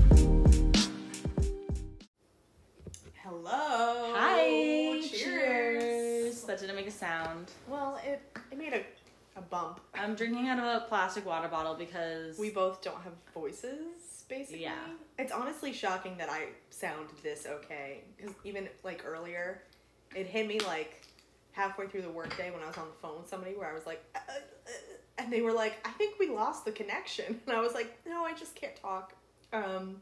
Oh, around. Well, it, it made a, a bump. I'm drinking out of a plastic water bottle because We both don't have voices, basically. Yeah. It's honestly shocking that I sound this okay. Because even like earlier, it hit me like halfway through the workday when I was on the phone with somebody where I was like, uh, uh, uh," and they were like, I think we lost the connection. And I was like, no, I just can't talk. Um,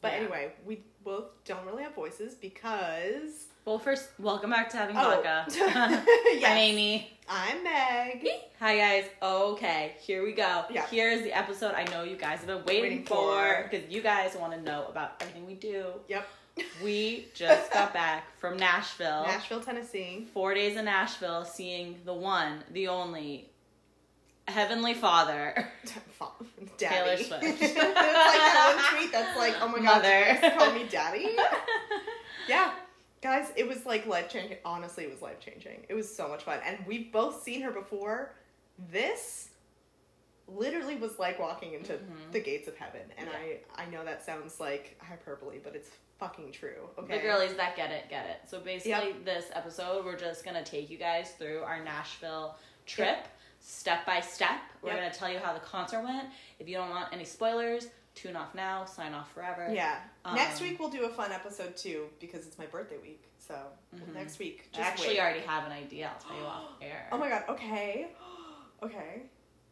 but Yeah. anyway, we both don't really have voices because. well, first, welcome back to having Oh. vodka. Yes. I'm Amy. I'm Meg. Hi guys. Okay, here we go. Yeah. Here is the episode I know you guys have been waiting, Waiting for for. because you guys want to know about everything we do. Yep. We just got back from Nashville. Nashville, Tennessee. Four days in Nashville, seeing the one, the only, Heavenly Father. Daddy. Swift. it's like that one tweet that's like, oh my god, Mother. Mother. call me daddy. yeah. Guys, it was like life changing. Honestly, it was life changing. It was so much fun. And we've both seen her before. This literally was like walking into Mm-hmm. the gates of heaven. And I, I know that sounds like hyperbole, but it's fucking true. Okay. The girlies that get it, get it. So basically, this episode, we're just gonna take you guys through our Nashville trip, step by step. We're Yep. gonna tell you how the concert went. If you don't want any spoilers, tune off now. Sign off forever. Yeah. Next Um, week we'll do a fun episode too because it's my birthday week. So next week, mm-hmm. I just actually wait. already have an idea. I'll tell you off air. Oh my god. Okay. Okay.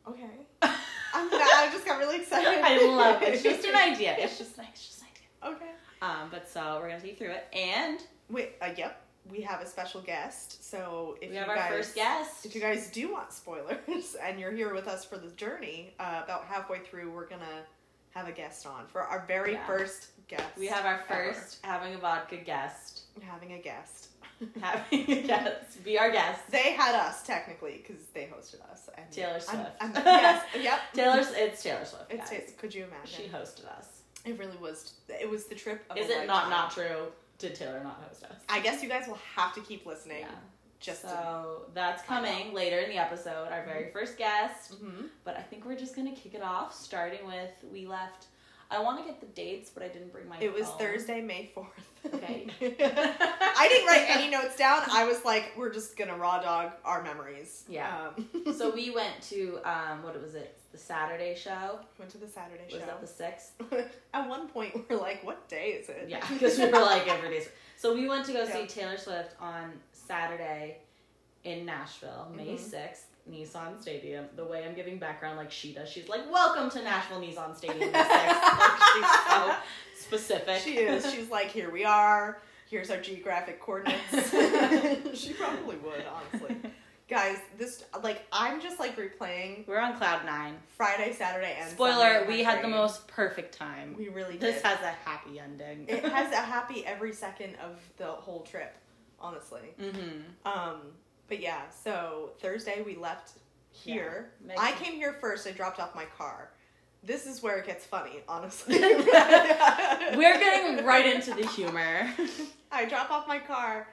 Okay. I'm not, I just got really excited. I love it. It's just an idea. It's just nice. It's just an idea. Okay. Um, but so we're gonna take you through it, and Wait. Uh, yep. We have a special guest. So if we you have our guys, first guest. If you guys do want spoilers and you're here with us for this journey, uh, about halfway through, we're gonna have a guest on for our very Yeah. first guest. we have our ever. first having a vodka guest. having a guest. Having a guest. Be our guest. They had us technically because they hosted us. And Taylor I'm- Swift. I'm- yes, yep. Taylor's. It's Taylor Swift. It's, guys. it's, could you She imagine? hosted us. It really was. It was the trip. Of Is a it lifetime. not not true? Did Taylor not host us? I guess you guys will have to keep listening. Yeah. Just to, So that's coming later in the episode. Our very first guest. Mhm. But I think we're just gonna kick it off, starting with we left. I want to get the dates, but I didn't bring my. it was phone. Thursday, May fourth. Okay. I didn't write any notes down. I was like, we're just gonna raw dog our memories. Yeah. Um, so we went to um, what was it? The Saturday show. went to the Saturday Was that the show. sixth? At one point, we're like, what day is it? Yeah, because we were like every day's. So we went to go Yeah. see Taylor Swift on Saturday in Nashville, Mm-hmm. May sixth, Nissan Stadium. The way I'm giving background, like she does, she's like, "Welcome to Nashville Nissan Stadium." May 6th." like, she's so specific. she is. She's like, here we are. Here's our geographic coordinates. she probably would, honestly. Guys, this like I'm just like replaying We're on cloud nine. Friday, Saturday, and Sunday Spoiler: in my We had the brain. most perfect time. We really This did. has a happy ending. it has a happy every second of the whole trip, honestly. mm-hmm. Um, but yeah, so Thursday we left here. Yeah. I came here first. I dropped off my car. This is where it gets funny, honestly. We're getting right into the humor. I drop off my car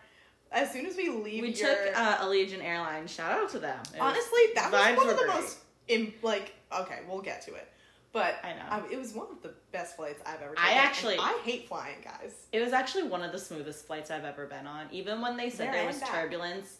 as soon as we leave. We your- took uh, Allegiant Airlines. Shout out to them. It was- honestly, that was vibes one were of the great. most im- like. Okay, we'll get to it, but I know. it was one of the best flights I've ever. I Taken. and actually- I hate flying, guys. It was actually one of the smoothest flights I've ever been on. Even when they said There there and was back. turbulence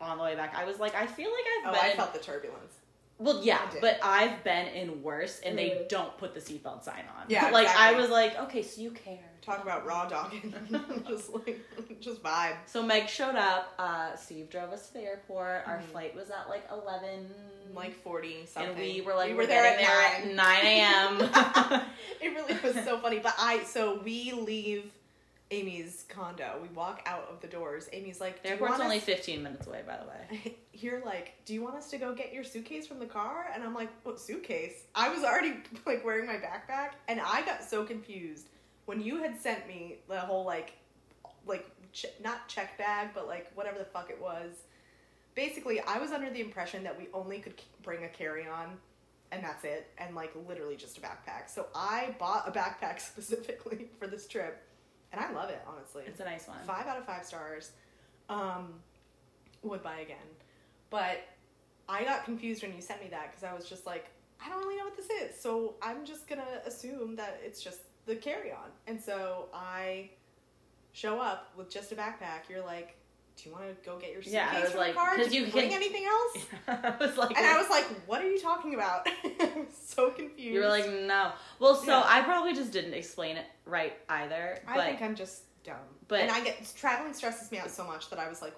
on the way back, I was like, I feel Oh, like I've I been. felt the turbulence. well, yeah, I did. but I've been in worse, and they Mm. don't put the seatbelt sign on. Yeah, like I exactly. was like, okay, so you care. Talk about raw dogging, just like just vibe. So Meg showed up. Uh, Steve drove us to the airport. Our flight was at like eleven. Mm-hmm. Like forty something. and we were like, we we were there, there at at nine. nine a.m. It really was so funny. But I so we leave Amy's condo. We walk out of the doors. Amy's like, the "Do you airport's want only us- fifteen minutes away, by the way. you're like, do you want us to go get your suitcase from the car? And I'm like, what suitcase? I was already like wearing my backpack, and I got so confused when you had sent me the whole like, like ch- not check bag, but like whatever the fuck it was. Basically, I was under the impression that we only could k- bring a carry on, and that's it, and like literally just a backpack. So I bought a backpack specifically for this trip, and I love it honestly It's a nice one. five out of five stars um would buy again but i got confused when you sent me that because i was just like i don't really know what this is so i'm just gonna assume that it's just the carry-on and so i show up with just a backpack you're like "Do you want to go get your suitcase Yeah, I was from like, the car? 'cause Did you, you bring can- anything else?" I was like, And I was like, "What are you talking about?" I was so confused. you were like, no. Well, so Yeah. I probably just didn't explain it right either. "I but think I'm just dumb." but- and I get traveling stresses me out so much that I was like,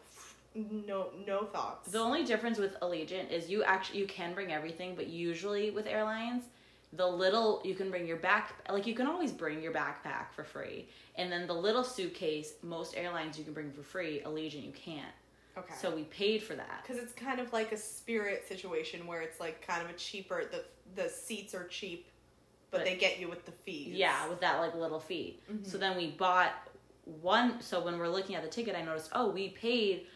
"No, no thoughts." The only difference with Allegiant is you actually you can bring everything, but usually with airlines, the little you can bring your back like you can always bring your backpack for free, and then the little suitcase most airlines you can bring for free. Allegiant you can't, okay. so we paid for that. because it's kind of like a spirit situation where it's like kind of a cheaper the the seats are cheap but, But- they get you with the fees Yeah, with that like little fee. Mm-hmm. So then we bought one. So when we're looking at the ticket, I noticed, oh, we paid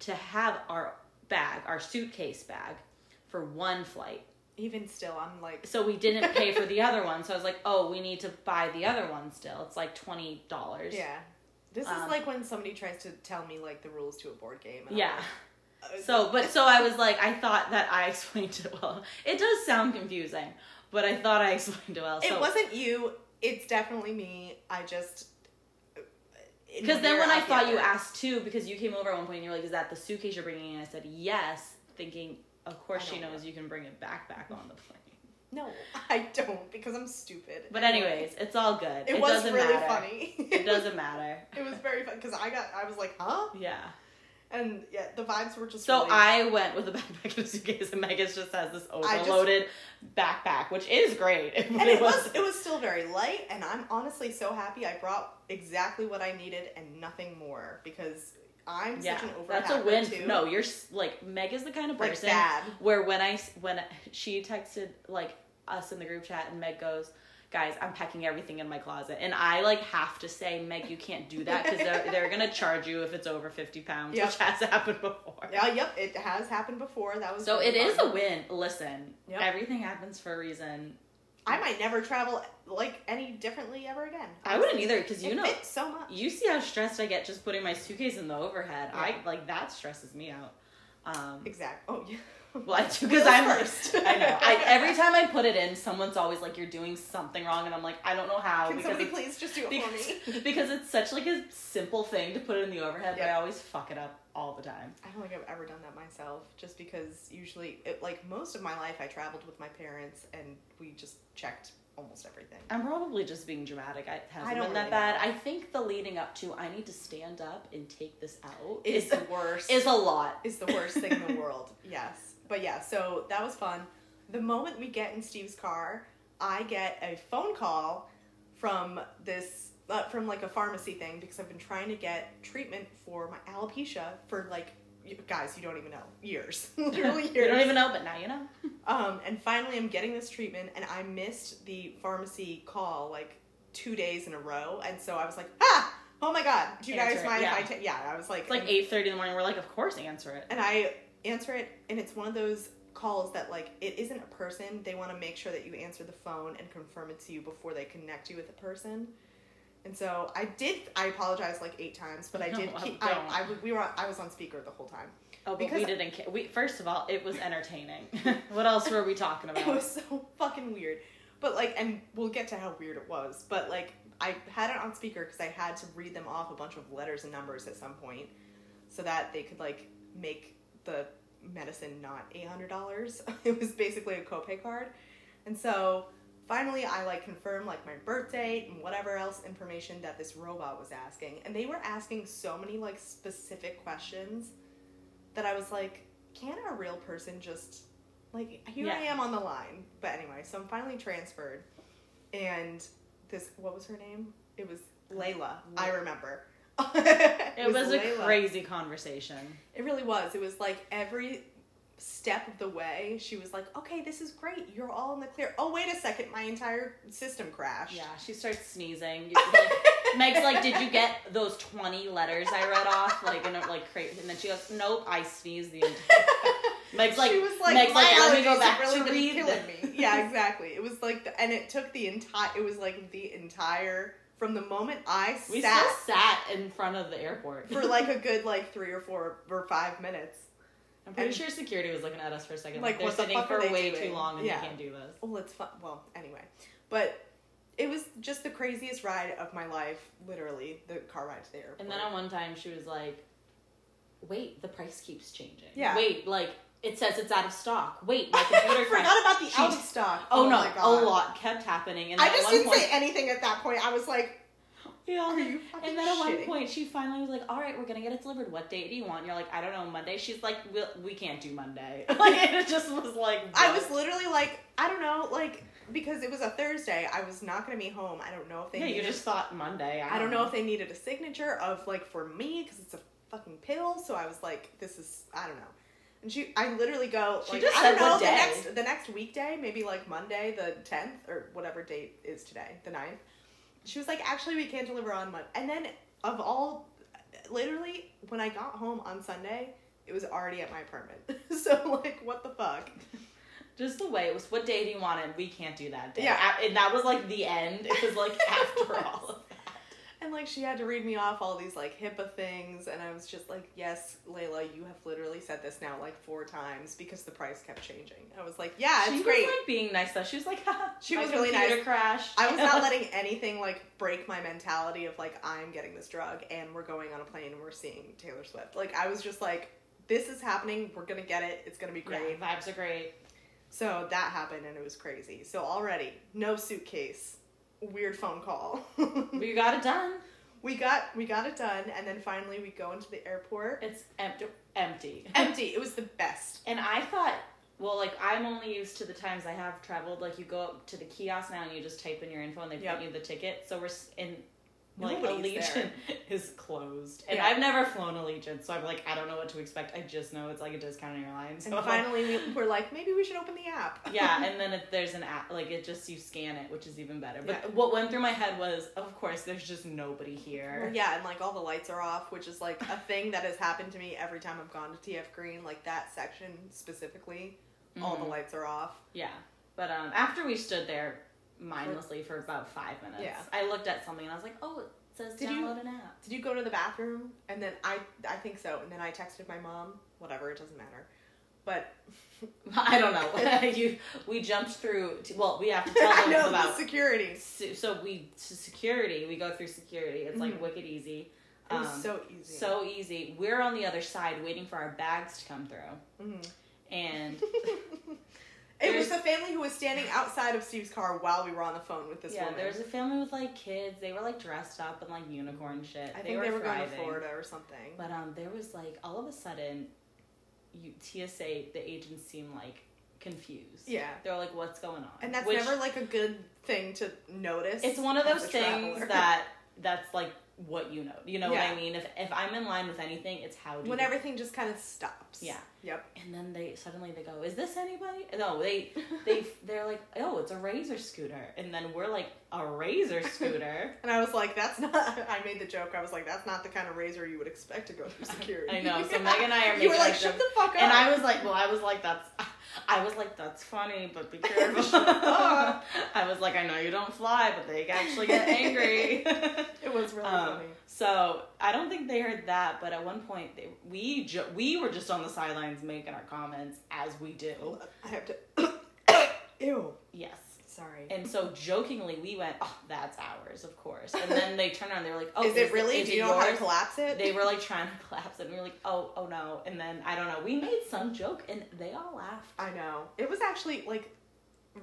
to have our bag, our suitcase bag, for one flight. even still i'm like So we didn't pay for the other one. So I was like, oh, we need to buy the other one still. It's like twenty dollars. yeah this is Um, like when somebody tries to tell me like the rules to a board game and I'm Yeah. like, uh, So, but so I was like, I thought that I explained it well. It does sound confusing, but I thought I explained it well. it so, wasn't you it's definitely me i just uh, Because then when I thought you asked too, because you came over at one point and you were like, "Is that the suitcase you're bringing?" And I said, "Yes," thinking, "Of course I she don't knows you can bring a backpack on the plane." no i don't because i'm stupid But anyways, it's all good. it, was doesn't really matter. funny It doesn't matter. it was very fun because i got i was like huh Yeah. and yeah the vibes were just So really- I went with a backpack and a suitcase, and Megas just has this just- overloaded backpack, which is great. but and it was it was still very light and i'm honestly so happy i brought exactly what i needed and nothing more because i'm yeah, such an overpacker that's a win. too. No, you're s- like Meg is the kind of Like, person bad. where when I s- when she texted like us in the group chat and Meg goes, "Guys, I'm packing everything in my closet," and I like have to say, Meg, you can't do that because they're they're gonna charge you if it's over fifty pounds, Yep. which has happened before. yeah yep it has happened before that was So really it is fun. a win. Listen, Yep. everything happens for a reason. I might never travel like any differently ever again I wouldn't either because you it know fits so much you see how stressed I get just putting my suitcase in the overhead. Yeah. I like that stresses me out. Um, exactly oh yeah Well, I do because Wheels I'm first. I know. I, every time I put it in, someone's always like, "You're doing something wrong," and I'm like, "I don't know how." can somebody it's- please just do it for me because, because it's such like a simple thing to put in the overhead, but I Yeah. always fuck it up all the time. I don't think I've ever done that myself, just because usually, it, like most of my life, I traveled with my parents and we just checked almost everything. I'm probably just being dramatic. I- It hasn't I don't been that really bad. know. I think the leading up to I need to stand up and take this out It is is the worst. is a lot. is the worst thing in the world. Yes. But yeah, so that was fun. The moment we get in Steve's car, I get a phone call from this uh, from like a pharmacy thing because I've been trying to get treatment for my alopecia for like y- guys, you don't even know. Years. Literally years. you don't even know, but now you know. Um, and finally, I'm getting this treatment, and I missed the pharmacy call like two days in a row, and so I was like, ah, oh my god, do you Answer guys it, mind if yeah. I take? Yeah, I was like, It's like eight thirty in the morning. We're like, of course, answer it. and I answer it, and it's one of those calls that like it isn't a person. They want to make sure that you answer the phone and confirm it's you before they connect you with a person. And so I did. I apologized like eight times, but I No, did. I keep, I, don't. I, we were. I was on speaker the whole time. Oh, but Because- we didn't. Ca- we first of all, it was entertaining. what else were we talking about? It was so fucking weird. But like, and we'll get to how weird it was. But like, I had it on speaker because I had to read them off a bunch of letters and numbers at some point, so that they could like make the medicine not eight hundred dollars. it was basically a copay card, and so finally I like confirmed like my birth date and whatever else information that this robot was asking, and they were asking so many like specific questions that I was like, can a real person just like here I Yeah. am on the line? But anyway, so I'm finally transferred, and this what was her name? It was Layla. I remember. it, It was, a Layla. crazy conversation. It really was. It was like every step of the way, she was like, "Okay, this is great. You're all in the clear." Oh, wait a second, my entire system crashed. Yeah, she starts sneezing. You- Like, Meg's like, "Did you get those twenty letters I read off?" Like, and I'm like, crazy. And then she goes, "Nope, I sneezed the entire." Meg's like, she was like, Meg's "My like, "Let me allergies go have back really to been read killing this." me." Yeah, exactly. It was like, the, and it took the entire. It was like the entire from the moment I We sat still sat in front of the airport for like a good like three or four or five minutes. I'm pretty and- sure security was looking at us for a second. Like, Like, what the they're sitting fuck are for they way doing? too long and Yeah. they can't do this. Well, it's fun. Well, anyway, but it was just the craziest ride of my life. Literally, the car ride to the airport. And then on one time, she was like, wait, the price keeps changing. Yeah. Wait, like it says it's out of stock. Wait, my computer crashed. forgot about the She- out of stock. Oh, no, my a God. lot kept happening. And I then at just one didn't point, say anything at that point. I was like, yeah. are you fucking And then at one shitting? point, she finally was like, "All right, we're gonna get it delivered. What date do you want?" And you're like, "I don't know, Monday." She's like, "We'll- "We can't do Monday." Like it just was like I what? was literally like, I don't know, like because it was a Thursday, I was not gonna be home. I don't know if they. yeah, you needed, just thought Monday. I don't know if they needed a signature of like for me because it's a fucking pill. So I was like, this is I don't know. And she, I literally go. She like, just I don't said know what the day. next the next weekday, maybe like Monday the tenth or whatever date is today, the 9th. She was like, actually, we can't deliver on Monday. And then of all, literally when I got home on Sunday, it was already at my apartment. so like, what the fuck? Just the way it was. What day do you want it? We can't do that day. Yeah. A- and that was like the end. It was like after all. of that. And like she had to read me off all these like HIPAA things, and I was just like, "Yes, Layla, you have literally said this now like four times because the price kept changing." I was like, "Yeah, she it's great." was like being nice though. She was like, Haha, She my was really computer nice. Crashed. I was not letting anything like break my mentality of like I'm getting this drug and we're going on a plane and we're seeing Taylor Swift. Like I was just like, "This is happening. We're gonna get it. It's gonna be great." Great vibes are great. So that happened, and it was crazy. So already, no suitcase, weird phone call. We got it done. we got we got it done, and then finally we go into the airport. It's empty. Empty. empty. It was the best. And I thought, well, like I'm only used to the times I have traveled. Like you go up to the kiosk now and you just type in your info and they Yep. print you the ticket. So we're s- in. Like Nobody's Allegiant there. is closed, and Yeah. I've never flown Allegiant, so I'm like, I don't know what to expect. I just know it's like a discounted airline. So And finally, we were like, maybe we should open the app. Oh. yeah, and then it, there's an app, like it just you scan it, which is even better. But what went through my head was, of course, there's just nobody Well, here. yeah, and like all the lights are off, which is like a thing that has happened to me every time I've gone to TF Green. Like that section specifically, all the Mhm. lights are off. Yeah, but um, after we stood there mindlessly for about five minutes, Yeah. I looked at something and I was like, oh, it says Did you- download an app. Did you go to the bathroom? And then I, I think so. And then I texted my mom. Whatever, it doesn't matter. But I don't know. you, we jumped through. To, well, we have to tell I them know the about. security. It se- so we to security. We go through security. It's like Mhm. wicked easy. was Um, so easy. so easy. We're on the other side waiting for our bags to come through, Mhm. and it was There's- the family who was standing outside of Steve's car while we were on the phone with this yeah, woman. there was a family with like kids. They were like dressed up in like unicorn shit. I think they were going to thriving. Florida or something. But um, there was like all of a sudden, you, TSA the agents seemed like confused. yeah. they're like, "What's going on?" And that's Which- never like a good thing to notice. It's one of as those a things traveler. that that's like what you know. You know what Yeah. I mean? If if I'm in line with anything, it's how do when you- everything just kind of stops. Yeah. Yep. And then they suddenly they go, "Is this anybody?" No, they they they're like, "Oh, it's a razor scooter," and then we're like, "A razor scooter." and I was like, that's not. I made the joke. I was like, that's not the kind of razor you would expect to go through security. I know. So Meg and I are you making were like, a shut joke. the fuck up. And I was like, well, I was like, that's, I was like, that's funny, but be careful. Shut up. I was like, I know you don't fly, but they actually get angry. It was really Um, funny. so I don't think they heard that, but at one point they, we ju- we were just on the sidelines making our comments as we do. I have to. Ew. Yes. Sorry. And so jokingly we went, oh, that's ours, of course. And then they turned around, they were like, oh, is it really? is Do you know how to yours? collapse it? they were like trying to collapse it, and we were like, oh, oh no. And then I don't know, we made some joke, and they all laughed. I know. It was actually like.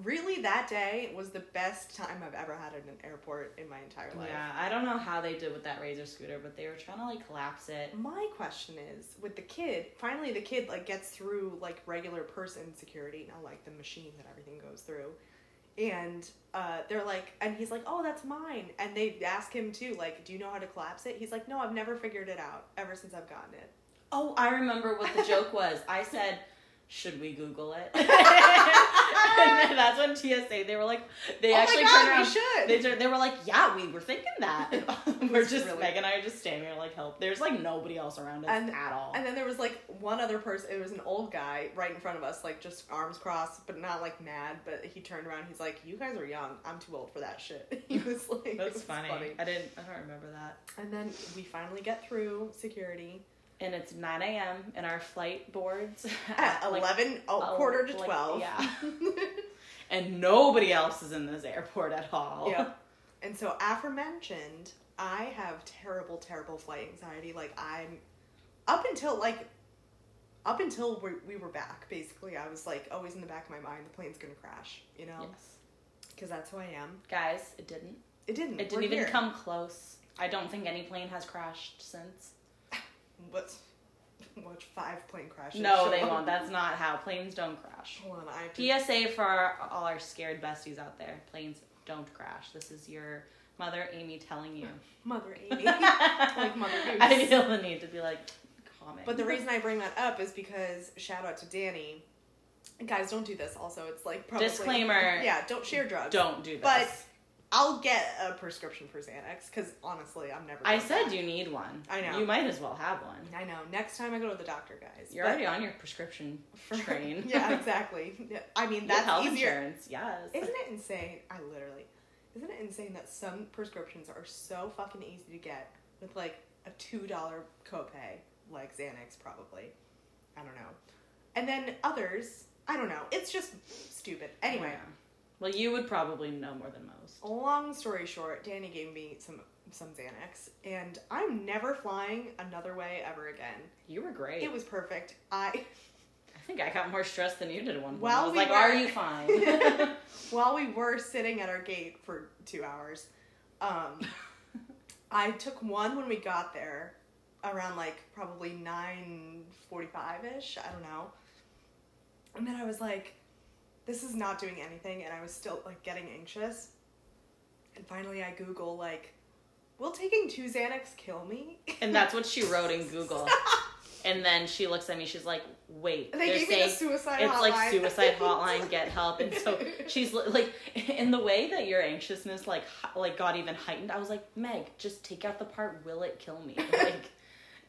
Really, that day was the best time I've ever had at an airport in my entire life. Yeah, I don't know how they did with that razor scooter, but they were trying to like collapse it. My question is with the kid, finally the kid like gets through like regular person security, not like the machine that everything goes through. And uh, they're like, and he's like, oh, that's mine. And they ask him too, like, do you know how to collapse it? He's like, no, I've never figured it out ever since I've gotten it. Oh, I remember what the joke was. I said, "Should we Google it?" and then that's when TSA they were like, they oh actually my god, turned we around. should. They, tur- they were like, yeah, we were thinking that. we're was just really- Meg and I are just standing there like, help. There's like nobody else around us And- at all. and then there was like one other person. It was an old guy right in front of us, like just arms crossed, but not like mad. But he turned around. He's like, "You guys are young. I'm too old for that shit." He was like, it That's was funny. I didn't. I don't remember that. And then we finally get through security. And it's 9 a.m. and our flight boards At like, 11, oh, Oh, quarter to like, 12. yeah. and nobody else is in this airport at all. yeah. And so, aforementioned, I have terrible, terrible flight anxiety. Like, I'm up until like up until we we were back basically i was like always in the back of my mind the plane's gonna crash you know Yes. because that's who i am Guys, it didn't. it didn't It We're didn't even here. come close. I don't think any plane has crashed since. what's watch five plane crashes No, show they up. won't. That's not how planes don't crash. hold on i have to PSA for our, all our scared besties out there: planes don't crash. This is your mother, Amy, telling you. mother amy like Mother Goose. I feel the need to be like calming. But the reason I bring that up is because shout out to Danny. Guys, don't do this. Also, it's like probably Disclaimer. Yeah, don't share drugs. don't do this. But I'll get a prescription for Xanax because honestly, I'm never. I going said back. you need one. I know. You might as well have one. I know. Next time I go to the doctor, guys. You're But already on your prescription for- train. yeah, exactly. Yeah, I mean Your that's health easier. insurance. Yes. Isn't it insane? I literally. Isn't it insane that some prescriptions are so fucking easy to get with like a two dollar copay, like Xanax probably. I don't know. And then others, I don't know. It's just stupid. Anyway, Yeah. Well, you would probably know more than most. long story short, Danny gave me some some Xanax, and I'm never flying another way ever again. You were great. It was perfect. I I think I got more stressed than you did at one point. Well, I was we like, were- "Are you fine?" while we were sitting at our gate for two hours, um, I took one when we got there around like probably 9:45 ish, I don't know. And then I was like this is not doing anything and I was still like getting anxious. And finally I google like will taking two Xanax kill me? and that's what she wrote in Google. And then she looks at me. She's like, "Wait, They are gave me saying the suicide it's hotline. like suicide hotline, get help." And so she's li- like, in the way that your anxiousness like hi- like got even heightened, I was like, "Meg, just take out the part, will it kill me?" Like,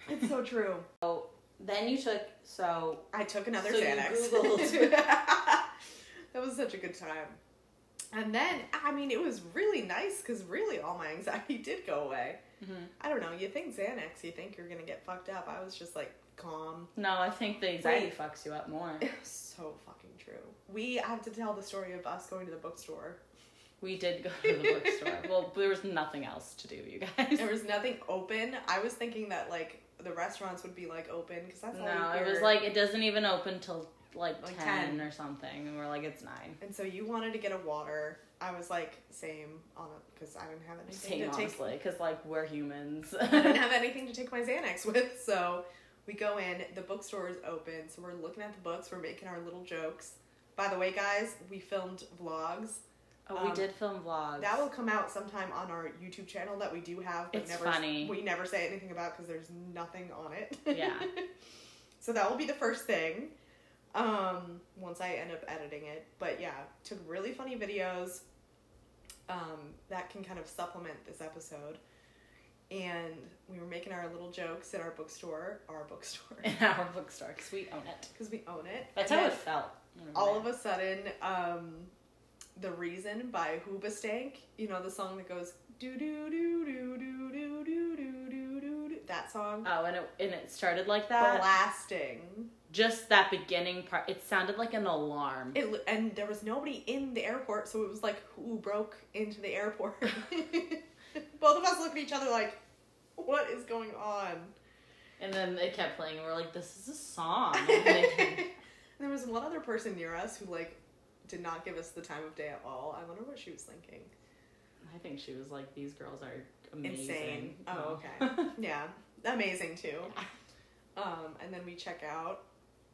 It's so true. so then you took so I took another So you Xanax. Googled. that was such a good time. And then, I mean, it was really nice because really all my anxiety did go away. Mm-hmm. I don't know. You think Xanax, you think you're gonna get fucked up. I was just like calm. no, I think the anxiety Wait. fucks you up more. It was so fucking true. We I have to tell the story of us going to the bookstore. We did go to the bookstore. well, there was nothing else to do, you guys. There was nothing open. I was thinking that like the restaurants would be like open because that's all No, we it was hear. like it doesn't even open till like, Like 10, 10. or something, and we're like it's nine. And so you wanted to get a water. I was like same on it because I didn't have anything Saying to take honestly, because like we're humans. Oh, I didn't have anything to take my Xanax with, so we go in. The bookstore is open, so we're looking at the books. We're making our little jokes. By the way, guys, we filmed vlogs. oh, we Um, did film vlogs. That will come out sometime on our YouTube channel that we do have, but It's never funny. we never say anything about because there's nothing on it. Yeah. so that will be the first thing. Um, once I end up editing it, but yeah, took really funny videos. Um, that can kind of supplement this episode. And we were making our little jokes at our bookstore, our bookstore, in our bookstore because we own it. because we own it. That's And how then it felt. all of a sudden, um, the reason by Hoobastank, you know the song that goes do do do do do do do do do do do that song Oh, and it and it started like that. blasting. Just that beginning part. It sounded like an alarm. It li- and there was nobody in the airport, so it was like who broke into the airport. Both of us looked at each other like, what is going on? and then it kept playing, and we're like, "This is a song." And and they- there was one other person near us who like did not give us the time of day at all. I wonder what she was thinking. I think she was like, "These girls are amazing." Insane. Oh, No. Yeah, amazing too. Um, and then we check out,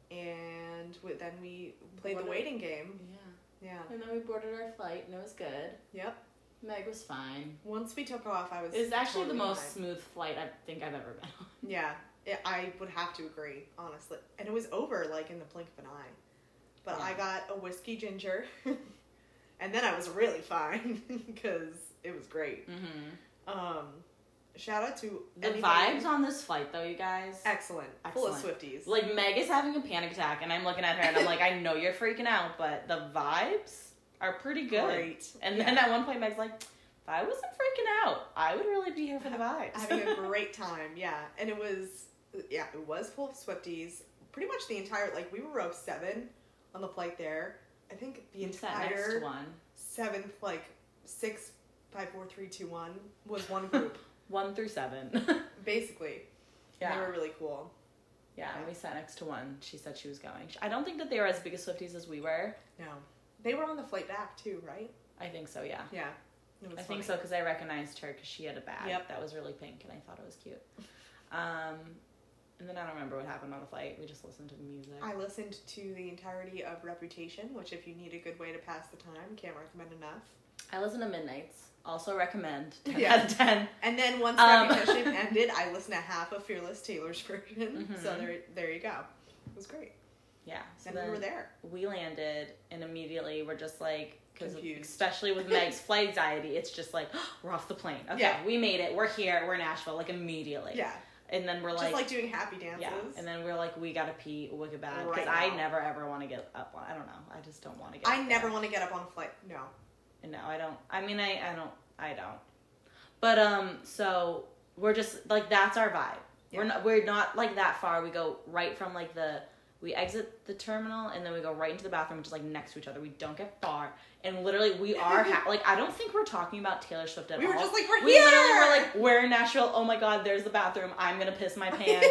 and we, then we play What the a- waiting game. yeah. Yeah. And then we boarded our flight, and it was good. Yep. Meg was fine. Once we took off, I was. It was actually the totally most fine. smooth flight I think I've ever been on. Yeah, it, I would have to agree, honestly. And it was over like in the blink of an eye. But I Yeah. got a whiskey ginger, and then I was really fine because it was great. Mm-hmm. Um, shout out to The anybody- vibes on this flight, though, you guys. Excellent. Full of Excellent. Swifties. Like Meg is having a panic attack, and I'm looking at her, and I'm like, I know you're freaking out, but the vibes are pretty good. Great. And Yeah. then at one point, Meg's like, if I wasn't freaking out, I would really be here for the vibes. having a great time. Yeah, and it was yeah, it was full of Swifties. Pretty much the entire like we were row seven on the flight there. I think the What's that next entire one? seventh like six five four three two one was one group One through seven. basically. And They Yeah. were really cool. Yeah, and we sat next to one. She said she was going. I don't think that they were as big as Swifties as we were. No. They were on the flight back too, right? I think so, yeah. Yeah. It I think so because I recognized her because she had a bag Yep. that was really pink and I thought it was cute. Um, and then I don't remember what happened on the flight. We just listened to the music. I listened to the entirety of Reputation, which if you need a good way to pass the time, can't recommend enough. I listened to Midnight's. Also recommend 10 Yeah. out of 10. And then once Um. Reputation ended, I listened to half of Fearless Taylor's version. Mhm. So there, there you go. It was great. Yeah. So And then we were there. we landed and immediately we're just like, because Confused. especially with Meg's flight anxiety, it's just like, "Oh, we're off the plane. Okay, Yeah. we made it. We're here. We're in Nashville. Like immediately. yeah. And then we're Just like doing happy dances. Yeah, and then we're like, we gotta pee, we get bad, because Right I now. never ever want to get up on. I don't know. I just don't want to get. I up never want to get up on a flight. No. there. No, I don't. I mean, I I don't. I don't. But um, so we're just like that's our vibe. We're Yeah. not we're not like that far. We go right from like the we exit the terminal and then we go right into the bathroom, which is like next to each other. We don't get far, and literally we are ha- like I don't think we're talking about Taylor Swift at We all. were just like, we're We here. literally were like, we're in Nashville. Oh my god, there's the bathroom. I'm gonna piss my pants.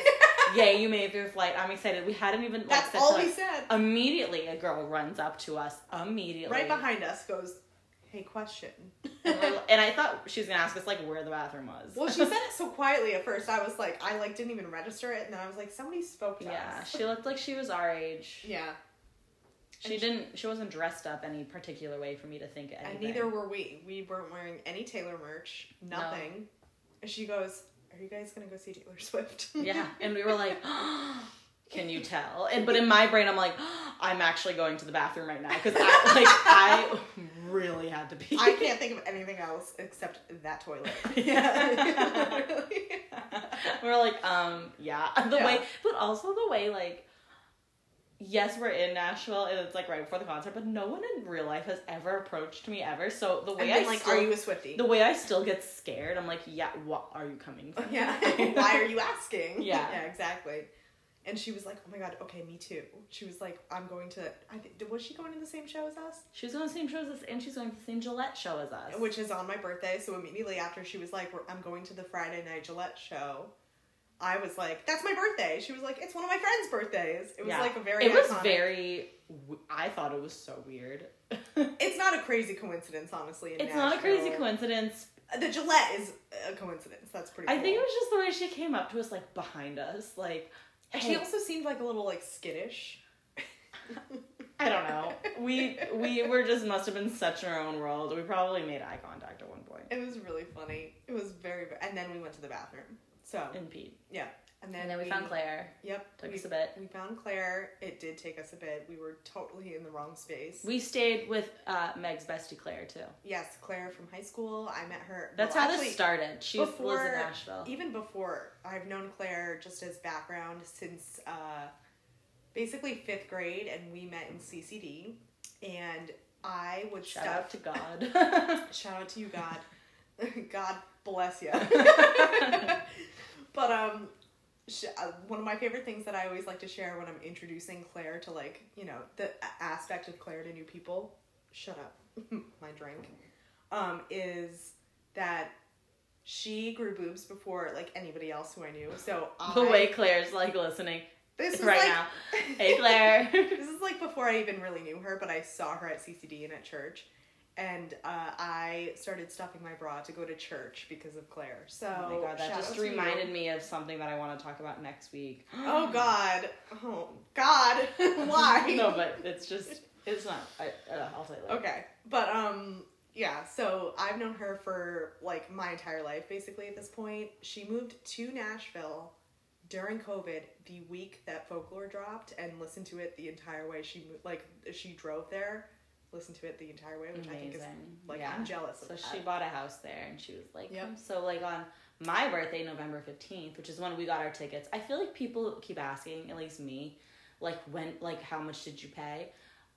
Yay, you made it your flight. I'm excited. We hadn't even like That's said all hello. we said. Immediately, a girl runs up to us. Immediately, Right behind us goes, hey, question. And, we're- and I thought she was gonna ask us like where the bathroom was. well, she said it so quietly at first. I was like, I like didn't even register it, and then I was like, somebody spoke to yeah, us. she looked like she was our age. Yeah. She didn't. She wasn't dressed up any particular way for me to think anything. And neither were we. We weren't wearing any Taylor merch. No. Nothing. And she goes, Are you guys gonna go see Taylor Swift? Yeah, and we were like, can you tell? And but in my brain, I'm like, I'm actually going to the bathroom right now because I like I really had to pee. I can't think of anything else except that toilet. Yeah. Really. we're like, um, yeah. The Yeah. way, but also the way, like, yes, we're in Nashville and it's like right before the concert, but no one in real life has ever approached me ever. So the And way I then, like, still, are you a Swifty? the way I still get scared, I'm like, yeah, what are you coming for? yeah. Why are you asking? Yeah. Yeah, exactly. And she was like, "Oh my god, okay, me too." She was like, "I'm going to." I think was she going to the same show as us? She was going to the same show as us, and she's going to the same Gillette show as us. which is on my birthday. So immediately after she was like, "We're- "I'm going to the Friday night Gillette show," I was like, "That's my birthday." She was like, "It's one of my friends' birthdays." It was Yeah. like a very it was iconic- very. w- I thought it was so weird. it's It's not a crazy coincidence, honestly. in not a crazy Nashville. Uh, coincidence. The Gillette is a coincidence. That's pretty. I think it cool. was just the way she came up to us, like behind us, like. And "Hey." she also seemed like a little like skittish. I don't know. We we were just must have been such in our own world. We probably made eye contact at one point. It was really funny. It was very, and then we went to the bathroom. So And Pete. yeah, and then And then we found Claire. Yep, Took we, us a bit. we found Claire. It did take us a bit. We were totally in the wrong space. We stayed with uh, Meg's bestie Claire too. Yes, Claire from high school. I met her. That's well, how actually, this started. She was before- lives in Nashville. Even before, I've known Claire just as background since uh, basically fifth grade, and we met in CCD. And I would Shout stuff. out to God. Shout out to you, God. God bless you. but um, sh- uh, one of my favorite things that I always like to share when I'm introducing Claire to like you know the a- aspect of Claire to new people. Shut up, my drink. Um, is that she grew boobs before like anybody else who I knew. So I, the way Claire's like listening this was right like, now. Hey Claire. Oh, this is like before I even really knew her, but I saw her at CCD and at church, and uh, I started stuffing my bra to go to church because of Claire. So Oh my god, that shout out just to you. reminded me of something that I want to talk about next week. Oh God! Oh God! Why? no, but it's just it's not. I, uh, I'll tell you later. Okay, but um, yeah. So I've known her for like my entire life, basically. At this point, she moved to Nashville during COVID, the week that Folklore dropped, and listened to it the entire way. She moved, like she drove there, listened to it the entire way, which I think is Amazing. like yeah. I'm jealous of So that. she bought a house there, and she was like, Yep. "Come." so like on my birthday, November fifteenth, which is when we got our tickets. I feel like people keep asking, at least me, like when, like how much did you pay?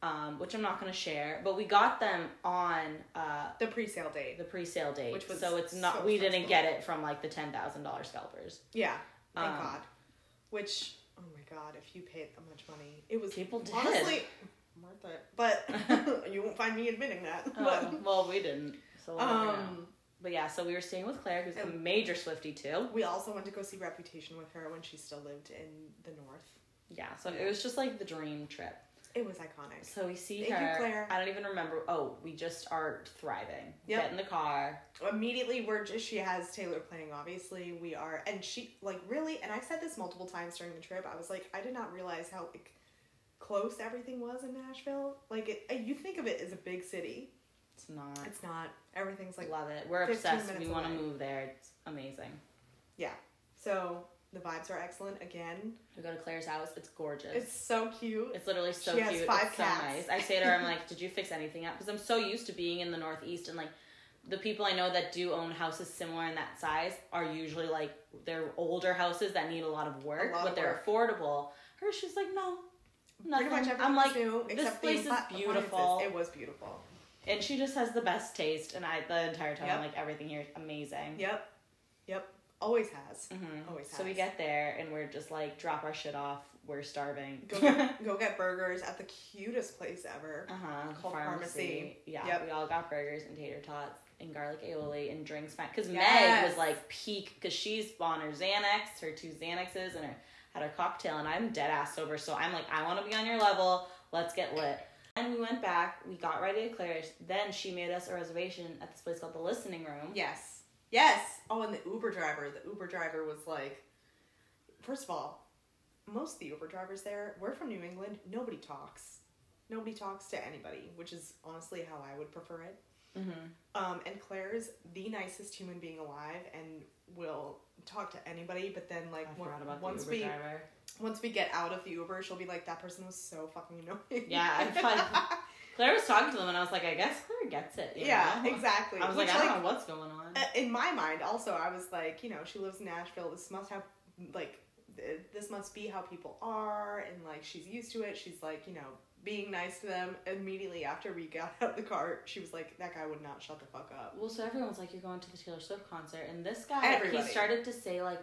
Um, which I'm not gonna share, but we got them on uh, the pre-sale date. the pre-sale date, Which was so it's not so we didn't flexible. get it from like the ten thousand dollar scalpers. Yeah, thank Um, God. Which oh my God, if you paid that much money, it was People did. honestly. Martha, but you won't find me admitting that. Oh, but- well, we didn't. So we'll never know. Um, But yeah, so we were staying with Claire, who's a And- major Swifty too. We also went to go see Reputation with her when she still lived in the north. Yeah, so it was just like the dream trip. It was iconic. So we see Thank you, her. Claire. I don't even remember. Oh, we just are thriving. Yep. Get in the car. Immediately, we're just, she has Taylor playing. Obviously, we are, and she like really. And I said this multiple times during the trip. I was like, I did not realize how like, close everything was in Nashville. Like, it, you think of it as a big city. It's not. It's not. Everything's like Love it. We're 15 obsessed. We minutes want to away. move there. It's amazing. so. The vibes are excellent again. We go to Claire's house. It's gorgeous. It's It's, so cute. literally so She has cute. five it's cats. so nice. I say to her, I'm like, did you fix anything up? Because I'm so used to being in the Northeast and like the people I know that do own houses similar in that size are usually like they're older houses that need a lot of work, lot but of they're work. affordable. Her, she's like, no. Nothing. Pretty much everything I'm like, new, this except place is the appliances. beautiful. Mm-hmm. It was beautiful. and she just has the best taste. And I, the entire time, Yep. I'm like, everything here is amazing. Yep. Yep. Always has. Mhm. Always So we has. get there and we're just like, drop our shit off. We're starving. Go get, go get burgers at the cutest place ever. Uh huh. Called pharmacy. Yeah, Yep. we all got burgers and tater tots and garlic aioli and drinks. Because Meg Yes. was like peak because she's on her Xanax, her two Xanaxes, and her had her cocktail. And I'm dead ass sober, so I'm like, I want to be on your level. Let's get lit. And we went back. We got ready to Claire's. Then she made us a reservation at this place called the Listening Room. Yes. Yes. Oh, and the Uber driver. The Uber driver was like, first of all, most of the Uber drivers there, we're from New England. Nobody talks. Nobody talks to anybody, which is honestly how I would prefer it. Mm-hmm. Um, and Claire's the nicest human being alive and will talk to anybody. But then, like, I on- forgot about once the Uber we driver. once we get out of the Uber, she'll be like, "That person was so fucking annoying." Yeah, I thought- Claire was talking to them, and I was like, I guess Claire gets it. you yeah, know? exactly. I was Which, like, I don't know what's going on. Uh, in my mind also i was like you know she lives in nashville this must have like th- this must be how people are and like she's used to it she's like you know being nice to them immediately after we got out of the car she was like that guy would not shut the fuck up Well, so everyone's like, you're going to the Taylor Swift concert, and this guy, Everybody. he started to say like,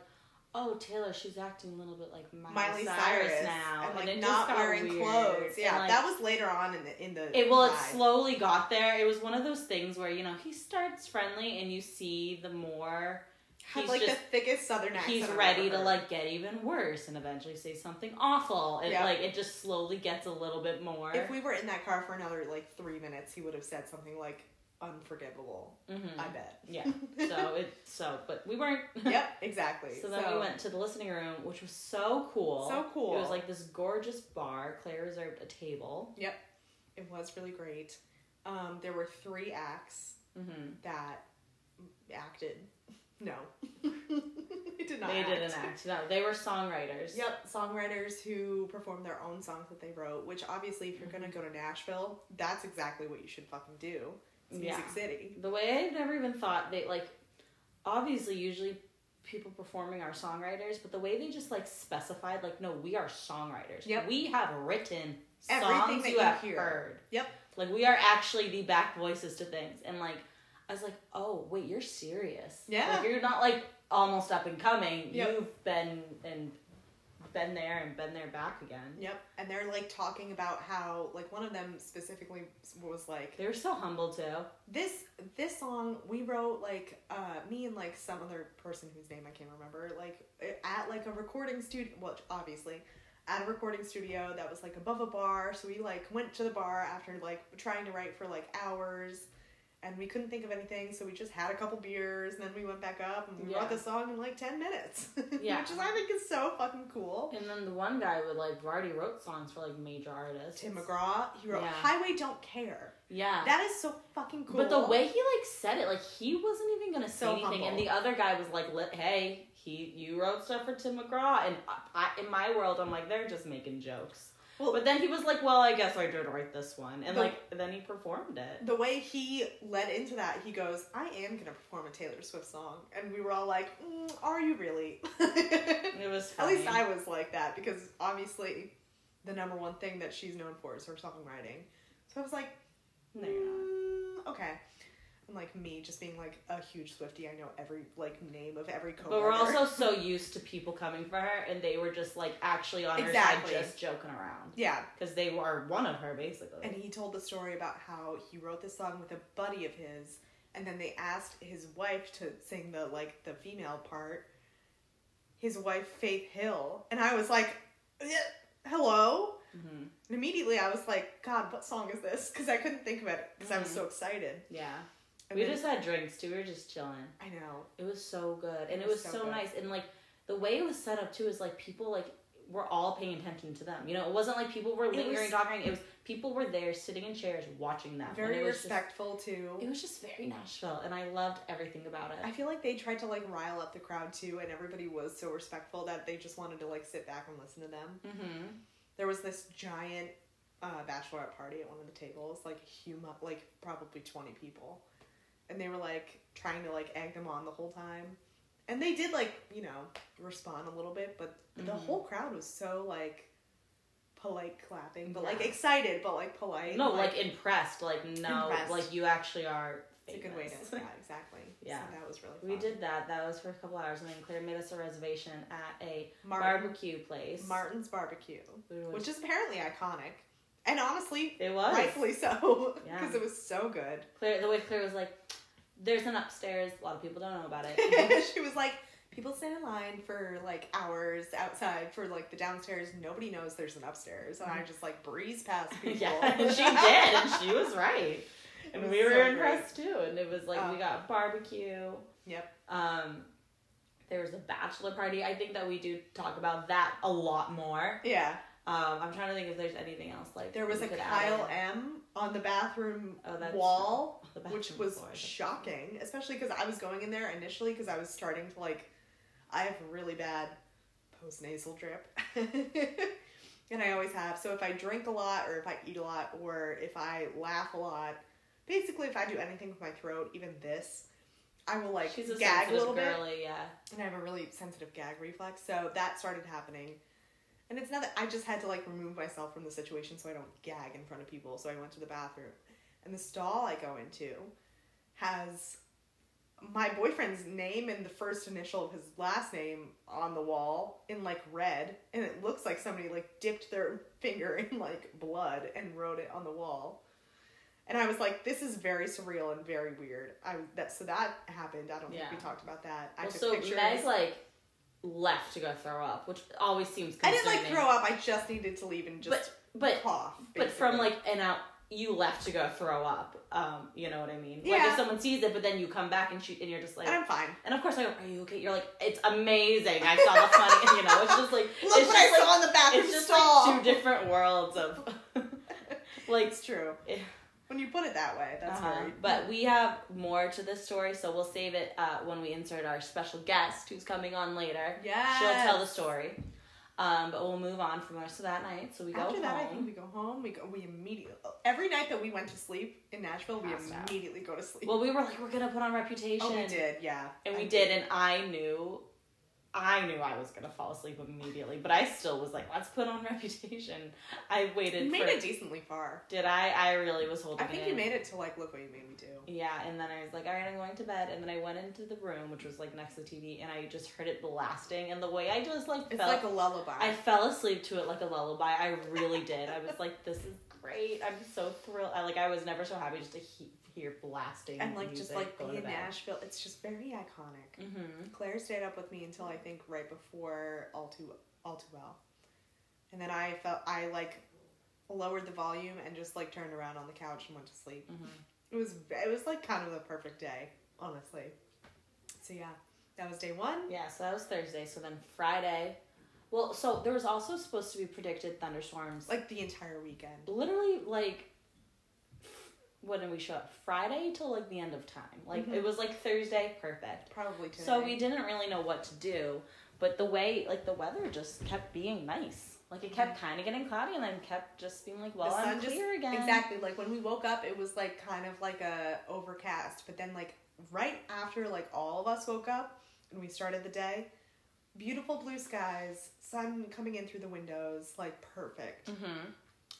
"Oh, Taylor, she's acting a little bit like Miley, miley Cyrus, cyrus now, and like it just not got wearing weird. clothes And, yeah like, that was later on in the in the It well, it ride. slowly got there. It was one of those things where you know he starts friendly, and you see the more had he's like just- the thickest southern accent he's I've ready ever to heard. like get even worse, and eventually say something awful. It Yeah. like it just slowly gets a little bit more. if we were in that car for another like three minutes he would have said something like unforgivable Mhm. i bet yeah. So it so, but we weren't. yep exactly So then we went to the listening room, which was so cool. So cool. It was like this gorgeous bar. Claire reserved a table. It was really great. Um, there were three acts Mm-hmm. that acted. No, it did not. They act. didn't act. No, they were songwriters. Yep, songwriters who performed their own songs that they wrote. Which obviously, if you're Mm-hmm. gonna go to Nashville, that's exactly what you should fucking do. It's Music Yeah. City. The way I never even thought they like, obviously, usually people performing are songwriters, but the way they just like specified, like, no, we are songwriters. Yep. We have written Everything songs that you you have hear. heard. Yep. Like we are actually the back voices to things, and like I was like, oh wait, you're serious. Yeah. Like, you're not like almost up and coming. Yep. You've been and been there and been there back again. Yep, and they're like talking about how like one of them specifically was like They were so humble too. this this song we wrote like uh me and like some other person whose name i can't remember like uh, at like a recording studio well obviously at a recording studio that was like above a bar so we like went to the bar after like trying to write for like hours and we couldn't think of anything so we just had a couple beers and then we went back up and we Yeah. wrote the song in like 10 minutes Yeah. which is i think is so fucking cool And then the one guy would like already wrote songs for like major artists. tim mcgraw he wrote Yeah. highway don't care Yeah. that is so fucking cool But the way he like said it, like he wasn't even gonna say So anything, and humble. the other guy was like, "Let- "Hey, he you wrote stuff for Tim McGraw," and I, I, in my world, I'm like, they're just making jokes. Well- but then he was like, "Well, I guess I did write this one," and The- like then he performed it. the way he led into that, he goes, "I am gonna perform a Taylor Swift song," and we were all like, mm, "Are you really?" It was At funny. least I was like that because obviously, the number one thing that she's known for is her songwriting. So I was like, No, you're not. "Mm, okay." And like me, just being like a huge Swifty, I know every like name of every co. But we're also so used to people coming for her, and they were just like actually on Exactly. her side, just joking around yeah. because they were one of her basically. And he told the story about how he wrote this song with a buddy of his, and then they asked his wife to sing the like the female part. His wife Faith Hill, and I was like, "Eh, "Hello." hmm And immediately I was like, "God, what song is this?" Because I couldn't think of it because I was Mhm. so excited. Yeah. And We then- just had drinks too. We were just chilling. I know. It was so good, and It it was was, so so, good. nice. And like the way it was set up too is like people like were all paying attention to them. You know, it wasn't like people were It was- lingering, talking. It was people were there sitting in chairs watching them. and Very it was just- respectful too. it was just very Nashville, and I loved everything about I it. feel like they tried to like rile up the crowd too, and everybody was so respectful that they just wanted to like sit back and listen to them. Mm-hmm. There was this giant uh, bachelorette party at one of the tables, like humo like probably twenty people, and they were like trying to like egg them on the whole time, and they did like you know respond a little bit, but the Mhm. whole crowd was so like polite clapping, but like Yeah. excited, but like polite. No, and, like, impressed. Like no, Impressed. like you actually are. it's a good way to famous. yeah exactly Yeah. so that was really fun. We did that. That was for a couple hours, and then Claire made us a reservation at a Martin, barbecue place. Martin's barbecue. We were- which is apparently iconic, and honestly, it was rightfully so, Yeah. because it was so good. Claire, the way Claire was like, "There's an upstairs. A lot of people don't know about it." she was like, people stand in line for like hours outside for like the downstairs. Nobody knows there's an upstairs, and I just like breeze past people. Mm-hmm. yeah, and she did, and she was right. It And was we were so great. impressed too. And it was like Oh. we got barbecue. Yep. Um, there was a bachelor party. I think that we do talk about that a lot more. Yeah, Um, I'm trying to think if there's anything else like there was we a could add Kyle in. M on the bathroom Oh, that's- wall. The which bathroom was floor, I think. shocking, especially because I was going in there initially because I was starting to like, I have really bad post nasal drip, and I always have. So if I drink a lot, or if I eat a lot, or if I laugh a lot, basically if I do anything with my throat, even this, I will like She's a gag a sensitive little bit, girly, yeah. and I have a really sensitive gag reflex. So that started happening. And it's not that I just had to like remove myself from the situation so I don't gag in front of people. So I went to the bathroom. And the stall I go into has my boyfriend's name and the first initial of his last name on the wall in like red. And it looks like somebody like dipped their finger in like blood and wrote it on the wall. And I was like, this is very surreal and very weird. I was that so that happened. I don't Yeah. think we talked about that. I Well, took so pictures. Meg like left to go throw up, which always seems. I didn't Concerning. like throw up. I just needed to leave and just but cough. But from basically. like an out, you left to go throw up. Um, you know what I mean? Like Yeah. if someone sees it, but then you come back and shoot, and you're just like, and I'm fine. and of course I go, are you okay? You're like, it's amazing. I saw the funny, you know. It's just like Look it's what just I like, saw in the bathroom It's just stall. like two different worlds of, like, it's true. Yeah. When you put it that way, that's uh-huh. very. But we have more to this story, so we'll save it uh, when we insert our special guest who's coming on later. yeah, She'll tell the story. Um, but we'll move on from the rest of that night. So we go After that, I home. think we go home. We go. We immediately every night that we went to sleep in Nashville, we Passed out. immediately go to sleep. well, we were like, we're gonna put on reputation. oh, we did, yeah, And I we did, and I knew, I knew I was gonna fall asleep immediately, but I still was like, let's put on Reputation. I You waited. made for, it decently far. Did I? I really was holding. I think it you in. made it to like look what you made me do. Yeah, and then I was like, all right, I'm going to bed, and then I went into the room, which was like next to the TV, and I just heard it blasting, and the way I just like It's felt, like a lullaby. I fell asleep to it like a lullaby. I really did. I was like, this is great. I'm so thrilled. I like, I was never so happy just to he- hear blasting and like just like being the in Nashville, it's just very iconic. Mm-hmm. Claire stayed up with me until I think right before all too all too well, and then I felt I like lowered the volume and just like turned around on the couch and went to sleep. Mm-hmm. It was it was like kind of the perfect day, honestly. So yeah, that was day one. Yeah, so that was Thursday. So then Friday. Well, so there was also supposed to be predicted thunderstorms. Like Like the entire weekend. literally like when did we show up? Friday till like the end of time. Like Mhm. it was like Thursday, perfect. Probably today. So we didn't really know what to do, but the way like the weather just kept being nice. Like it kept kind of getting cloudy and then kept just being like, well, Mm-hmm. The I'm sun just- clear again. exactly like when we woke up, it was like kind of like a overcast, but then like right after like all of us woke up and we started the day, beautiful blue skies, sun coming in through the windows, like perfect. hmm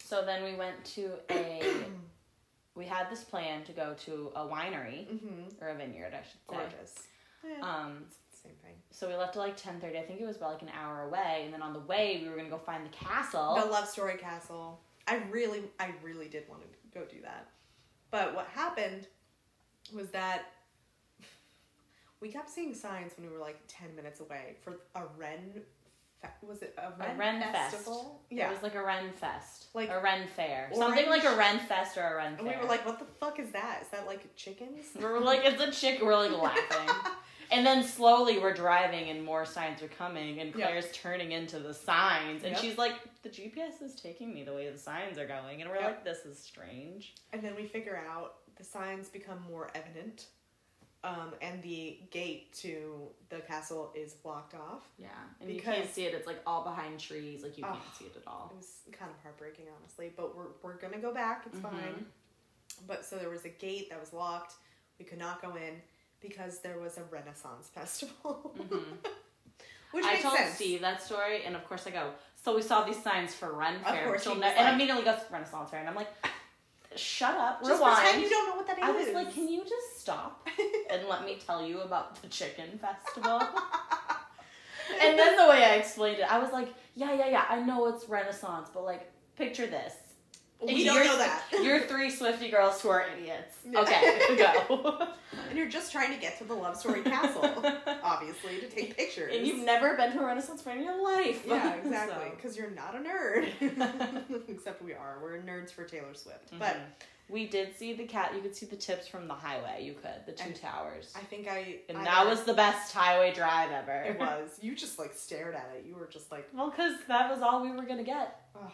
So then we went to a. we had this plan to go to a winery hmm or a vineyard, I should say. Gorgeous. Yeah, Um, same thing. so we left at like 10.30 i think it was about like an hour away and then on the way we were gonna go find the castle The Love Story Castle. I really, I really did want to go do that. But what happened was that we kept seeing signs when we were like 10 minutes away for a Ren. Fe- was it a Ren, Ren Fest. festival? It Yeah. was like a Ren Fest. Like, a Ren Fair. Something like a orange- Ren Fest or a Ren Fair. and we were like, what the fuck is that? Is that like chickens? we were like, it's a chick. We're like laughing. And then slowly we're driving and more signs are coming and Yep. Claire's turning into the signs and Yep. she's like, the GPS is taking me the way the signs are going. And we're Yep. like, this is strange. And then we figure out the signs become more evident, um, and the gate to the castle is blocked off. Yeah. And and you can't Because- see it. It's like all behind trees. Like you can't Ugh. see it at all. It was kind of heartbreaking, honestly, but we're, we're gonna go back, it's Mm-hmm. fine. But so there was a gate that was locked, we could not go in because there was a Renaissance festival. Which Mm-hmm. I makes told sense. Steve that story, and of course I go. So we saw these signs for Ren Of Fair, course, so he ne- was and like- immediately goes Renaissance Fair, and I'm like, shut up, Just rewind. pretend you don't know what that is. I was like, can you just stop and let me tell you about the chicken festival? and then the way I explained it, I was like, yeah, yeah, yeah, I know it's Renaissance, but like, picture this. we don't You're- know that. You're three Swifty girls who are idiots. Yeah. Okay, go. and you're just trying to get to the Love Story Castle, obviously, to take pictures. and you've never been to a Renaissance fair in your life. Yeah, So- exactly. Because you're not a nerd. Except we are. We're nerds for Taylor Swift. But Mhm. we did see the cat. You could see the tips from the highway. You could the two And towers, I think I. and I- that was the best highway drive ever. It was. You just like stared at it. You were just like, Well, because that was all we were gonna get. oh,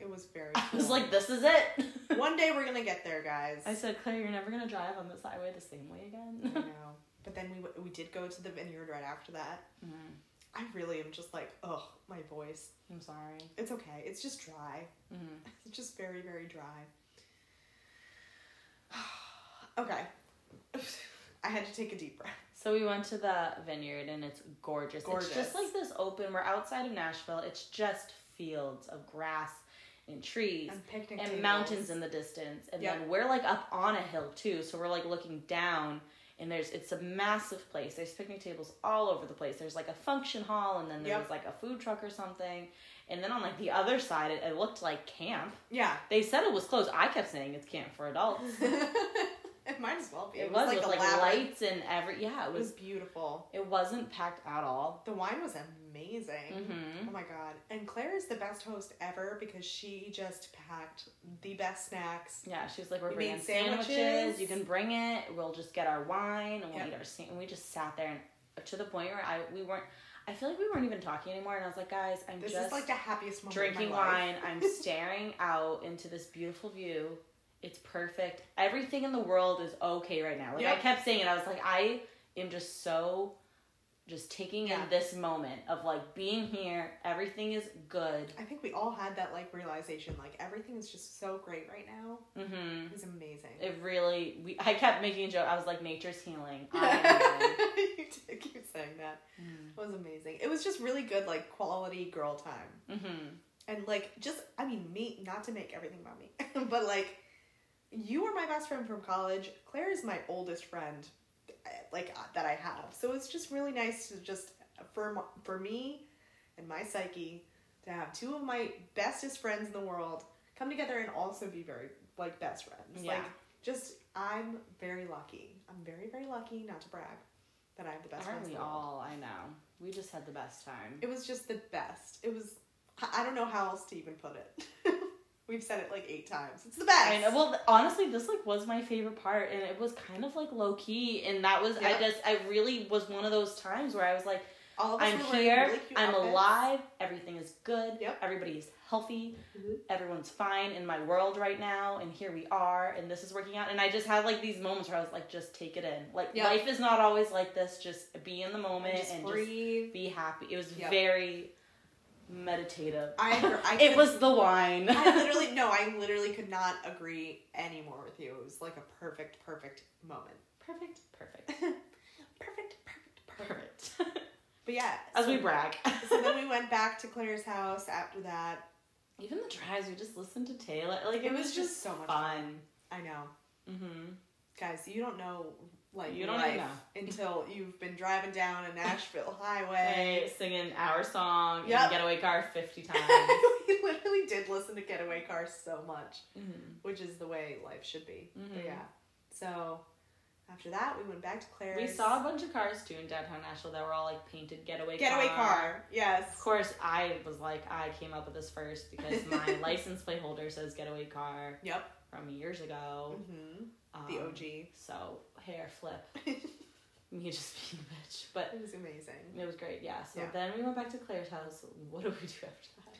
it was very. I was cool. like, this is it. one day we're gonna get there, guys. I said, Claire, you're never gonna drive on this highway the same way I know. again. But then we w- we did go to the vineyard right after that. Mhm. I really am just like, oh, my voice. I'm sorry. It's okay. It's just dry. Mhm. It's just very, very dry. okay. I had to take a deep breath. So we went to the vineyard and it's gorgeous. It's Gorgeous. just like this open. We're outside of Nashville. It's just fields of grass and trees. And picnic and tables. mountains in the distance and Yep. then we're like up on a hill too so we're like looking down and there's it's a massive place there's picnic tables all over the place there's like a function hall and then there Yep. was like a food truck or something and then on like the other side it, it looked like camp Yeah. they said it was closed i kept saying it's camp for adults it might as well be. it, was, like with a like labyrinth. lights and every yeah it It was was beautiful. it wasn't packed at all The wine was amazing. hmm Oh my god. And Claire is the best host ever because she just packed the best snacks. Yeah, she was like, "We're We bringing made sandwiches. sandwiches. You can bring it. We'll just get our wine and we'll Yep. eat our sandwich." And we just sat there and to the point where I we weren't. I feel like we weren't even talking anymore. And I was like, "Guys, I'm This just is like the happiest moment. drinking of my life. wine. I'm staring out into this beautiful view. It's perfect. Everything in the world is okay right now." Like I Yep. kept saying it. I was like, "I am just so." Just taking Yeah. in this moment of like being here, everything is good. I think we all had that like realization, like everything is just so great right now. hmm It was amazing. It really, we, I kept making a joke. I was like, nature's healing. I am healing." you did keep saying that. It was amazing. It was just really good, like quality girl time. Mm-hmm. and like just i mean me not to make everything about me but like you were my best friend from college claire is my oldest friend uh, like uh, that i have so it's just really nice to just for m- for me and my psyche to have two of my bestest friends in the world come together and also be very like best friends like Yeah. just i'm very lucky i'm very very lucky not to brag that i have the best friends in Aren't we the world all? I know. We just had the best time. it was just the best. It was. I I don't know how else to even put it. We've said it like eight times. It's the best. I know. Well, th- honestly, this like was my favorite part, and it was kind of like low key, and that was I Yeah. just I really was one of those times where I was like, All of us I'm were wearing here, really cute I'm outfits. alive, everything is good, Yep. everybody is healthy, Mhm. everyone's fine in my world right now, and here we are, and this is working out, and I just had like these moments where I was like, just take it in, like Yeah. life is not always like this, just be in the moment And just and just breathe. be happy. It was Yep. very meditative. I agree. I it could- was the wine. I literally no. I literally could not agree any more with you. It was like a perfect, perfect moment. perfect, perfect, Perfect, perfect, perfect. perfect. But yeah, As so, we brag. so then we went back to Claire's house after that. Even the drives, we just listened to Taylor. Like It, was, just, so much fun. fun. I know, Mm-hmm. guys. You don't know like You don't life even until you've been driving down a Nashville highway. singing our song in Yep. Getaway Car fifty times. Um, we literally did listen to Getaway Car so much, Mhm. Mm-hmm. which is the way life should be. But Mhm. yeah. So After that, we went back to Claire's. We saw a bunch of cars too in downtown Nashville that were all like painted getaway getaway car. Of Yes. course, I was like, I came up with this first because my license plate holder says getaway car Yep. from years ago. Mm-hmm. Um, The OG. So hair flip, it me just being a bitch, but was amazing. it was great. Yeah. So Yeah. then we went back to Claire's house. What do we do after that?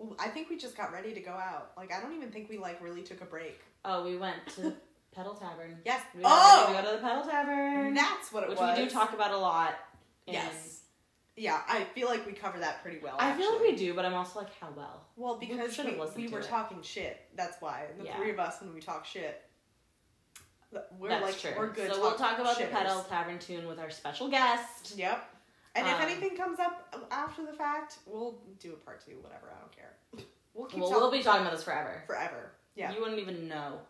Well, I think we just got ready to go out. Like I don't even think we like really took a break. Oh, we went to Pedal Tavern. Yes. We oh, went to go to the Pedal Tavern, that's what it which was. we do talk about a lot. and Yes. Yeah, I feel like we cover that pretty well. I feel like Oh, actually. we do, but I'm also like, how well? Well, We because should've we, listened we to were it. talking shit. That's why the Yeah. three of us when we talk shit, th- we're That's like true. we're good. So we'll talk talk about shitters. the Pedal Tavern tune with our special guest. Yep. And if Um, anything comes up after the fact, we'll do a part two. Whatever, I don't care. We'll keep Well, talking we'll be talking about this forever. forever. Yeah. You wouldn't even know.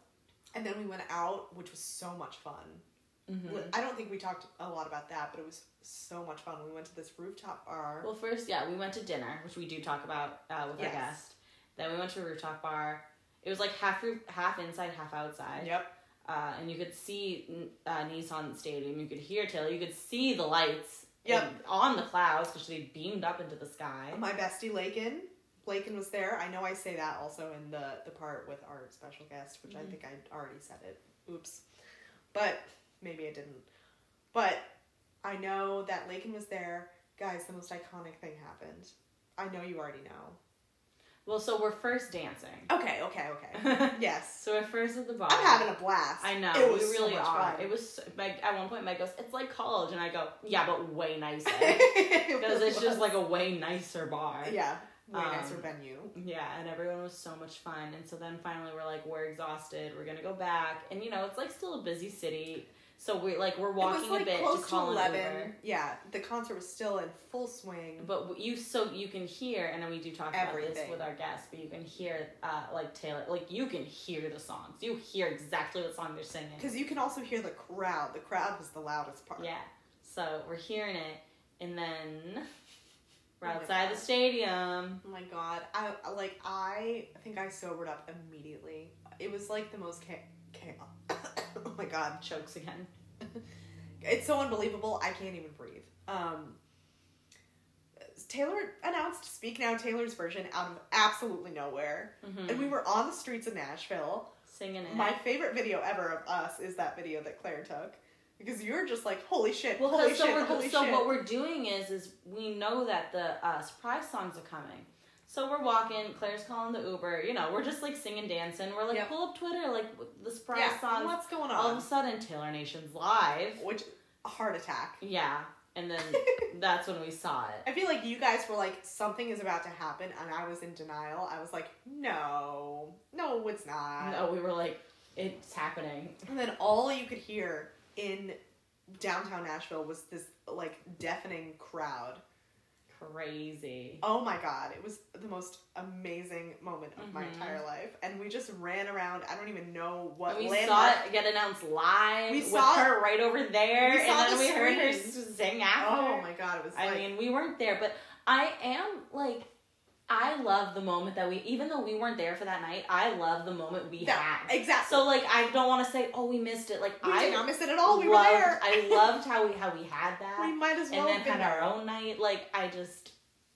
and then we went out, which was so much fun. Mhm. I don't think we talked a lot about that, but it was so much fun. We went to this rooftop bar. Well, first, yeah, we went to dinner, which we do talk about uh, with Yes. our guest. Then we went to a rooftop bar. It was like half roof, half inside, half outside. yep. Uh, and you could see uh, Nissan Stadium. You could hear Taylor. You could see the lights. Yep. Um, in- on the clouds because they beamed up into the sky. My bestie Lakin. Lakin was there. I know I say that also in the, the part with our special guest, which I Mhm. think I already said it. Oops. But maybe I didn't. But I know that Lakin was there. Guys, the most iconic thing happened. I know you already know. Well, so we're first dancing. Okay, okay, okay. yes. so we're first at the bar. I'm having a blast. I know. It was we so really much are. fun. It was so, Meg, at one point Meg goes, "It's like college," and I go, "Yeah, but way nicer It because it's was. just like a way nicer bar." Yeah. Way nicer Um, venue. Yeah, and everyone was so much fun. And so then finally we're like, we're exhausted. We're gonna go back, and you know it's like still a busy city, so we like we're walking it was like a bit close to call to an eleven. Uber. Yeah. The concert was still in full swing. But w- you so you can hear, and then we do talk about Everything. this with our guests. But you can hear, uh, like Taylor, like you can hear the songs. You hear exactly what song they're singing. Because you can also hear the crowd. The crowd was the loudest part. Yeah. So we're hearing it, and then we're Oh my outside God. the stadium. Oh my god. I I- like. I think I sobered up immediately. It was like the most cha- chaos. oh my god. Chokes again. It's so unbelievable. I can't even breathe. Um. Taylor announced "Speak Now" Taylor's version out of absolutely nowhere, hmm and we were on the streets of Nashville. singing it. Mm-hmm. My favorite video ever of us is that video that Claire took because you're just like, "Holy shit! well, 'cause holy so, shit! we're, holy so shit!" what we're doing is is we know that the uh, surprise songs are coming. So we're walking. Claire's calling the Uber. You know, we're just like singing, dancing. We're like, Yep. pull up Twitter, like w- the surprise yeah, songs. what's going on? All of a sudden, Taylor Nation's live. which a heart attack. Yeah, and then that's when we saw it. I feel like you guys were like something is about to happen, and I was in denial. I was like, no, no, it's not. No, we were like, it's happening. And then all you could hear in downtown Nashville was this like deafening crowd. Crazy. Oh my god, it was the most amazing moment of my Mhm. entire life, and we just ran around. I don't even know what And we saw landmark. it get announced live We with saw- her right over there, we and saw then the we heard her screams. s- sing after. Oh my god, it was. I like, mean, we weren't there, but I am like, I love the moment that we, even though we weren't there for that night, I love the moment we that, had. exactly. So like, I don't want to say, oh, we missed it. Like, we I did not miss it at all. We loved, were there. I loved how we how we had that, we might as well and then have been had there. our own night. Like, I just,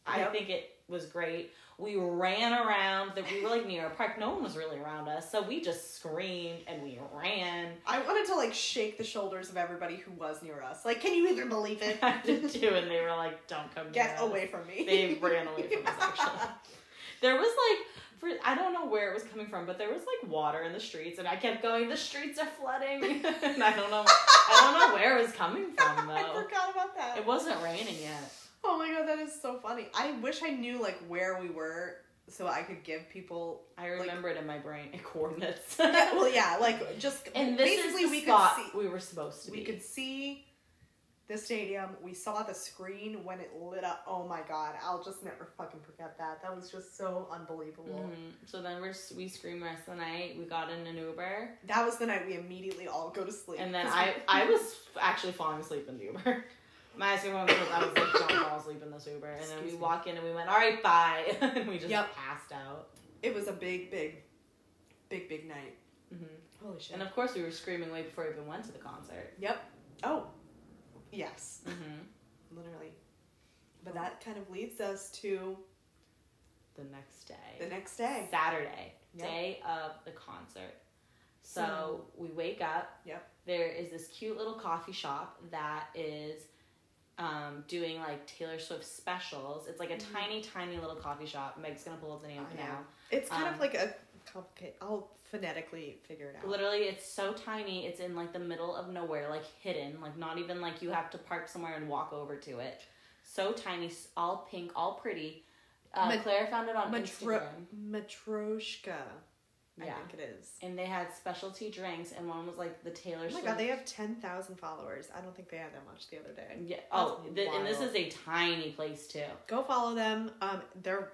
I Yep. think it was great. We ran around. That we were like near a park. No one was really around us, so we just screamed and we ran. I wanted to like shake the shoulders of everybody who was near us. Like, can you even believe it? I did too, and they were like, "Don't come Get near us." away from me. they ran away from us actually there was like for i don't know where it was coming from but there was like water in the streets and i kept going the streets are flooding and i don't know i don't know where it was coming from I though forgot about that. it wasn't raining yet Oh my god, that is so funny. I wish I knew like where we were so I could give people. i Like- remember it in my brain coordinates Yeah, well, yeah, like just and this basically is the we spot could see we were supposed to we be could see the stadium. We saw the screen when it lit up. Oh my god, I'll just never fucking forget that. That was just so unbelievable. Mhm. so then we're, s- we screamed rest of the night we got in an uber That was the night we immediately all go to sleep. And then 'Cause I, we- I was actually falling asleep in the Uber. My ice cream was I was like, don't fall asleep in this Uber. And then Excuse we me. walk in and we went, all right, bye. and we just Yep. passed out. it was a big, big, big, big night. hmm Holy shit. And of course, we were screaming way before we even went to the concert. yep. Oh. Yes. Mm-hmm. Literally. But that kind of leads us to The next day. the next day. Saturday, Yep. day of the concert. So we wake up. Yep. There is this cute little coffee shop that is um, doing like Taylor Swift specials. It's like a Mhm. tiny, tiny little coffee shop. Meg's gonna pull up the name I for know. now. It's kind Um, of like a complicated. I'll phonetically figure it out. Literally, it's so tiny. It's in like the middle of nowhere, like hidden, like not even like you have to park somewhere and walk over to it. So tiny, s- all pink, all pretty. Uh, Ma- Claire found it on Matro- Instagram. Matryoshka. I Yeah. think it is. and they had specialty drinks, and one was like the Oh Taylor my Swift. god, they have 10,000 followers. I don't think they had that much the other day. Yeah. Oh, That's th- and this wild. is a tiny place too. Go follow them. Um, they're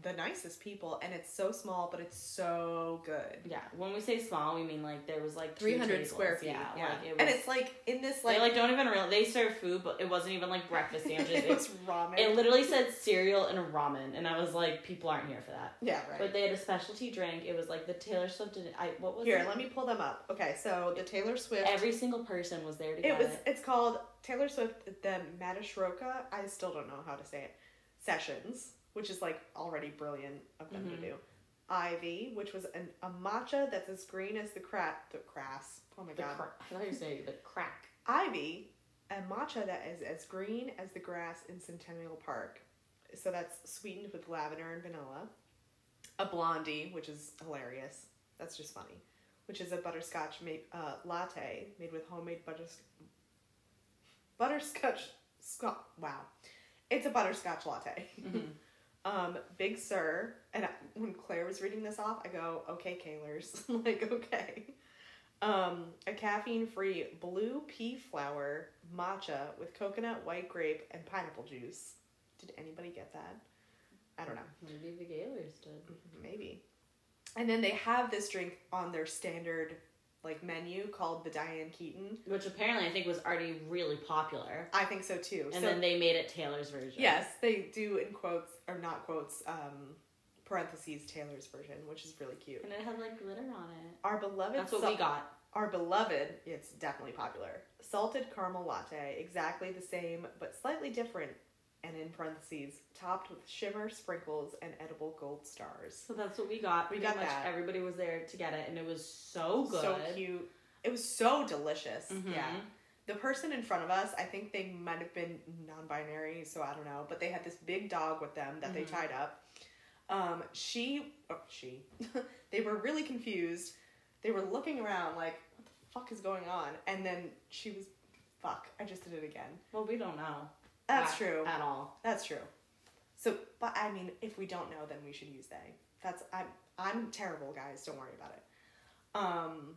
the nicest people, and it's so small, but it's so good. Yeah. When we say small, we mean like there was like two 300 tables. square feet. Yeah. Yeah. Like, it was, and it's like in this, they like, like don't even real. They serve food, but it wasn't even like breakfast sandwiches. it it, was ramen. it literally said cereal and ramen, and I was like, people aren't here for that. yeah, right. But they had a specialty drink. It was like the Taylor Swift. and I what was Here, it? let me pull them up. Okay, so the Taylor Swift. Every single person was there to it get was. it. It's called Taylor Swift the Matashroka. I still don't know how to say it. Sessions, which is like already brilliant of them Mhm. to do. Ivy, which was an, a matcha that's as green as the cra- the grass. Oh my The god. cra- I thought you were saying the crack. Ivy, a matcha that is as green as the grass in Centennial Park. So that's sweetened with lavender and vanilla. A blondie, which is hilarious. That's just funny. Which is a butterscotch made, uh, latte made with homemade butters- butterscotch. Sco- wow. It's a butterscotch latte. Mhm. Um, Big Sur, and I, when Claire was reading this off, I go, okay, Kaylers, like okay. Um, a caffeine-free blue pea flower matcha with coconut, white grape, and pineapple juice. Did anybody get that? I don't know. Maybe the Gaylors did. Maybe. And then they have this drink on their standard like menu called the Diane Keaton. Which apparently I think was already really popular. I think so too. And so then they made it Taylor's version. Yes, they do in quotes or not quotes, um, parentheses Taylor's version, which is really cute. And it had like glitter on it. Our beloved, That's what sal- we got. Our beloved, it's definitely popular. Salted caramel latte, exactly the same but slightly different, and in parentheses, topped with shimmer sprinkles and edible gold stars. So that's what we got. We Pretty got that. Everybody was there to get it, and it was so good. so cute. It was so delicious. Mhm. Yeah. The person in front of us, I think they might have been non-binary, so I don't know, but they had this big dog with them that Mhm. they tied up. Um, she, oh, she, they were really confused. They were looking around like, what the fuck is going on? And then she was, fuck, I just did it again. Well, we don't know. That's that true. At all. That's true. So, but I mean, if we don't know, then we should use they. That's I'm I'm terrible, guys. Don't worry about it. Um,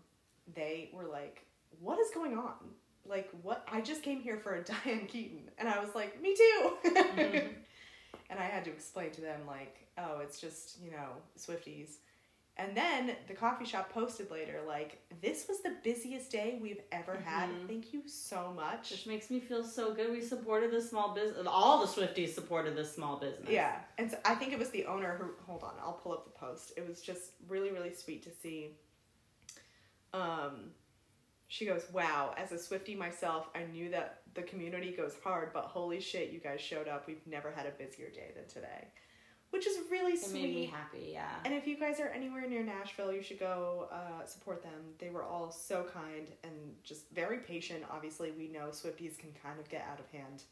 they were like, "What is going on? Like, what? I just came here for a Diane Keaton," and I was like, "Me too." Mhm. And I had to explain to them like, "Oh, it's just you know Swifties." And then the coffee shop posted later like, "This was the busiest day we've ever had. Mhm. Thank you so much." Which makes me feel so good. We supported this small business. All the Swifties supported this small business. Yeah, and so I think it was the owner who. Hold on, I'll pull up the post. It was just really, really sweet to see. Um, she goes, "Wow, as a Swifty myself, I knew that the community goes hard, but holy shit, you guys showed up. We've never had a busier day than today," which is really It sweet. made me happy, yeah. And if you guys are anywhere near Nashville, you should go uh, support them. They were all so kind and just very patient. Obviously, we know Swifties can kind of get out of hand,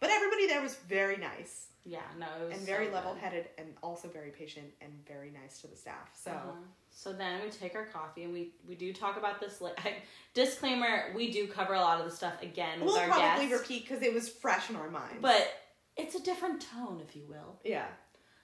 but everybody there was very nice Yeah, no, it was and very so good. level headed and also very patient and very nice to the staff. So Uh-huh. So then we take our coffee and we we do talk about this. Li- disclaimer: We do cover a lot of the stuff again with we'll our probably guests, repeat because it was fresh in our minds. but it's a different tone, if you will. yeah,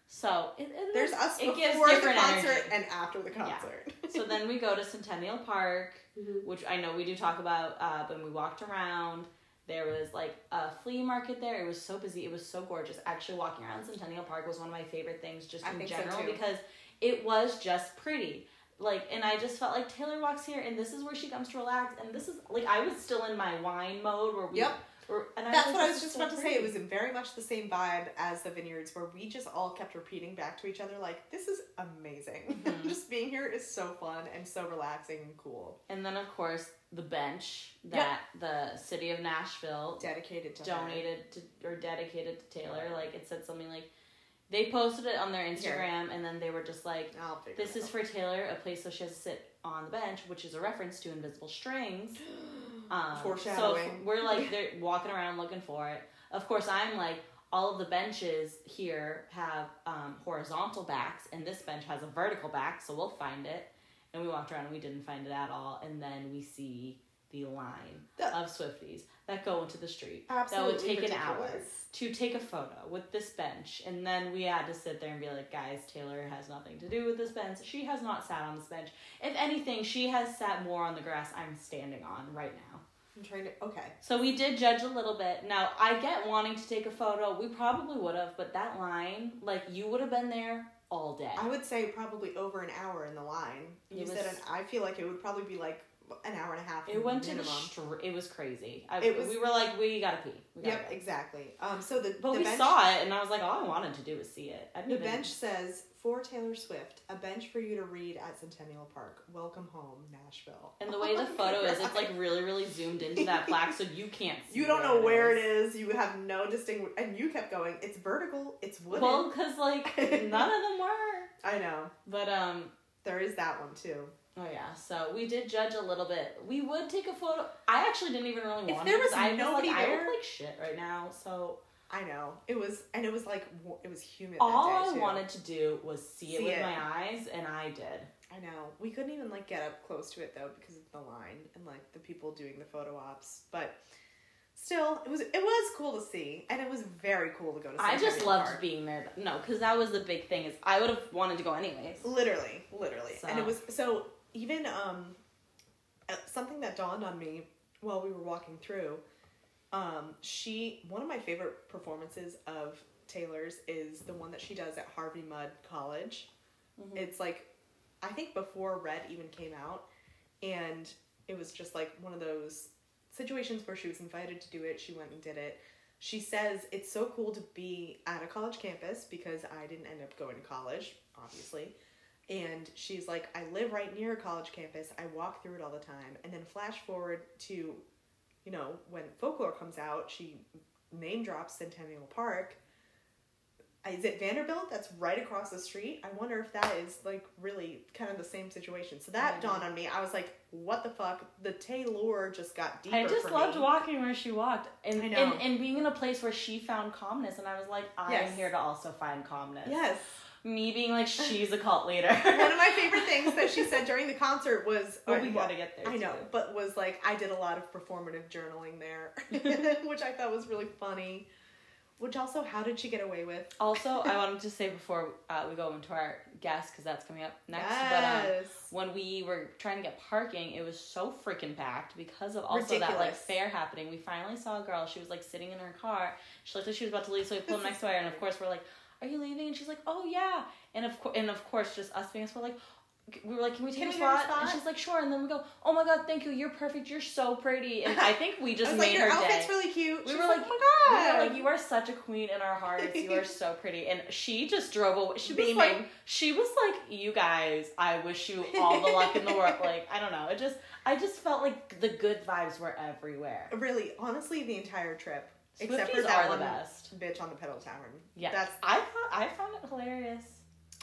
So it, it- there's us it gives before the different concert energy. and after the concert. so then we go to Centennial Park, Mm-hmm. which I know we do talk about uh, when we walked around. There was like a flea market there. It was so busy. It was so gorgeous. Actually, walking around Centennial Park was one of my favorite things just I in think so, general too. because it was just pretty. Like, and I just felt like Taylor walks here and this is where she comes to relax. And this is like, I was still in my wine mode where we Yep. We're- and That's think what I this was is just so about to say. It great. was in very much the same vibe as the vineyards, where we just all kept repeating back to each other, like, "This is amazing. Mhm. just being here is so fun and so relaxing and cool." And then, of course, the bench Yeah. that the city of Nashville Dedicated to her. donated to or dedicated to Taylor. Like it said something like they posted it on their Instagram, and then they were just like, I'll figure "This it is for Taylor, a place so she has to sit on the bench," which is a reference to Invisible Strings. out. Um, So Foreshadowing. we're like they're walking around looking for it. Of course, I'm like all of the benches here have um, horizontal backs, and this bench has a vertical back, so we'll find it. And we walked around and we didn't find it at all. And then we see the line That- of Swifties that go into the street. Absolutely that would take an hour ridiculous. to take a photo with this bench. And then we had to sit there and be like, guys, Taylor has nothing to do with this bench. She has not sat on this bench. If anything, she has sat more on the grass I'm standing on right now. I'm trying to. Okay. So we did judge a little bit. Now I get wanting to take a photo. We probably would have, but that line, like you would have been there all day. I would say probably over an hour in the line. You It was- said an, I feel like it would probably be like an hour and a half. it went minimum. to the str- It was crazy. I, It was- we were like, we gotta pee. We gotta Yep, go. exactly. Um, so the But the we bench, saw it, and I was like, all I wanted to do was see it. I the didn't even- bench says for Taylor Swift, a bench for you to read at Centennial Park. Welcome home, Nashville. And the way the photo is, it's like really, really zoomed into that black, so you can't. see you don't know where it is. You have no distinct, and you kept going. It's vertical. It's wooden. Well, because like none of them were. I know But um, there is that one too. Oh yeah, so we did judge a little bit. We would take a photo. I actually didn't even really If want there to. was 'cause I nobody like, I there- look like shit right now. So I know it was, and it was like wa- it was humid. that all day, I too. wanted to do was see it See with it. my eyes, and I did. I know we couldn't even like get up close to it though because of the line and like the people doing the photo ops, but. Still, it was it was cool to see, and it was very cool to go to. I just Centennial loved Park. being there. No, because that was the big thing. Is I would have wanted to go anyways. literally literally and So- it was so even um uh, something that dawned on me while we were walking through um she one of my favorite performances of taylor's is the one that she does at harvey mudd college Mhm. it's like i think before red even came out and it was just like one of those situations where she was invited to do it she went and did it she says it's so cool to be at a college campus because I didn't end up going to college, obviously. And she's like, I live right near a college campus. I walk through it all the time. And then flash forward to, you know, when folklore comes out, she name drops Centennial Park. Is it Vanderbilt? That's right across the street. I wonder if that is like really kind of the same situation. So that Mhm. dawned on me. I was like, what the fuck? The Taylor just got deeper. I just for loved me. walking where she walked, and, I know. and and being in a place where she found calmness, and I was like, I'm Yes. here to also find calmness. Yes. Me being like, she's a cult leader. One of my favorite things that she said during the concert was, uh, but we gotta get there. I know, too. but was like, I did a lot of performative journaling there, which I thought was really funny. Which also, how did she get away with? Also, I wanted to say before uh, we go into our guest because that's coming up next. But um, yes. when we were trying to get parking, it was so freaking packed because of also that like Ridiculous. fair happening. We finally saw a girl. She was like sitting in her car. She looked like she was about to leave, so we pulled This next is to her, and of course we're like, "Are you leaving?" And she's like, "Oh yeah." And of course, and of course, just us being us, we're like. We were like, can we take Can a we get a spot? And spot? she's like, sure. And then we go, oh my god, thank you. You're perfect. You're so pretty. And I think we just I was like, made your her day. outfit's really cute. We She's were like, oh We my god, were like, you are such a queen in our hearts. You are so pretty. And she just drove away. She was Beaming. like, she was like, you guys, I wish you all the luck in the world. Like, I don't know. It just, I just felt like the good vibes were everywhere. really, honestly, the entire trip, except for Swifties that are one the best. bitch on the pedal tavern. Yeah. that's I thought, I found it hilarious.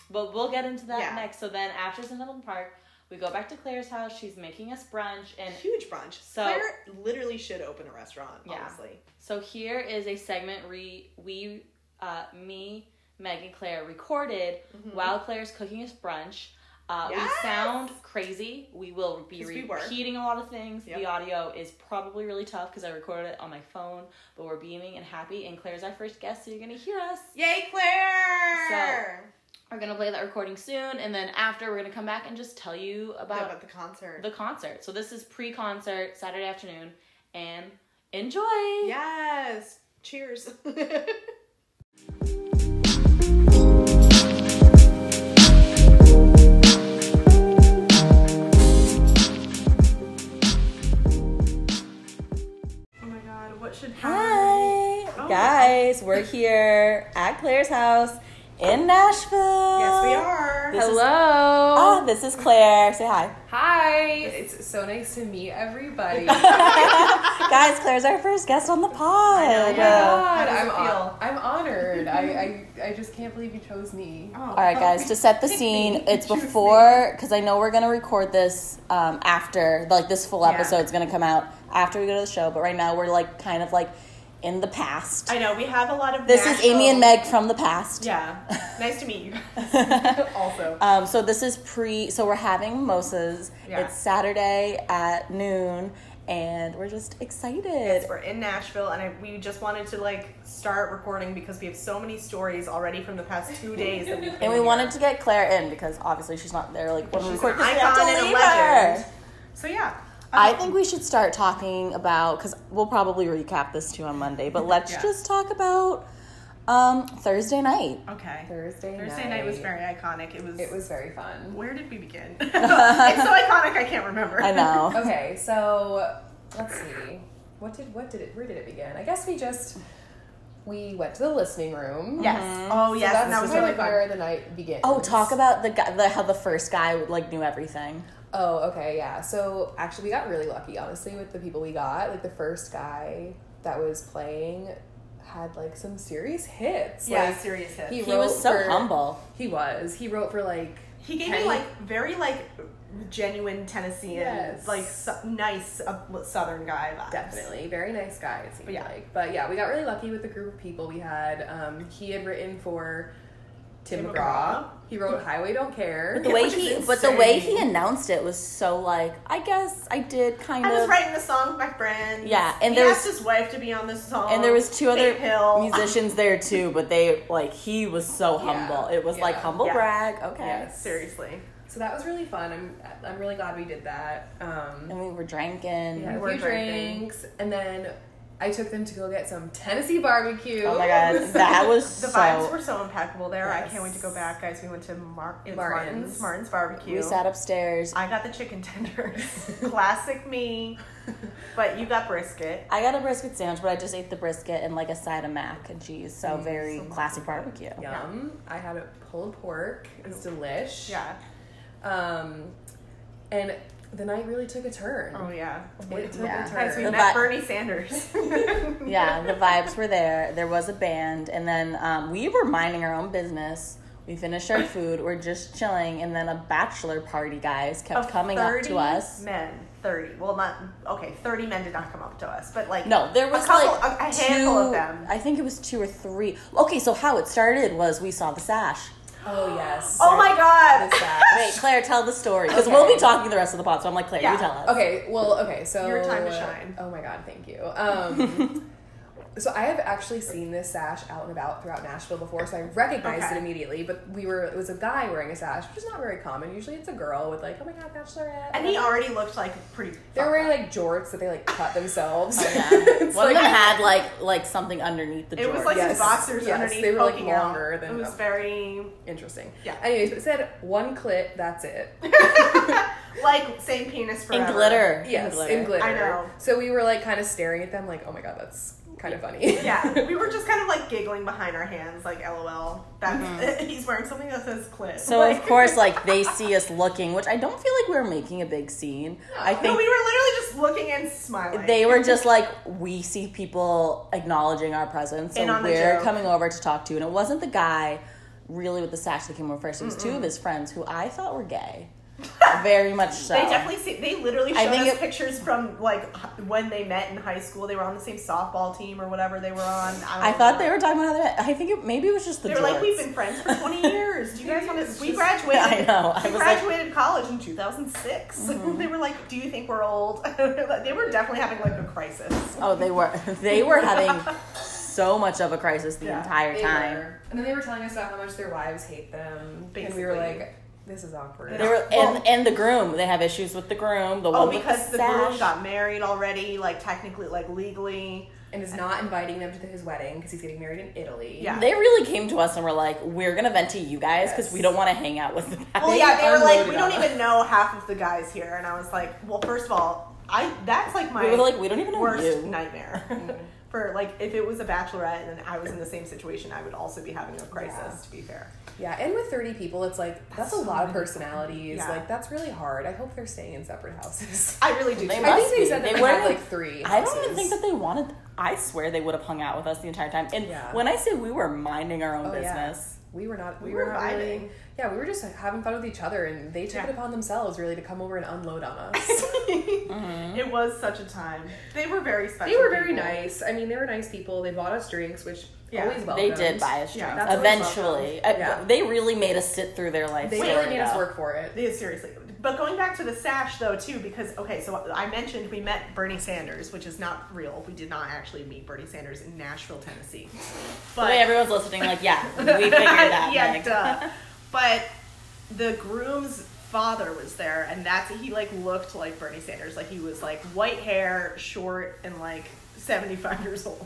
But we'll get into that Yeah. next. So then after Centennial Park, we go back to Claire's house. She's making us brunch. And huge brunch. So- Claire literally should open a restaurant. Yeah. Honestly, So here is a segment re we uh me Meg and Claire recorded Mhm. while Claire's cooking us brunch. Uh, Yes! We sound crazy. We will be 'Cause we were. repeating a lot of things. The Yep. audio is probably really tough because I recorded it on my phone, but we're beaming and happy. And Claire's our first guest, so you're gonna hear us. yay, Claire! We're gonna play that recording soon, and then after we're gonna come back and just tell you about, about the concert. the concert. So this is pre-concert Saturday afternoon, and enjoy. Yes. Cheers. Oh Oh my god, what should happen? We're here at Claire's house in Nashville. Yes, we are. This is- Hello. Ah, this is Claire. Say hi. Hi. It's so nice to meet everybody. Guys, Claire's our first guest on the pod. Oh my Uh, God, does it I'm, hon- feel? I'm honored. I, I, I just can't believe you chose me. Oh, all right, guys, to set the scene, it's before, because I know we're going to record this um, after, like this full Yeah. episode's going to come out after we go to the show, but right now we're like kind of like in the past. I know we have a lot of. this is Nashville- Amy and Meg from the past. Yeah, nice to meet you. guys. also. Um, so this is pre. So we're having mimosas. Yeah. It's Saturday at noon, and we're just excited. We're in Nashville, and I, we just wanted to like start recording because we have so many stories already from the past two days that we. and we wanted to get Claire in because obviously she's not there. Like when we She's record an this, we have icon to and a leave her. legend. So yeah, I Um, think we should start talking about because we'll probably recap this too on Monday. But let's Yeah. just talk about um, Thursday night. Okay. Thursday, Thursday night was very iconic. It was. It was very fun. Where did we begin? it's so iconic. I can't remember. I know. Okay, so let's see. What did what did it where did it begin? I guess we just we went to the listening room. Yes. Oh So yes, that's and that was kind really of fun. where the night begins. Oh, talk about the guy, the, how the first guy like knew everything. Oh, okay, yeah. So actually, we got really lucky, honestly, with the people we got. Like the first guy that was playing had like some serious hits. Yeah, like, serious hit. He, He, He wrote was so for- humble. He was. He wrote for like. gave Kenny- me like very like genuine Tennessean, Yes. like su- nice uh, Southern guy vibes. Definitely, very nice guy. It seemed Yeah. like, but yeah, we got really lucky with the group of people we had. Um, he had written for Tim, Tim McGraw. McGraw. He wrote Highway Don't Care. But the Yeah, way which he, is but the way he insane. announced it was so like, I guess I did kind I of. was writing the song with my friend. Yeah, and he there asked his wife to be on this song. And there was two other Faith Hill. musicians there too, but they like he was so Yeah, humble. It was like yeah, humble yeah. brag. Okay. Yes. Seriously, So that was really fun. I'm I'm really glad we did that. Um, And we were drinking. Yeah, a We're few drinking. drinks, and then I took them to go get some Tennessee barbecue. Oh my god, that was the so. vibes were so impeccable there. I can't wait to go Yes. back, guys. We went to Mar- it was Martin's. Martin's Martin's barbecue. we sat upstairs. I got the chicken tenders, classic me. But you got brisket. I got a brisket sandwich, but I just ate the brisket and like a side of mac and cheese. So Mm, very classic barbecue. Yum! I had a pulled pork. It was delish. Yeah. Um, and the night really took a turn. Oh yeah. It took Yeah. a turn. Guys, we The met vi- Bernie Sanders. Yeah, the vibes were there. There was a band, and then um, we were minding our own business. We finished our food. We're just chilling, and then a bachelor party guys kept Of coming up to 30 us. Men, thirty. Well, not okay. Thirty men did not come up to us, but like No, there was a couple, like a, a two, handful of them. I think it was two or three. Okay, so how it started was we saw the sash. Oh yes. Oh my god! It's that. Wait, Claire, tell the story because Okay. we'll be talking the rest of the pod. So I'm like, Claire, you Yeah, tell us. Okay, well, okay, so Your time to shine. Oh my god, thank you. Um, so I have actually seen this sash out and about throughout Nashville before, so I recognized Okay. it immediately. But we were it was a guy wearing a sash, which is not very common. Usually, it's a girl with like, oh my god, bachelorette. And he already looked like pretty. they're fucked wearing up. like jorts that they like cut themselves. Oh, yeah. It's One like- of them had like like something underneath the It was jorts. like Yes, his boxers yes, underneath they were, like, poking longer out. than it was them. very interesting. Yeah. Anyways, but it said one clit. That's it. like same penis forever. in glitter. in Yes, glitter. in glitter. I know. So we were like kind of staring at them, like, oh my god, that's kind of funny. Yeah, we were just kind of like giggling behind our hands, like LOL. That's he's wearing something that says clit. Mm-hmm. So like, of course, like they see us looking, which I don't feel like we we're making a big scene. I no, think we were literally just looking and smiling. they were just like we see people acknowledging our presence In so on the we're joke. coming over to talk to you and it wasn't the guy really with the sash that came over first it was two of his friends who i thought were gay very much so They definitely see. They literally I showed think us it- pictures from like h- when they met in high school. They were on the same softball team or whatever they were on. I, don't i thought know. they were talking about that i think it, maybe it was just the They were like, jorts. we've been friends for 20 years. Do you guys want It's to? We just- graduated. I know. I we was like- Mm-hmm. graduated college in 2006. they were like, do you think we're old? they were definitely having like a crisis. oh they were they were having so much of a crisis the Yeah, entire They time were. And then they were telling us about how much their wives hate them. And we were Basically. like, this is awkward. They were Well- and and the groom. They have issues with the groom. The one Oh, with because the, the groom sash. got married already, like technically, like legally. and is not inviting them to his wedding because he's getting married in Italy. Yeah. They really came to us and were like, "We're gonna vent to you guys because we Yes. don't want to hang out with the Well, yeah, they were like, unloaded we on don't us. even know half of the guys here, and I was like, well, first of all, I that's like my We were like, we don't even know worst you. nightmare. for like if it was a bachelorette and I was in the same situation, I would also be having a crisis. Yeah. To be fair, Yeah, and with 30 people, it's like that's, That's a so lot of many. personalities. Yeah. Like that's really hard. I hope they're staying in separate houses. I really do. They too. must I think they be. said that they They had wouldn't- like three. I don't even houses. think that they wanted. I swear they would have hung out with us the entire time. And Yeah. when I say we were minding our own Oh, yeah. business, we were not. We, We were, were not really. vibing. Yeah, we were just having fun with each other, and they took Yeah. it upon themselves really to come over and unload on us. It was such a time. They were very special. they were very people. nice. I mean, they were nice people. They bought us drinks, which Yeah. always welcome. they did buy us drinks. Oh, Yeah, that's always Eventually, welcome. I- Yeah. they really made us sit through their life. They story, really made us though. work for it. Yeah, seriously. But going back to the sash though too, because okay, so I mentioned we met Bernie Sanders, which is not real. We did not actually meet Bernie Sanders in Nashville, Tennessee. The But way everyone's listening, like, yeah, we figured that. yeah, like- duh. But the groom's father was there, and that's he like looked like Bernie Sanders. Like he was like white hair, short, and like seventy five years old.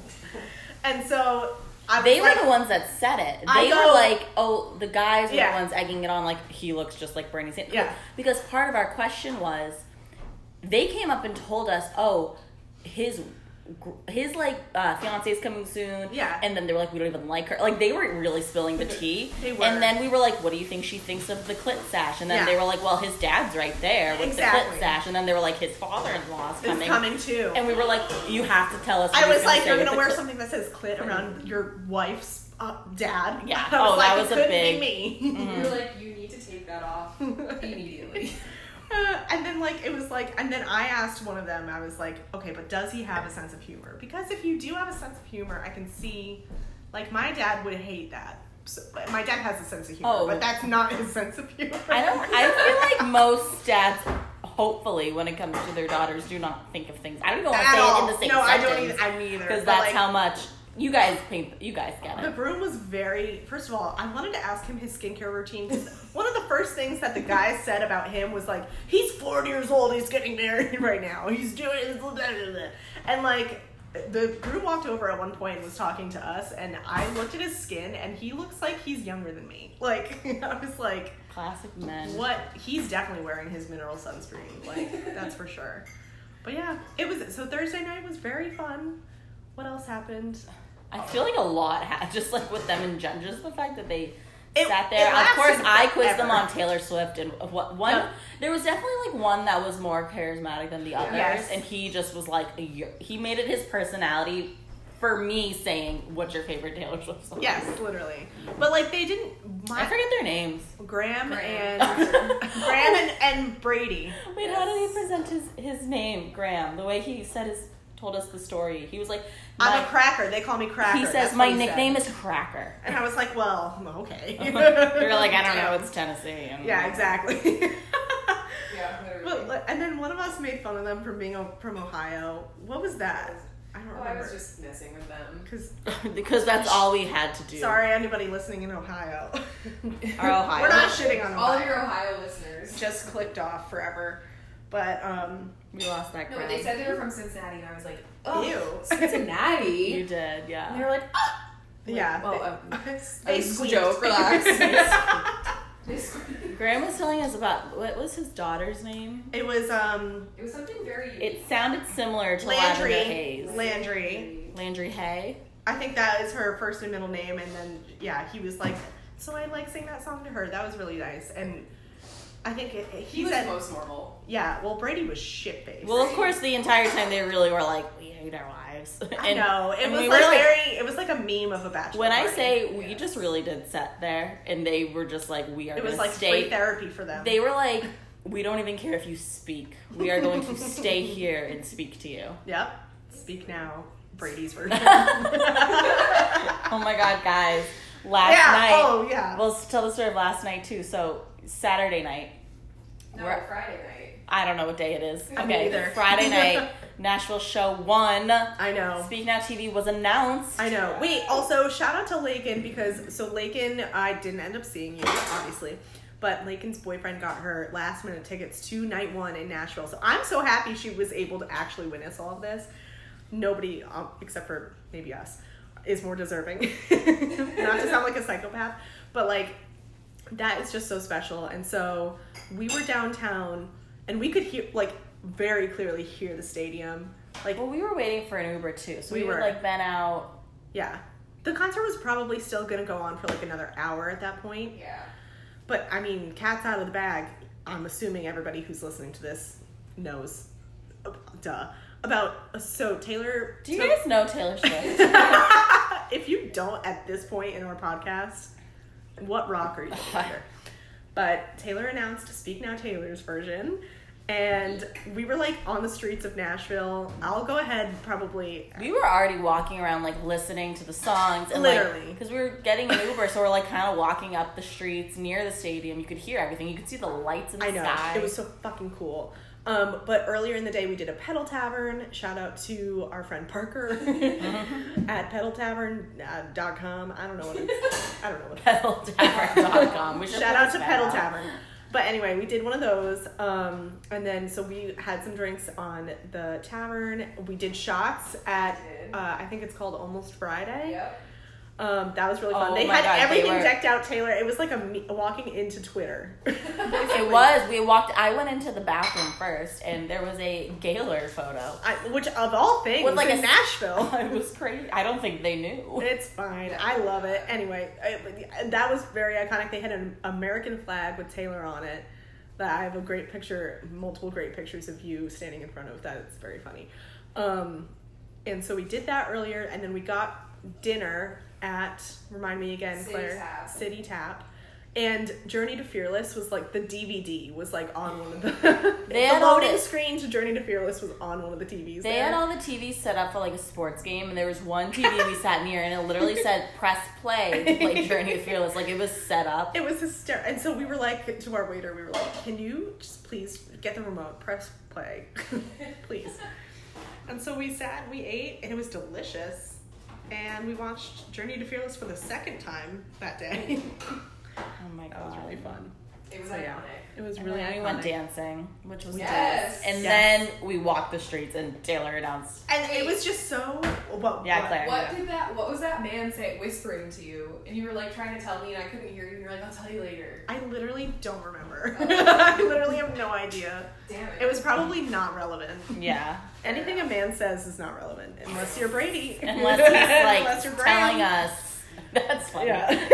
And so I They was like, were the ones that said it. I They were know- like, oh, the guys were Yeah. the ones egging it on, like, he looks just like Bernie Sanders. Yeah. Because part of our question was, they came up and told us, oh, his. His like uh, fiance is coming soon, Yeah. And then they were like, we don't even like her. Like they were really spilling the tea. They were. And then we were like, what do you think she thinks of the clit sash? And then Yeah. they were like, well, his dad's right there with the Exactly. clit sash. And then they were like, his father-in-law is it's coming. coming too. And we were like, you have to tell us. I what he's was like, say you're with gonna the wear clit- something that says clit around your wife's uh, dad. Yeah. I was Oh, like, that it was a couldn't big- Mm. be me. You were like, you need to take that off immediately. Uh, and then like it was like, and then I asked one of them. I was like, okay, but does he have a sense of humor? Because if you do have a sense of humor, I can see, like my dad would hate that. So, but my dad has a sense of humor, Oh. but that's not his sense of humor. I don't. I feel like most dads, hopefully, when it comes to their daughters, do not think of things. I don't even want to at say all. it in the same no, I sentence. don't either. I mean, either. Because But, that's like, how much you guys paint. You guys get The it. broom was very. First of all, I wanted to ask him his skincare routine. 'cause one of the first things that the guy said about him was like, "He's forty years old. He's getting married right now. He's doing this, blah, blah, blah, blah." and like." The groom walked over at one point and was talking to us, and I looked at his skin, and he looks like he's younger than me. Like I was like, Classic men. "What? He's definitely wearing his mineral sunscreen. Like that's for sure." But yeah, it was so Thursday night was very fun. What else happened? I feel like a lot. Ha- just like with them and Jen, just the fact that they. It- sat there. it Of course, lasted I quizzed them forever. on Taylor Swift and of what one. Yep. There was definitely like one that was more charismatic than the others, Yes. and he just was like a year. He made it his personality. For me, saying what's your favorite Taylor Swift song? Yes, literally. But like they didn't. I My, forget their names. Graham, Graham. and Graham and, and Brady. Wait, how did he present his, his name, Graham? The way he said his told us the story. He was like, I'm my- a cracker. They call me cracker. he That's says what my he said. nickname is Cracker. And I was like, well, okay. You're like, I don't know, it's Tennessee. and- Yeah, exactly. yeah, literally. but, like, and then one of us made fun of them for being o- from Ohio. What was that? I don't oh, I was remember. just messing with them. Because because that's all we had to do. sorry, anybody listening in Ohio. Our Ohio. We're not shitting on Ohio. All of your Ohio listeners. just clicked off forever. But um, we lost that. No, crowd. they said they were from Cincinnati, and I was like, Ew. oh, Cincinnati? you did, And they yeah. were like, oh! yeah, well, they- um, they was squeaked. joke, relax. This- Graham was telling us about what was his daughter's name. It was um it was something very unique. It sounded similar to Landry. Lavender Hayes. Landry. Landry Hay. I think that is her first and middle name, and then yeah, he was like, so I like sang that song to her. That was really nice, and I think it, it- He he was said, most normal. yeah. Well, Brady was shit faced. Well, of course, the entire time they really were like, we hate our wives. I And- know it and was we were like, very. It was like a meme of a bachelor. When I party. say we just really did set there, and they were just like, we are it going was like to free stay. therapy for them. They were like, we don't even care if you speak. We are going to stay here and speak to you. yep. Speak now, Brady's version. Oh my god, guys! Last yeah. night, Oh yeah. we'll s- tell the story of last night too. So Saturday night, No, We're- Friday night. I don't know what day it is. I don't okay, either. Friday night, Nashville show one. I know. Speak Now TV was announced. I know. Wait, also shout out to Lakin because so Lakin, I didn't end up seeing you, obviously. But Lakin's boyfriend got her last minute tickets to night one in Nashville. So I'm so happy she was able to actually witness all of this. Nobody, um, except for maybe us, is more deserving. Not to sound like a psychopath, but like that is just so special. And so we were downtown and we could hear, like, very clearly hear the stadium. Like, Well, we were waiting for an Uber too, so we, We were were. like been out. yeah. The concert was probably still gonna go on for like another hour at that point. Yeah. But I mean, cat's out of the bag. I'm assuming everybody who's listening to this knows. uh, Duh. About uh, so Taylor. Do you so- guys know Taylor Swift? if you don't at this point in our podcast, what rock are you under? But Taylor announced Speak Now Taylor's version. And we were like on the streets of Nashville. I'll go ahead, probably. we were already walking around like listening to the songs and Literally. because we were getting an Uber, so we're like kind of walking up the streets near the stadium. You could hear everything. You could see the lights in the I know. sky. It was so fucking cool. Um, but earlier in the day, we did a pedal tavern. Shout out to our friend Parker at pedaltavern.com. I don't know what it's. I don't know what it's pedaltavern.com. We should Shout put out to that Pedal out. Tavern. But anyway, we did one of those. Um, and then, so we had some drinks on the tavern. We did shots at, We did. uh, I think it's called Almost Friday. Yep. Um, that was really fun. Oh they my had God, they everything were- decked out, Taylor. It was like a me- walking into Twitter. It was. We walked. I went into the bathroom first, and there was a Gaylor photo. I, which, of all things, With, like, in a- Nashville. It was crazy. I don't think they knew. It's fine. I love it. Anyway, it, that was very iconic. They had an American flag with Taylor on it. That I have a great picture, multiple great pictures of you standing in front of that. It's very funny. Um, and so we did that earlier, and then we got dinner at remind me again, City Claire, Tap. City Tap. And Journey to Fearless was like the DVD was like on one of the They the had all loading the- screen to Journey to Fearless was on one of the TVs. They there. had all the TVs set up for like a sports game, and there was one TV we sat near, and it literally said "Press Play" to play Journey of Fearless. Like it was set up. It was hysterical. And so we were like, to our waiter, we were like, can you just please get the remote, press play, please. And so we sat, we ate, and it was delicious. And we watched Journey to Fearless for the second time that day. Oh my god! that was really fun. It was So, iconic. yeah. It was And really then iconic. we went dancing, which was Yes. dope. And Yes. then we walked the streets, and Taylor announced. And it was just so. Well, Yeah, what- Claire. What did that? What was that man say, whispering to you? And you were like trying to tell me, and I couldn't hear you. And you're like, I'll tell you later. I literally don't remember. Oh. I literally have no idea. Damn it. It was probably not relevant. Yeah, Anything a man says is not relevant unless you're Brady. unless he's Unless like you're Brown. telling us. That's funny.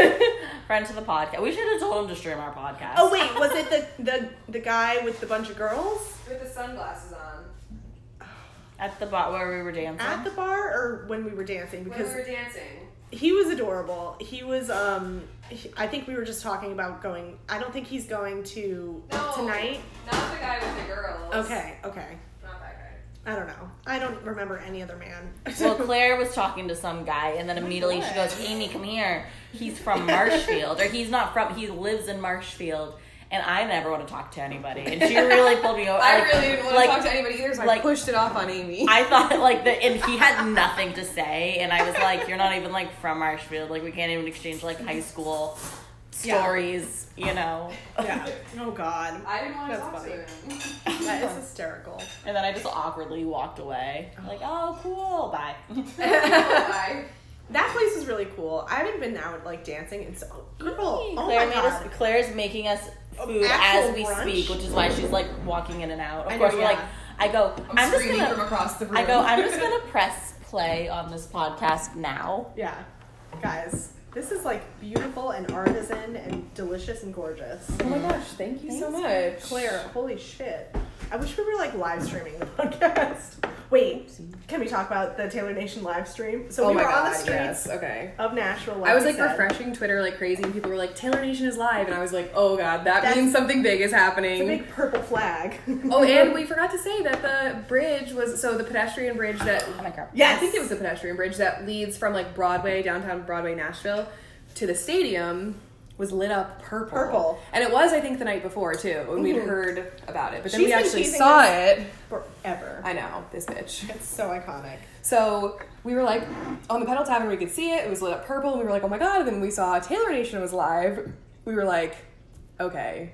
Friend to the podcast. We should have told him to stream our podcast. Oh wait, was it the the the guy with the bunch of girls with the sunglasses on At the bot where we were dancing. at the bar or when we were dancing? when Because we were dancing. he was adorable. He was um he- I think we were just talking about going I don't think he's going to No. tonight. Not the guy with the girls. Okay, okay. Not that guy. I don't know. I don't remember any other man. Well, Claire was talking to some guy, and then immediately she goes, Amy, come here. He's from Marshfield. Or he's not from, he lives in Marshfield. And I never want to talk to anybody. And she really pulled me over. I like- really didn't want like, to talk to anybody either, so like- I pushed it off on Amy. I thought, like, the, and he had nothing to say. And I was like, you're not even, like, from Marshfield. Like, we can't even exchange, like, high school Yeah. stories, you know? yeah. Oh god. I didn't want to That's talk funny. to him. That is hysterical. And then I just awkwardly walked away. Like, oh, cool. Bye. Oh Bye. That place is really cool. I haven't been out like dancing in so girl. Oh Claire my made us- god. Claire's making us food Actual as we brunch? speak, which is why she's like walking in and out. Of I know, course, we're yeah. like, I go, I'm, I'm, just screaming from gonna, across the room. I go, I'm just gonna press play on this podcast now. Yeah. Guys, this is like beautiful and artisan and delicious and gorgeous. oh my gosh, thank you so much, Claire, holy shit. I wish we were like live streaming the podcast. Wait, can we talk about the Taylor Nation live stream? So oh we my were god, on the streets yes, okay. of Nashville. I was like said. refreshing Twitter like crazy, and people were like, "Taylor Nation is live," and I was like, "Oh god, that That's- means something big is It's a happening." big purple flag. Oh, and we forgot to say that the bridge was so the pedestrian bridge that Oh my god. I yes, think it was the pedestrian bridge that leads from like Broadway, downtown Broadway, Nashville, to the stadium was lit up purple. Purple. And it was, I think, the night before too, when we'd heard about it. But then She's we been actually teasing saw it. forever. I know, this bitch. It's so iconic. So we were like on the pedal tavern, we could see it. It was lit up purple, and we were like, "Oh my god!" And then we saw Taylor Nation was live. We were like, "Okay,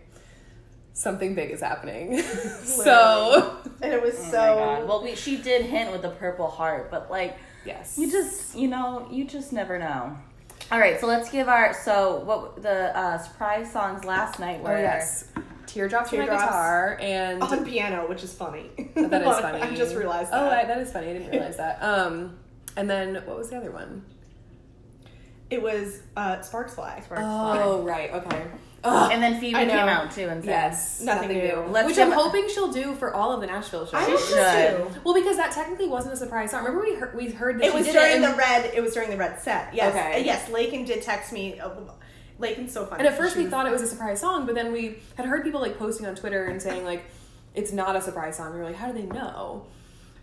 something big is happening." so And it was Oh my so God. Well, we, she did hint with the purple heart, but like, yes, you just, you know, you just never know. All right, so let's give our so what the uh, surprise songs last night were. Oh, yes. teardrops, on Teardrops. my guitar and on piano, which is funny. that is funny. I just realized. Oh, that. I, that is funny. I didn't realize that. Um, and then what was the other one? it was uh, Sparks Fly. Oh, right. Okay. Ugh, And then Phoebe I came know. out too and said, yes. Nothing new. Let's Which give I'm a- hoping she'll do for all of the Nashville shows. I She hope so should. too. Well, because that technically wasn't a surprise song. Remember we heard, we heard that It she was did during and, the red. It was during the red set. Yes, Okay. Uh, yes. Lakin did text me. uh, Lakin's so funny. and at first She we was- thought it was a surprise song, but then we had heard people like posting on Twitter and saying like it's not a surprise song. We were like, how do they know?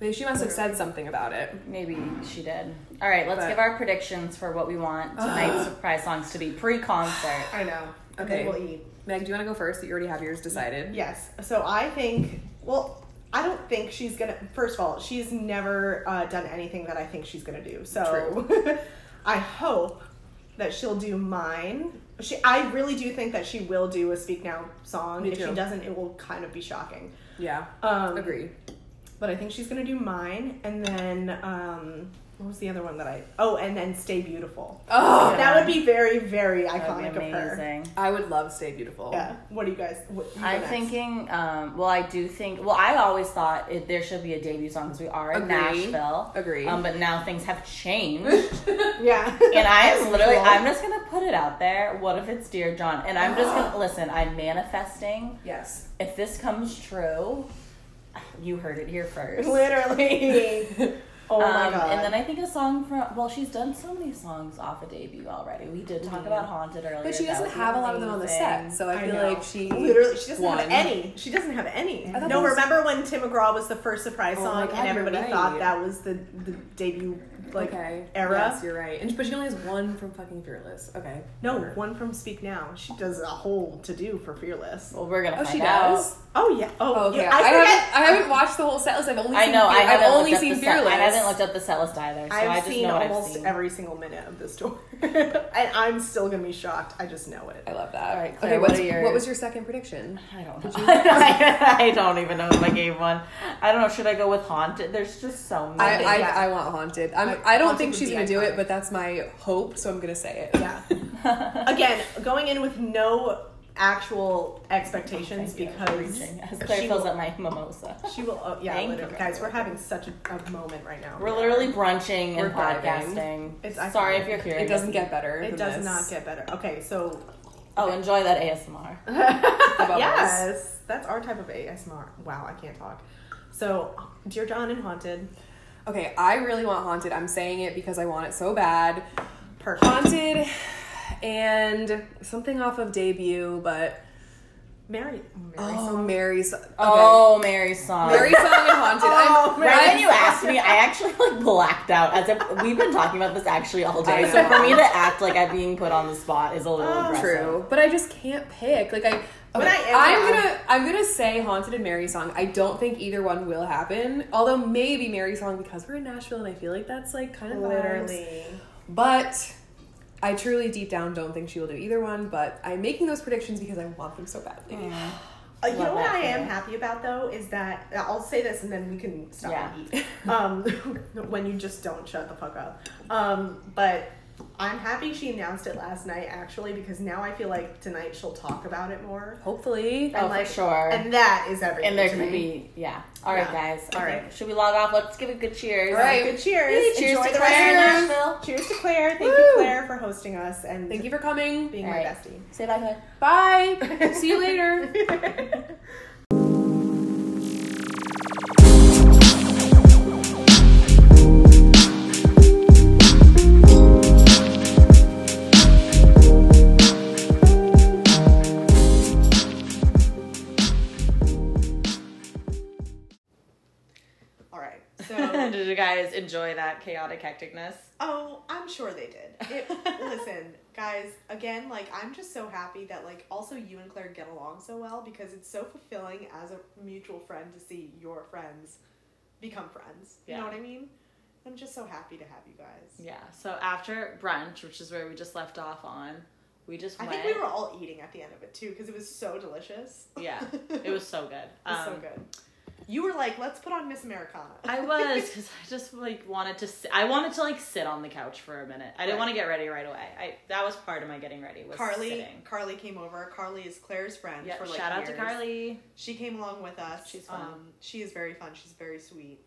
They, she must have said something about it. Maybe she did. All right, let's But- give our predictions for what we want tonight's surprise songs to be pre-concert. I know. Okay. Okay. We'll eat. Meg, do you want to go first? You already have yours decided. Yes. So I think. Well, I don't think she's gonna. First of all, she's never uh, done anything that I think she's gonna do. So I hope that she'll do mine. She, I really do think that she will do a Speak Now song. Me if too. she doesn't, it will kind of be shocking. Yeah. Um, Agreed. But I think she's gonna do mine, and then um, what was the other one that I? Oh, and then Stay Beautiful. Oh, That would be very, very That iconic would be of her. amazing. I would love "Stay Beautiful." Yeah. What do you guys? What, you go I'm next. thinking. Um, well, I do think. Well, I always thought it, there should be a debut song because we are in Agree. Nashville. Agree. Um, but now things have changed, Yeah. and I am literally. usual. I'm just gonna put it out there. What if it's Dear John? And I'm just gonna listen. I'm manifesting. Yes. If this comes true, you heard it here first. Oh Literally. Oh my Um, god. And then I think a song from well, she's done so many songs off a debut already. We did talk about Haunted earlier, Mm-hmm. But she That doesn't would be have a lot of them on the set, amazing. so I, feel know. like she literally she doesn't won. have any. She doesn't have any. thought No, that was- remember when Tim McGraw was the first surprise Oh my song God, and everybody you're right. thought that was the, the debut like okay. era? Yes, you're right. And but she only has one from fucking Fearless. Okay. No, one from Speak Now. She does a whole to do for Fearless. Well, we're gonna. Oh, find she out. does. Oh yeah. Oh, Oh, okay. yeah. I, I forget. haven't. I haven't watched the whole set list. I've only. I seen know. I Fear- haven't I've only looked seen up the set. Fearless. I haven't looked up the set list either. So I I've just seen know what almost I've seen. every single minute of this story, and I'm still gonna be shocked. I just know it. I love that. All right, Claire, okay. What's, what are your- What was your second prediction? I don't know. I don't even know if I gave one. I don't know. Should I go with Haunted? There's just so many. I, I, yeah. I want haunted. I'm, I- I don't Haunted think would she's be gonna do iconic. it, but that's my hope, so I'm gonna say it. Yeah. Again, going in with no actual expectations Thank you. because Reaching. As Claire she fills will- up my mimosa. she will. Oh, yeah, Thank literally. you. guys, we're having such a, a moment right now. We're literally brunching We're and podcasting. thriving. It's Sorry iconic. if you're curious. It doesn't get better. It than does this. not get better. Okay, so Oh, enjoy that ASMR. The bubbles. yes, that's our type of ASMR. Wow, I can't talk. So, dear John and Haunted, Okay, I really want haunted. I'm saying it because I want it so bad. perfect. Haunted and something off of debut, but Mary, Mary oh, Mary's. Okay. Oh, Mary's song. Mary song and haunted. Oh, I'm, Mary. Right when right? you asked me, I actually like blacked out. As if we've been talking about this actually all I day, know. so for me to act like I'm being put on the spot is a little Oh, aggressive. True, but I just can't pick. Like I, okay, When I am- I'm gonna, I'm gonna say haunted and Mary song. I don't think either one will happen. Although maybe Mary song because we're in Nashville and I feel like that's like Oh, kind of vibes. literally. But I truly deep down don't think she will do either one. But I'm making those predictions because I want them so badly. Uh, you know Love what that I for am you. happy about though is that I'll say this and then we can stop Yeah. and eat. Um, when you just don't shut the fuck up. Um, but I'm happy she announced it last night actually because now I feel like tonight she'll talk about it more. Hopefully. Oh, for like, sure. And that is everything. And there to could me. be, yeah. All right, Yeah. guys. All All right, right. should we log off? Let's give a good cheers. All right. Good cheers. Yay, cheers Enjoy to the rest of Claire. Nashville. Cheers to Claire. Thank you, Woo. Claire, for hosting us and Thank you for coming. being All my right. bestie. Say bye, Claire. Bye. See you later. All right. So, Did you guys enjoy that chaotic hecticness? oh, I'm sure they did. It, listen, guys, again, like I'm just so happy that like also you and Claire get along so well because it's so fulfilling as a mutual friend to see your friends become friends. You Yeah. know what I mean? I'm just so happy to have you guys. Yeah. So after brunch, which is where we just left off on, we just I went. think we were all eating at the end of it too because it was so delicious. Yeah, it was so good. It was Um, so good. You were like, let's put on Miss Americana. I was because I just like wanted to. Sit, I wanted to like sit on the couch for a minute. I didn't Right. want to get ready right away. I that was part of my getting ready was Carly sitting. Carly came over. Carly is Claire's friend Yeah, for like shout out to years. Carly. She came along with us. She's fun. Um, she is very fun. She's very sweet.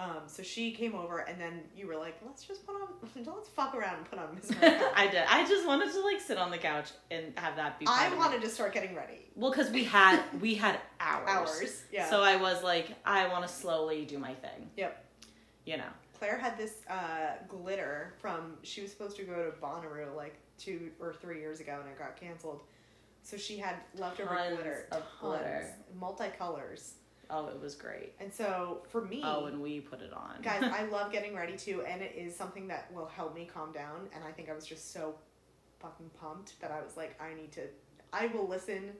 Um, so she came over, and then you were like, "Let's just put on, let's fuck around and put on Miss Americana." I did. I just wanted to like sit on the couch and have that be. part of I my- wanted to start getting ready. Well, because we had we had hours. Hours. Yeah. So I was like, I want to slowly do my thing. Yep. You know. Claire had this uh, glitter from she was supposed to go to Bonnaroo like two or three years ago, and it got canceled. So she had leftover Tons glitter of glitter. multicolors. Oh, it was great. And so for me, Oh, and we put it on. guys, I love getting ready too, and it is something that will help me calm down. And I think I was just so fucking pumped that I was like, I need to, I will listen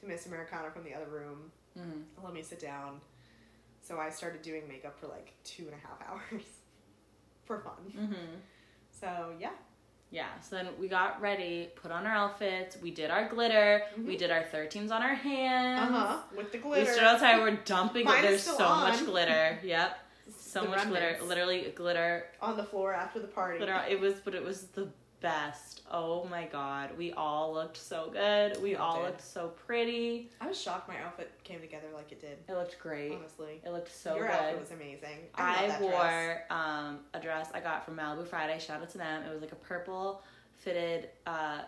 to Miss Americana from the other room. Mhm. Let me sit down. So I started doing makeup for like two and a half hours for fun. Mhm. So yeah, Yeah, so then we got ready, put on our outfits, we did our glitter, we did our 13s on our uh hands. huh, with the We Mm-hmm. glitter. stood outside, we're dumping, Mine is there's still so much on. glitter. Yep. So The much glitter, remnants. literally glitter, on the floor after the party. glitter. It was, but it was the best. Oh my god, we all looked so good. We Yeah, it all did. looked so pretty. I was shocked my outfit came together like it did. It looked great. Honestly, It looked so your good. outfit was amazing. I, love I that dress. wore um, a dress I got from Malibu Friday. Shout out to them. It was like a purple fitted uh,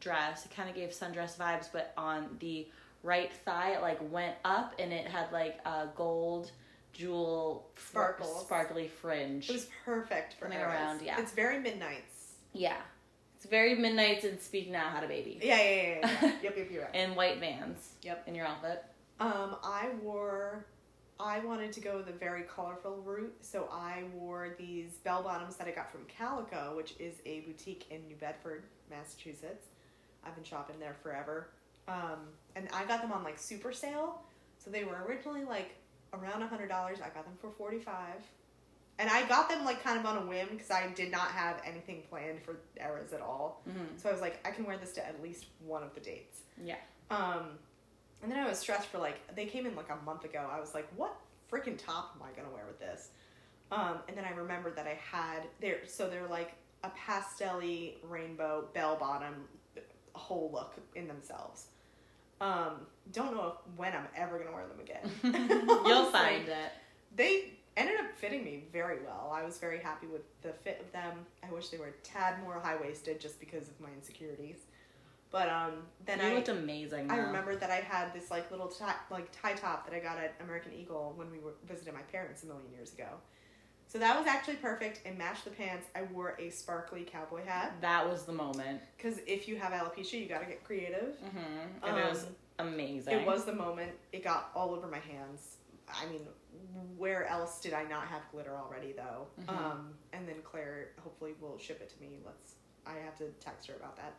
dress. It kind of gave sundress vibes, but on the right thigh, it like went up and it had like a gold jewel fr- Sparkles. sparkly fringe. It was perfect for Something her. around, It's- yeah. It's very midnights. yeah, it's very midnights and speak now had a baby Yeah, yeah, yeah. yeah, yeah. yep, yep, yep. and white vans. Yep. in your outfit. Um, I wore. I wanted to go the very colorful route, so I wore these bell bottoms that I got from Calico, which is a boutique in New Bedford, Massachusetts. I've been shopping there forever, um, and I got them on like super sale, so they were originally like around a hundred dollars. I got them for forty five, and I got them like kind of on a whim because I did not have anything planned for Eras at all. Mm-hmm. So I was like, I can wear this to at least one of the dates. Yeah. Um, and then I was stressed for like they came in like a month ago. I was like, what freaking top am I gonna wear with this? Um, and then I remembered that I had there, so they're like a pastelly rainbow bell bottom whole look in themselves. Um, don't know if, when I'm ever gonna wear them again. You'll Honestly find it. they ended up fitting me very well. I was very happy with the fit of them. I wish they were a tad more high waisted just because of my insecurities. But um, then you I looked amazing. I though. remembered that I had this like little tie, like tie top that I got at American Eagle when we were, visited my parents a million years ago. So that was actually perfect and matched the pants. I wore a sparkly cowboy hat that was the moment. because if you have alopecia, you gotta get creative. hmm And it was Um, amazing. It was the moment. It got all over my hands. I mean, where else did I not have glitter already though? Mhm. Um, and then Claire hopefully will ship it to me. Let's. I have to text her about that.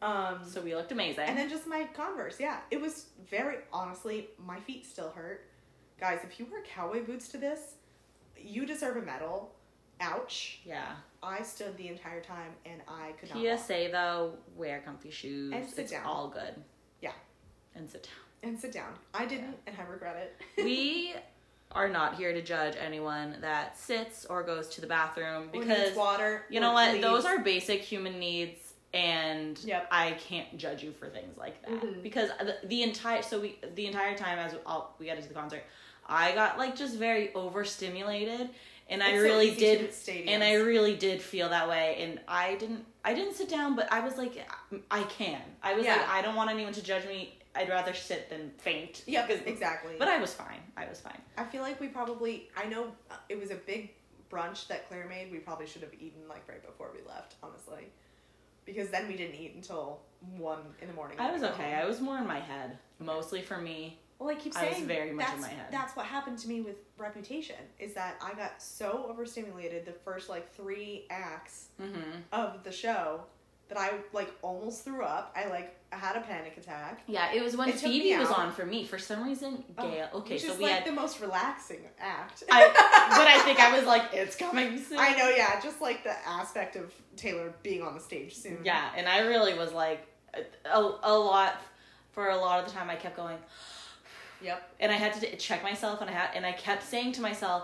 Um, So we looked amazing. and then just my Converse. Yeah, it was very honestly. My feet still hurt, guys. If you wear cowboy boots to this, you deserve a medal. Ouch! yeah. I stood the entire time and I could not. walk. PSA though, wear comfy shoes. And sit it's down. all good. Yeah. And sit down. And sit down. I didn't, and I regret it. We are not here to judge anyone that sits or goes to the bathroom Or needs because water. you or know what? leaves. Those are basic human needs and Yep. I can't judge you for things like that Mhm. because the, the entire so we the entire time as all, we got into the concert, I got like just very overstimulated and I It's so really easy to did hit stadiums. and I really did feel that way. And I didn't, I didn't sit down, but I was like, I can. I was Yeah. like, I don't want anyone to judge me. I'd rather sit than faint. Yep, 'Cause- exactly. But I was fine. I was fine. I feel like we probably I know uh, it was a big brunch that Claire made. We probably should have eaten like right before we left, honestly, because then we didn't eat until one in the morning. I was okay. I was more in my head, mostly for me. Well, I keep I saying was very much that's, in my head. That's what happened to me with Reputation. Is that I got so overstimulated the first like three acts Mm-hmm. of the show that I like almost threw up. I like had a panic attack. Yeah, it was when It took me Phoebe was out. on for me. For some reason, Oh, Gail. okay, which so is we like had. the most relaxing act. I, but I think I was like, it's coming soon. I know, yeah, just like the aspect of Taylor being on the stage soon. Yeah, and I oh, really was like, a, a lot for a lot of the time. I kept going. Yep. and I had to d- check myself, and I had, and I kept saying to myself,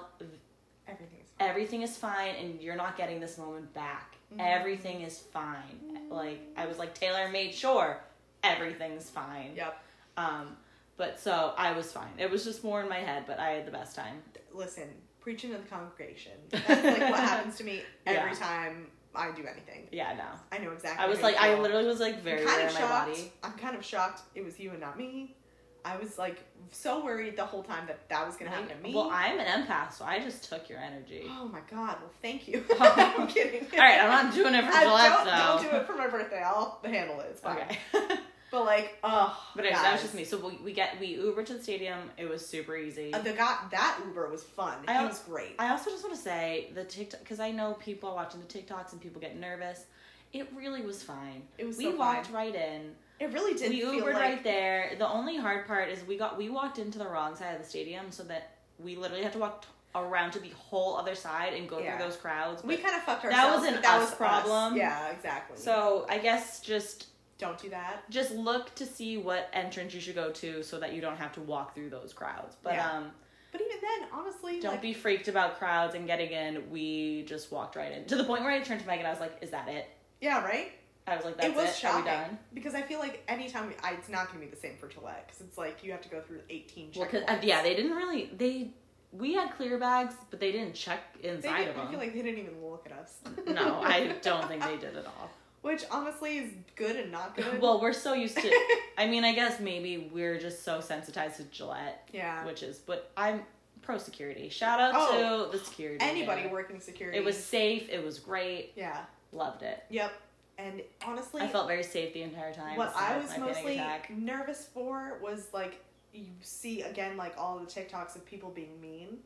Everything's fine. everything is fine, and you're not getting this moment back. Mm-hmm. Everything is fine. Like I was like Taylor made sure everything's fine. Yep. Um, but so I was fine. It was just more in my head, but I had the best time. Listen, preaching to the congregation. That's like what happens to me every Yeah. time I do anything. Yeah, no. I know exactly. I was how you like, I feel. literally was like very I'm kind aware of of my shocked. body. I'm kind of shocked it was you and not me. I was like so worried the whole time that that was gonna happen to me. Well, I'm an empath, so I just took your energy. oh my god. Well, thank you. I'm kidding. All right, I'm not doing it for I Gillette don't, though. don't do it for my birthday. I'll handle it. It's fine. Okay. But like, oh, but anyway, that was just me. So we, we get we Uber to the stadium. It was super easy. Uh, The guy that Uber was fun. I he al- was great. Uh, I also just want to say the TikTok because I know people are watching the TikToks and people get nervous. It really was fine. It was we so walked fine. right in. it really did. we feel Ubered like, right there. The only hard part is we got we walked into the wrong side of the stadium, so that we literally had to walk t- around to the whole other side and go Yeah. through those crowds. We but- kind of fucked was ourselves. an but that us was problem. Us. Yeah, exactly. so I guess just don't do that. just look to see what entrance you should go to so that you don't have to walk through those crowds. But Yeah. um But even then, honestly, don't like, be freaked about crowds and getting in. We just walked right in. To the point where I turned to Megan, I was like, is that it? yeah, right. I was like, that's it was Are we shocking done? because I feel like anytime I, it's not going to be the same for Gillette because it's like you have to go through eighteen. Well, 'cause- checkpoints. uh, yeah, they didn't really they we had clear bags, but they didn't check They inside didn't, of them. I feel like they didn't even look at us. no, I don't think they did at all. Which honestly is good and not good. Well, we're so used to. I mean, I guess maybe we're just so sensitized to Gillette, yeah. which is. But I'm pro security. Shout out Oh, to the security. Anybody there. working security. It was safe. It was great. Yeah. Loved it. Yep. And honestly, I felt very safe the entire time. what I besides was my panic mostly attack. nervous for was like you see again like all the TikToks of people being mean.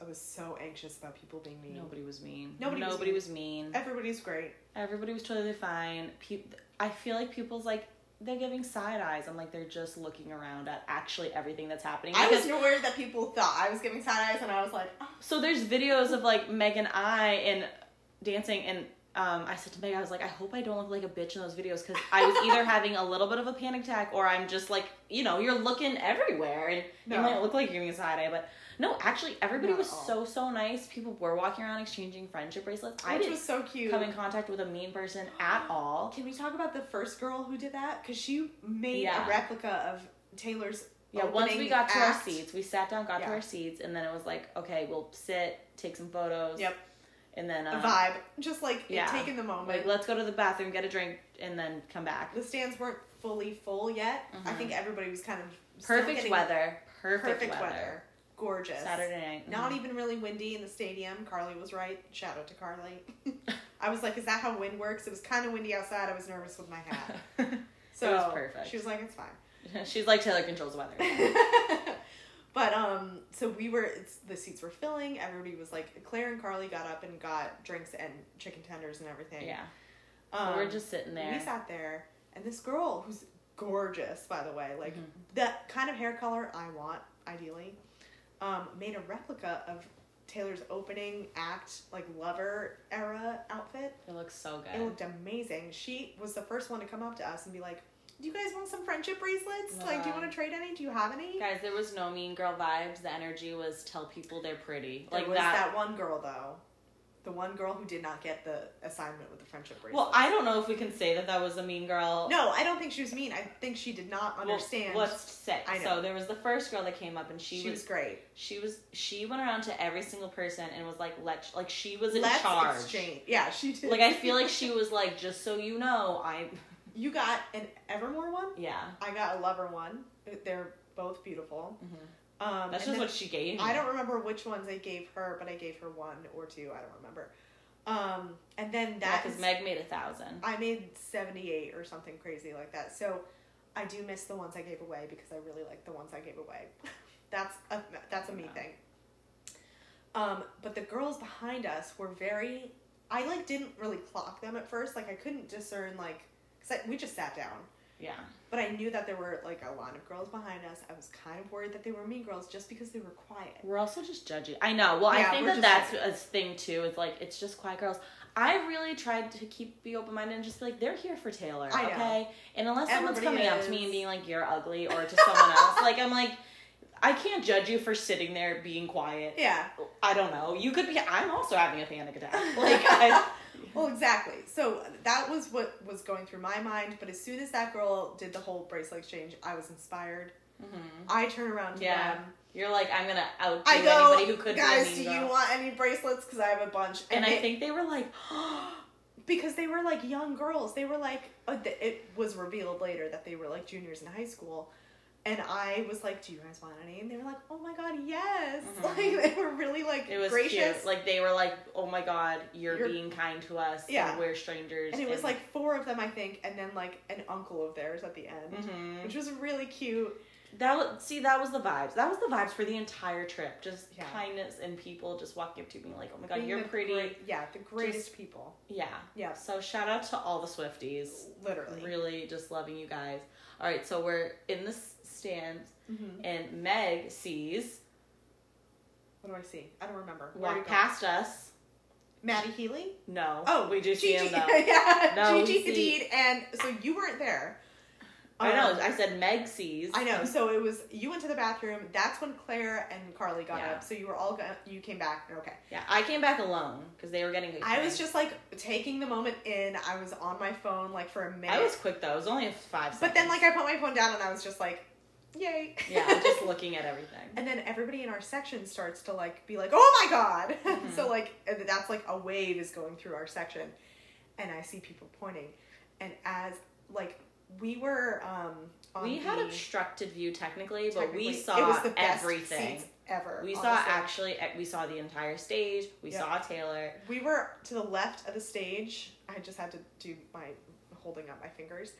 I was so anxious about people being mean. Nobody was mean. Nobody was Nobody mean. was mean. Everybody's great. Everybody was totally fine. Peop I feel like people's like they're giving side eyes and like they're just looking around at actually everything that's happening. I was Because- aware that people thought I was giving side eyes, and I was like, oh, so there's videos of like Meg and I and dancing and. Um, I said to Meg, I was like, I hope I don't look like a bitch in those videos because I was either having a little bit of a panic attack or I'm just like, you know, you're looking everywhere and No. you might look like you're giving a side eye, but no, actually, everybody Not was at all. so so nice. People were walking around exchanging friendship bracelets. I which didn't was so cute. come in contact with a mean person at all. Can we talk about the first girl who did that? Because she made Yeah. a replica of Taylor's. Yeah, once we opening got to our act. seats, we sat down, got to Yeah. our seats, and then it was like, okay, we'll sit, take some photos. Yep. And then A uh, vibe, just like it yeah. taking the moment. like, let's go to the bathroom, get a drink, and then come back. the stands weren't fully full yet. I Mhm. think everybody was kind of still Perfect getting- weather. Perfect, Perfect, weather. weather. Gorgeous. Saturday night. Not mhm. even really windy in the stadium. Carly was right. Shout out to Carly. I was like, "Is that how wind works?" It was kind of windy outside. I was nervous with my hat, so was perfect. She was like, "It's fine." She's like Taylor controls the weather. but um, so we were. It's, the seats were filling. Everybody was like, Claire and Carly got up and got drinks and chicken tenders and everything. yeah. um, we were just sitting there. We sat there, and this girl who's gorgeous, by the way, Mm-hmm. like that kind of hair color I want, ideally, um, made a replica of Taylor's opening act, like lover era outfit. it looks so It good. looked amazing. She was the first one to come up to us and be like, "Do you guys want some friendship bracelets? Like, do you Wow. want to trade any? Do you have any?" Guys, there was no mean girl vibes. The energy was tell people they're pretty. Like it was that. that, one girl though, the one girl who did not get the assignment with the friendship bracelet. Well, I don't know if we can say that that was a mean girl. no, I don't think she was mean. I think she did not Well, understand. Let's say. I know. So there was the first girl that came up, and she, she was was great. She was she went around to every single person and was like let like she was in Let's charge. exchange. Yeah, she did. Like I feel like she was like just so you know I you got an Evermore one. yeah I got a Lover one. They're both beautiful. Um, Mm-hmm. that's and just what she gave. then- Me. I don't remember which ones I gave her, but I gave her one or two. I don't remember. Um, and then yeah that because is- Meg made a thousand. I made seventy eight or something crazy like that. So I do miss the ones I gave away because I really like the ones I gave away. that's a that's a me Yeah. thing. Um, but the girls behind us were very. I like didn't really clock them at first. Like I couldn't discern like because we just sat down. Yeah, But I knew that there were like a lot of girls behind us. I was kind of worried that they were mean girls just because they were quiet. we're also just judgy. I know. Well, Yeah, I think we're that just that's a thing too. It's like it's just quiet girls. I really tried to keep be open minded and just be like they're here for Taylor, I know. okay? And unless someone's Everybody coming up to me is. and being like you're ugly or to someone else, like I'm like I can't judge you for sitting there being quiet. Yeah. I don't know. You could be. I'm also having a panic attack. Like, I, Well, exactly. So that was what was going through my mind. But as soon as that girl did the whole bracelet exchange, I was inspired. I turn around to Mm-hmm. Yeah. them. you're like, I'm gonna out I go, anybody who could guys, be a do mean you girl." want any bracelets? Because I have a bunch. And I they- think they were like, because they were like young girls, they were like uh, th- it was revealed later that they were like juniors in high school. And I was like, "Do you guys want any?" And they were like, "Oh my god, yes!" Mhm. Like they were really like it was gracious. cute. Like they were like, oh my god, you're, You're- being kind to us. Yeah. and we're strangers. and it was like four of them, I think, and then like an uncle of theirs at the end, Mhm. which was really cute. That was, see, that was the vibes. That was the vibes for the entire trip. Just Yeah. kindness and people just walking up to me like, oh my god, Being you're the pretty. great- yeah, the greatest people. Yeah. Yeah. So shout out to all the Swifties. Literally. Really just loving you guys. All right, so we're in this stand Mhm. and Meg sees What do I see? I don't remember. Where are we going? walk past us. Maddie Healy. No. Oh, we do see Gigi, him though. yeah, No, we Gigi see- Hadid, and so you weren't there. I Um, know. I said Meg sees. I know. So it was you went to the bathroom. That's when Claire and Carly got Yeah. up. So you were all go- you came back. Okay. Yeah, I came back alone because they were getting. I was just like taking the moment in. I was on my phone like for a minute. I was quick though. It was only five. Seconds. but then like I put my phone down and I was just like, yay. yeah, just looking at everything. and then everybody in our section starts to like be like, "Oh my god!" Mm-hmm. so like and that's like a wave is going through our section, and I see people pointing, and as like we were um on We had the- obstructed view technically, but technically, we it saw was the best everything. seats ever. We saw honestly. actually. eh, We saw the entire stage. We Yeah. saw Taylor. We were to the left of the stage. I just had to do my holding up my fingers.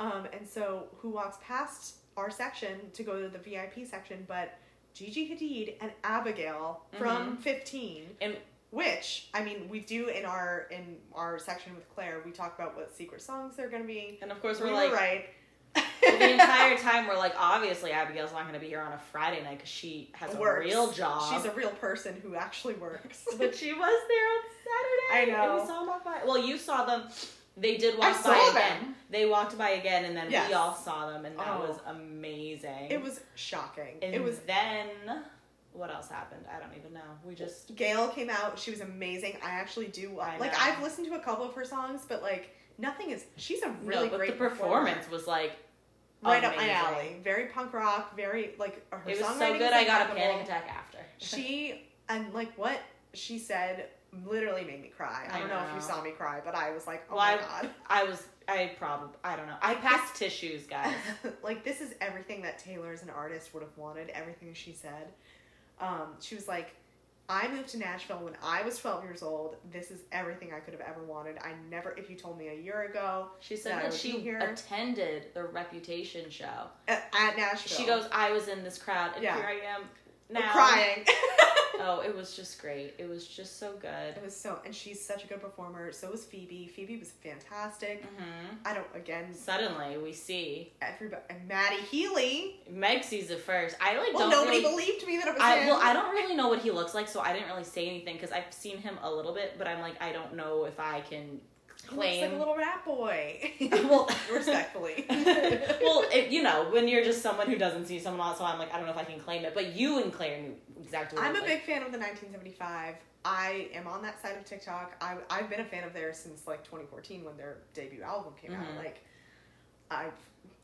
Um, and so who walks past our section to go to the VIP section but Gigi Hadid and Abigail from 15. Mm-hmm. And- which I mean we do in our in our section with Claire, we talk about what secret songs they're going to be. And of course, we're we like were right. the entire time. We're like, obviously, Abigail's not going to be here on a Friday night because she has a Works. real job. She's a real person who actually works. but she was there on Saturday. I know. And we saw them walk by. Well, you saw them. They did walk I by saw again. them. They walked by again, and then Yes. we all saw them, and that Oh. was amazing. it was shocking. And it was then what else happened? I don't even know. We just Gail came out. She was amazing. I actually do I like. know. I've listened to a couple of her songs, but like nothing is. She's a really no, but great the performance performer. was like right up my amazing. alley. Very punk rock. Very like her It was songwriting so is good. I got a impeccable. panic attack after. She and like what she said literally made me cry. I, I don't know. if you know. saw me cry, but I was like, oh Well, I- my god. I was I probably I don't know. I passed tissues, guys. like this is everything that Taylor as an artist would have wanted, everything she said. Um, she was like, I moved to Nashville when I was 12 years old. This is everything I could have ever wanted. I never, if you told me a year ago She Yeah, said I that would she be here. attended the Reputation show. at, uh, at Nashville, She goes, I was in this crowd, and Yeah. here I am "We're now crying. Oh, it was just great. It was just so good. it was so, and she's such a good performer. So was Phoebe. Phoebe was fantastic. hmm I don't, again, Suddenly, we see everybody, and Maddie Healy. Meg sees it first. I like Well, don't nobody really- believed me that it was I him. well, I don't really know what he looks like, so I didn't really say anything because I've seen him a little bit, but I'm like, I don't know if I can He looks like a claim. little rat boy. Well- respectfully. well, it, you know, when you're just someone who doesn't see someone else, so I'm like, I don't know if I can claim it. But you and Claire knew exactly. What I'm it a was big fan of the 1975. I am on that side of TikTok. I, I've been a fan of theirs since like 2014 when their debut album came out. Mhm. Like, I've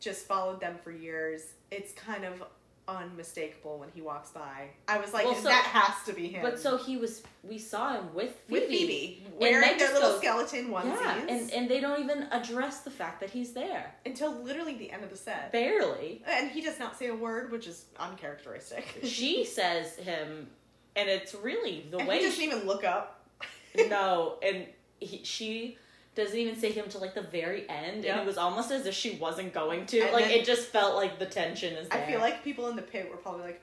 just followed them for years. It's kind of unmistakable when he walks by. I was like, Well, so- that has to be him. like. But so he was. We saw him with Phoebe. with Phoebe And wearing Meg their just little goes- skeleton onesies Yeah, and and they don't even address the fact that he's there. until literally the end of the set. Barely. And he does not say a word, which is uncharacteristic. She says him, and it's really the and way he she- doesn't even look up. no, and he, she doesn't even say him till like the very end, and Yep. it was almost as if she wasn't going to. And like then- it just felt like the tension is. There. I feel like people in the pit were probably like,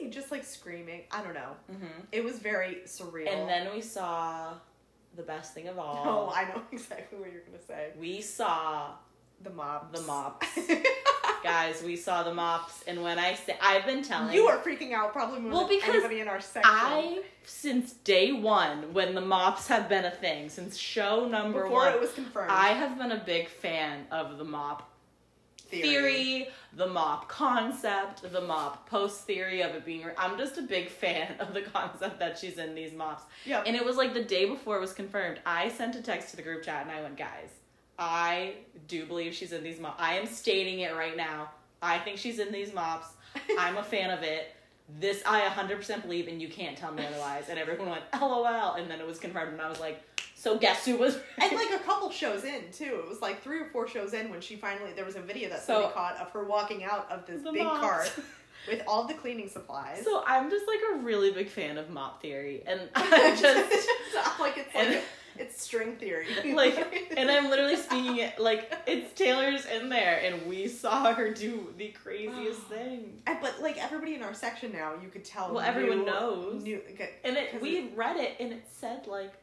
"Hey," just like screaming. I don't know. Mhm. It was very surreal. And then we saw the best thing of all. oh, I know exactly what you're gonna say. We saw The mob. The mops. guys. We saw the mops, and when I say I've been telling you are freaking out probably more Well, than because anybody in our section. I since day one when the mops have been a thing since show number before one. it was confirmed. I have been a big fan of the mop Theory. theory, the mop concept, the mop post theory of it being. Re- I'm just a big fan of the concept that she's in these mops. Yeah. And it was like the day before it was confirmed. I sent a text to the group chat and I went, guys, I do believe she's in these mops. I am stating it right now. I think she's in these mops. I'm a fan of it. This I 100% believe, and you can't tell me otherwise. And everyone went, LOL. And then it was confirmed, and I was like, so guess who was. and like a couple shows in too. It was like three or four shows in when she finally there was a video that So- somebody caught of her walking out of this The big mops. cart with all the cleaning supplies. So I'm just like a really big fan of mop theory, and I just It's like it's like and- it's string theory. like, and I'm literally speaking it like it's Taylor's in there, and we saw her do the craziest thing, And- but like everybody in our section now, you could tell. Well, everyone knew- knows. Knew, okay, and it 'Cause we read it, and it said like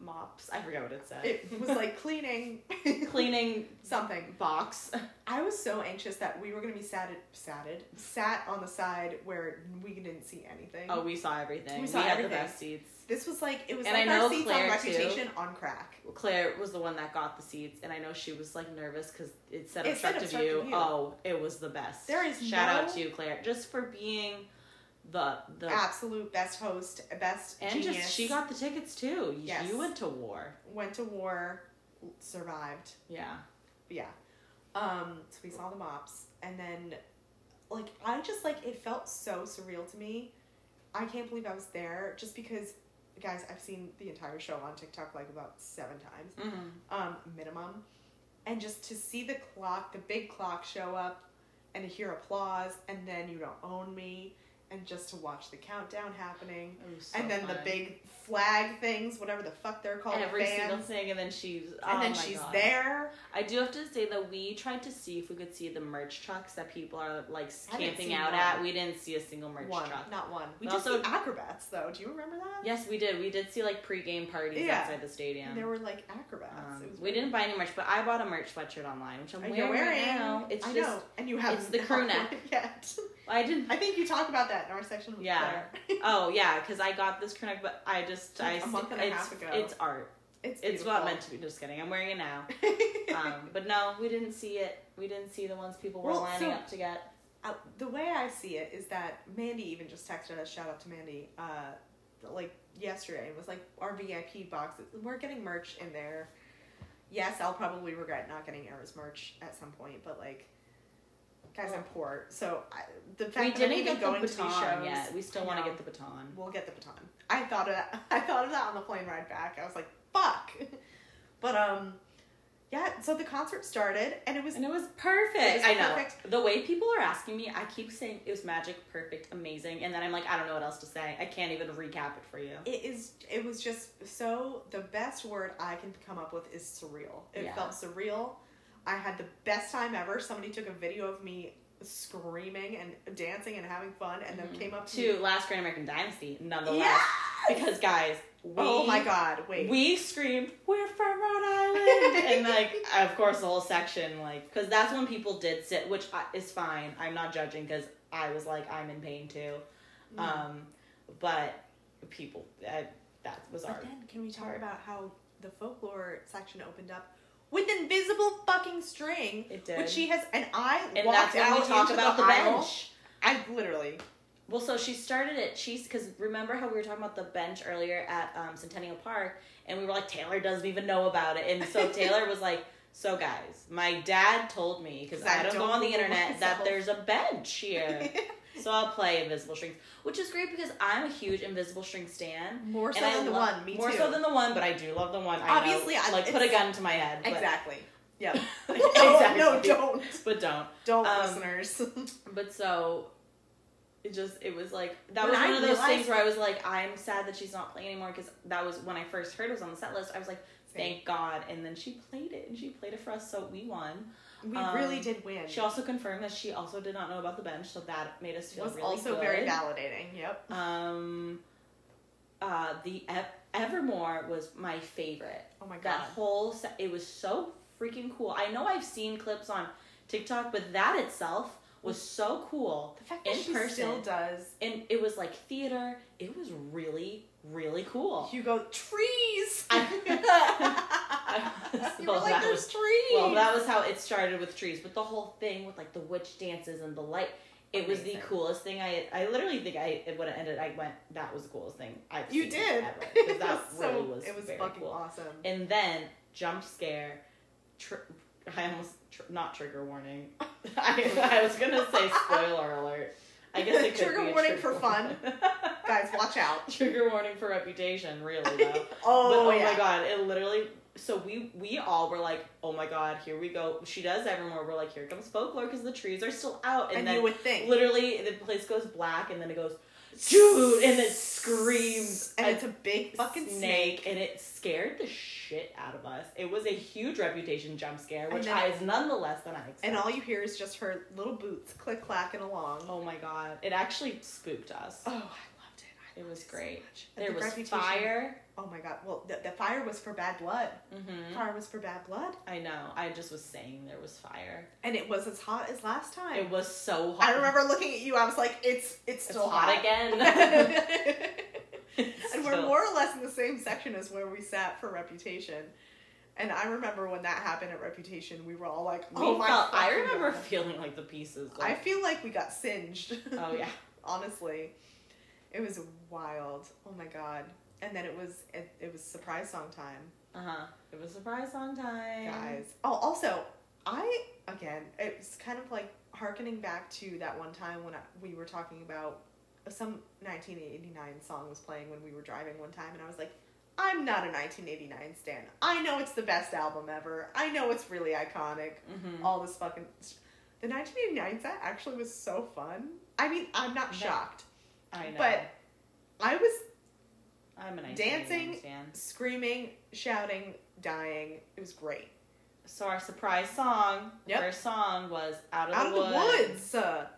mops. I forgot what it said. it was like cleaning, cleaning something. box. I was so anxious that we were gonna be sat satted sat on the side where we didn't see anything. Oh, we saw everything. We We, saw had the everything. best seats. this was like it was And like I know our seats on Claire, too. Reputation on crack. Claire was the one that got the seats, and I know she was like nervous because it said It said obstructive obstructive view. view. Oh, it was the best. There is shout no- out to you, Claire, just for being the the Absolute best host, best and genius. just she got the tickets too. Y- Yes. You went to war. went to war, survived. Yeah, yeah. Um, so we saw the mops, and then, like, I just like it felt so surreal to me. I can't believe I was there, just because, guys, I've seen the entire show on TikTok like about seven times, um, minimum, and just to see the clock, the big clock show up, and to hear applause, and then you don't own me, and just to watch the countdown happening. and then the big flag things, whatever the fuck they're called, every single fans. thing, and then she's And oh then my she's God. there. I do have to say that we tried to see if we could see the merch trucks that people are like I didn't camping see out one. at. We didn't see a single merch one, truck. not one. We But just also- did see acrobats though. Do you remember that? Yes, we did. We did see like pre-game parties Yeah. outside the stadium. And there were like acrobats. Um, It was we didn't buy any merch, but I bought a merch sweatshirt online, which I'm Are wearing, you wearing? right now. It's I just know, and you haven't. it's the crew neck. yet. I didn't. I think you talked about that in our section. With Yeah. Claire. Oh yeah, because I got this crew neck, but I just Like a I month and a it's, half ago. It's art. it's It's not meant to be. Just kidding. I'm wearing it now. Um, but no, we didn't see it. We didn't see the ones people were Well, so- lining up to get. Uh, the way I see it is that Mandy even just texted us. Shout out to Mandy. Uh, like yesterday, and was like our VIP box. We're getting merch in there. Yes, I'll probably regret not getting Era's merch at some point, but like, guys, I'm poor, so I, the fact We that didn't I'm even get the going to these baton shows yet. We I still want to know. get the baton. We'll get the baton. I thought of that. I thought of that on the plane ride back. I was like, fuck. But um, yeah. So the concert started, and it was And it was perfect. It was I know. perfect. The way people are asking me, I keep saying it was magic, perfect, amazing, and then I'm like, I don't know what else to say. I can't even recap it for you. it is it was just so the best word I can come up with is surreal. It Yeah. felt surreal. I had the best time ever. Somebody took a video of me screaming and dancing and having fun, and Mm-hmm. then came up to To last Great American Dynasty, me. nonetheless. Yes! Because guys, we oh my god! Wait, we screamed, "We're from Rhode Island!" and like, of course, the whole section, like, because that's when people did sit, which I, is fine. I'm not judging because I was like, I'm in pain too. Um, but people, I, that was But our then, can we talk about how the folklore section opened up with invisible fucking string, It did. which she has, and I and walked that's when out we talk into about the, aisle. bench. I literally, Well, so she started it. She's because remember how we were talking about the bench earlier at um, Centennial Park, and we were like, Taylor doesn't even know about it, and so Taylor was like, "So guys, my dad told me because 'Cause I I, don't go don't on the Google internet myself." that there's a bench here, so I'll play Invisible Strings, which is great because I'm a huge Invisible String stan. more so and I than the lo- one. Me more too. so than the one, but I do love the one. I know, Obviously, I- like put a it's- gun to my head. but- exactly. Yeah. Exactly. No, don't, But don't. don't, Um, listeners. But so it just it was like that When was I one of those realized- things where I was like, I'm sad that she's not playing anymore because that was when I first heard it was on the set list. I was like, thank God. And then she played it and she played it for us, so we won. we um, really did win. She also confirmed that she uh, also did not know about the bench, so that made us it feel was really also good. very validating. Yep. Um, uh, the Ev- Evermore was my favorite. Oh my That god. whole se- it was so freaking cool. I know I've seen clips on TikTok, but that itself was so cool. The fact that In she person. still does. And it was like theater. It was really, really cool. Hugo trees. I- you were Well, like, that there's was- trees. Well, that was how it started with trees, but the whole thing with like the witch dances and the light. It was the Amazing. coolest thing. I I literally think I when it ended, I went, "That was the coolest thing I've you seen did. ever." 'Cause It that was really so, was it was very fucking cool. awesome. And then jump scare, tr- I almost tr- not trigger warning. I, I was gonna say spoiler alert. I guess it could Trigger be a warning for warning. Guys, watch out. trigger warning for reputation, really though. Oh, but, oh yeah. my god, it literally. So we we all were like, oh my god, here we go. She does evermore. We're like, here comes folklore because the trees are still out, and, And, then you would think. literally the place goes black, and then it goes, dude, and it screams. And a it's a big fucking snake. and it scared the shit out of us. It was a huge reputation jump scare, And which then- I is nonetheless than I expected. And all you hear is just her little boots click clacking along. Oh, oh my god, it actually spooked us. I loved it. I It was loved so great. much. And There the was reputation- fire. Oh my god. Well, the, the fire was for bad blood. hmm Fire was for bad blood. I know. I just was saying there was fire. And it was as hot as last time. It was so hot. I remember looking at you. I was like, it's it's It's still hot, again. again. and we're Still- more or less in the same section as where we sat for Reputation. And I remember when that happened at Reputation, we were all like, We "Oh my!" felt- I fucking remember God. feeling like the pieces. I Like, feel like we got singed. oh yeah. honestly, it was wild. Oh my god! And then it was it, it was surprise song time, Uh huh. It was surprise song time. guys. Oh, also, I again, it's kind of like harkening back to that one time when I, we were talking about some 1989 song was playing when we were driving one time, and I was like. I'm not a 1989 stan. I know it's the best album ever. I know it's really iconic. Mhm. All this fucking. The 1989 set actually was so fun. I mean, I'm not That- shocked. I know. But I was I'm an dancing- fan. screaming, shouting, dying. It was great. So our surprise song, the Yep. first song was Out of, Out of the, the woods. Uh,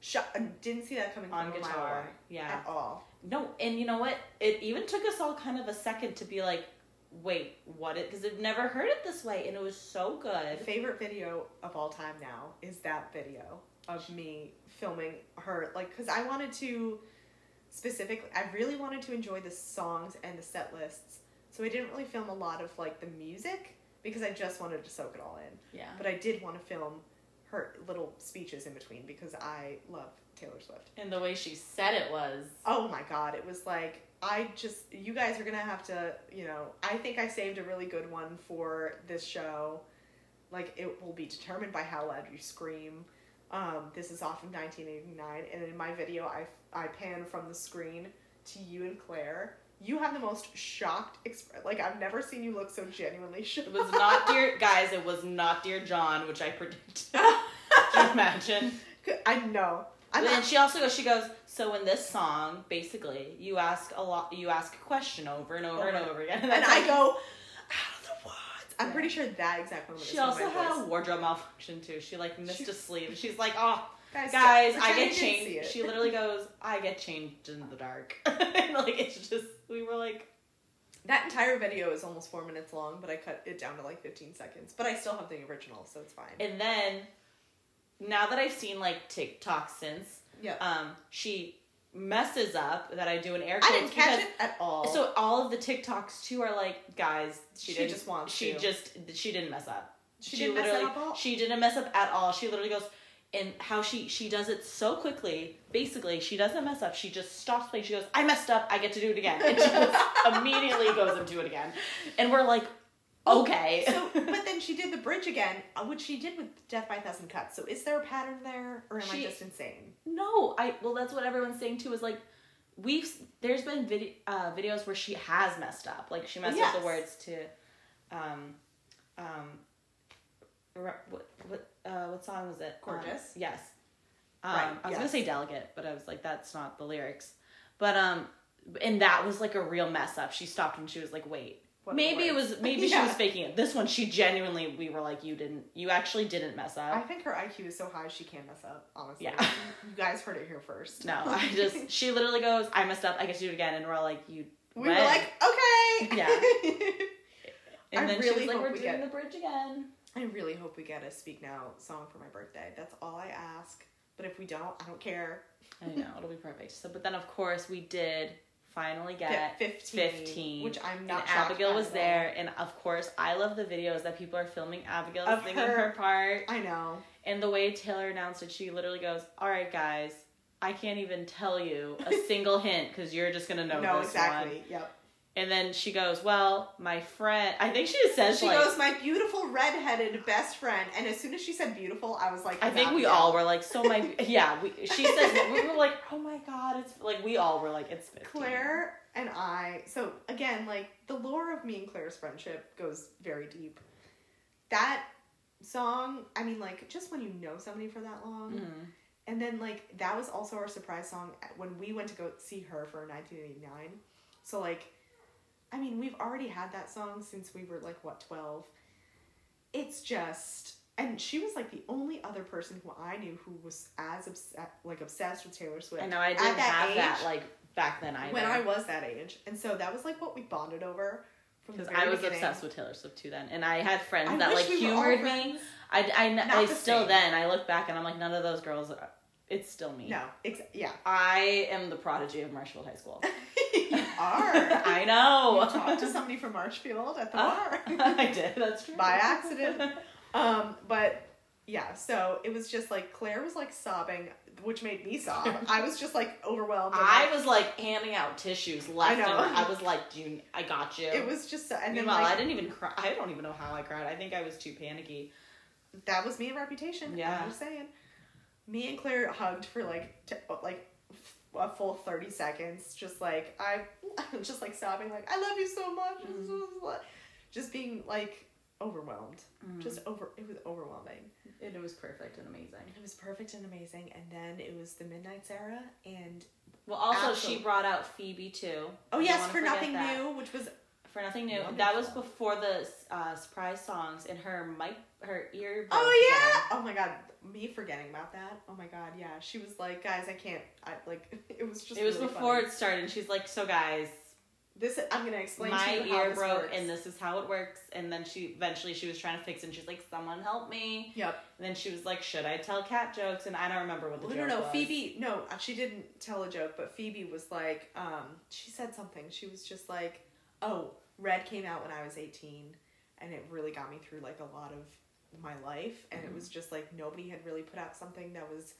sh- I didn't see that coming on from a mile guitar. away Yeah. at all. No, and you know what? It even took us all kind of a second to be like, wait, what it because I've never heard it this way and it was so My good. favorite video of all time now is that video of me filming her, like, because I wanted to specifically, I really wanted to enjoy the songs and the set lists. So I didn't really film a lot of like the music because I just wanted to soak it all in. Yeah. But I did want to film her little speeches in between because I love Taylor Swift. And the way she said it was Oh my god, it was like I just you guys are going to have to, you know, I think I saved a really good one for this show. Like it will be determined by how loud you scream. Um, this is off of 1989 and in my video I I pan from the screen to you and Claire. You have the most shocked express like I've never seen you look so genuinely shocked. it was not dear guys, it was not dear John, which I predicted. Can you imagine? I know. I'm and then not, she also goes she goes, So in this song, basically, you ask a lot you ask a question over and over and Over. over again. and that's I like- go out of the woods. I'm pretty sure that exact moment. is She when also my had voice- a wardrobe malfunction too. She like missed She- a sleeve. She's like, oh guys, guys, pretend I get didn't see it. changed. She literally goes, I get changed in the dark. and like it's just we were like, That entire video is almost four minutes long, but I cut it down to like 15 seconds. But I still have the original, so it's fine. and then now that I've seen like TikTok since, yeah. um, she messes up that I do an air. I quotes didn't catch because- it at all. So all of the TikToks too are like, guys, she, She didn't, just wants She to. just she didn't mess up. she, didn't mess literally it up at all. she didn't mess up at all. She literally goes and how she she does it so quickly. Basically, she doesn't mess up. She just stops playing. She goes, "I messed up. I get to do it again." And she just immediately goes and do it again. And we're like, Oh, "Okay." so, but then she did the bridge again, uh, which she did with Death by a Thousand Cuts. So is there a pattern there, or am She- I just insane? no, I well that's what everyone's saying too is like we've there's been vid- uh, videos where she has messed up. Like she messed up Yes. the words to um um re- what what uh, what song was it? Gorgeous? Um, yes. Um, Right, I was gonna yes. say delicate, but I was like, that's not the lyrics. But um, and that was like a real mess up. She stopped and she was like, wait, What are the maybe it words? was maybe she Yeah. was faking it. This one, she genuinely, we were like, you didn't, you actually didn't mess up. I think her IQ is so high she can mess up. Honestly, Yeah. you guys heard it here first. no, I just she literally goes, I messed up. I get to do it again, and we're all like, you. we when? were like, okay, Yeah. I and then really she was like, hope we're we doing get- the bridge again. I really hope we get a Speak Now song for my birthday. That's all I ask. But if we don't, I don't care. I know it'll be perfect. So, but then of course we did finally get, Get 15, 15, which I'm not And shocked Abigail by was at all. there, and of course I love the videos that people are filming Abigail Of singing her. her. part, I know. and the way Taylor announced it, she literally goes, "All right, guys." I can't even tell you a single hint because you're just gonna know no, this exactly. one. Yep. And then she goes, "Well, my friend." I think she just says She like, goes, my beautiful redheaded best friend. And as soon as she said beautiful, I was like, I think not we yet. all were like, so my yeah. We, she says we were like, oh my god, it's like we all were like, it's 15. Claire and I. So again, like the lore of me and Claire's friendship goes very deep. That song, I mean, like just when you know somebody for that long, Mm-hmm. and then like that was also our surprise song at- when we went to go see her for 1989. So like, I mean, we've already had that song since we were like what 12. It's just. And she was like the only other person who I knew who was as obs- like obsessed with Taylor Swift. I know I at didn't have age that like back then either. when I was that age, and so that was like what we bonded over. From the because very I was beginning. obsessed with Taylor Swift too then, and I had friends I that wish like we were all humored me. friends. I I, Not I the still same. then I look back and I'm like none of those girls. Are, it's still me. No, ex- yeah, I am the prodigy of Marshfield High School. you are. I know. You talked to somebody from Marshfield at the Ah, bar I did. That's true. by accident. Um, but yeah, so it was just like Claire was like sobbing, which made me sob. I was just like overwhelmed. and, I like, was like handing out tissues left and know. right. I was like, "Do you, I got you?" It was just, so- and then Meanwhile, like, I didn't even cry. I don't even know how I cried. I think I was too panicky. that was me and Reputation. Yeah. I'm just saying. Me and Claire hugged for like t- like f- a full thirty seconds, just like I, just like sobbing, like I love you so much, Mm-hmm. just being like overwhelmed, just over. It was overwhelming. And it was perfect and amazing. It was perfect and amazing, and then it was the Midnight Sarah, and Well, also Absolutely. she brought out Phoebe too. oh I don't yes, wanna for forget nothing that. new, which was For nothing new. Wonderful. That was before the uh, surprise songs and her mic, her ear. broke Oh together. yeah! Oh my god, me forgetting about that. Oh my god, yeah. She was like, guys, I can't. I like. It was just. It was really before funny. it started. And she's like, "So guys, This I'm gonna explain to my you how ear this broke, works. and this is how it works." And then she eventually she was trying to fix, it and she's like, "Someone help me!" Yep. And then she was like, "Should I tell cat jokes?" And I don't remember what the No, no, joke no. was. Phoebe, no, she didn't tell a joke, but Phoebe was like, um, she said something. She was just like, oh, Red came out when I was 18, and it really got me through like a lot of my life. And Mm-hmm. it was just like nobody had really put out something that was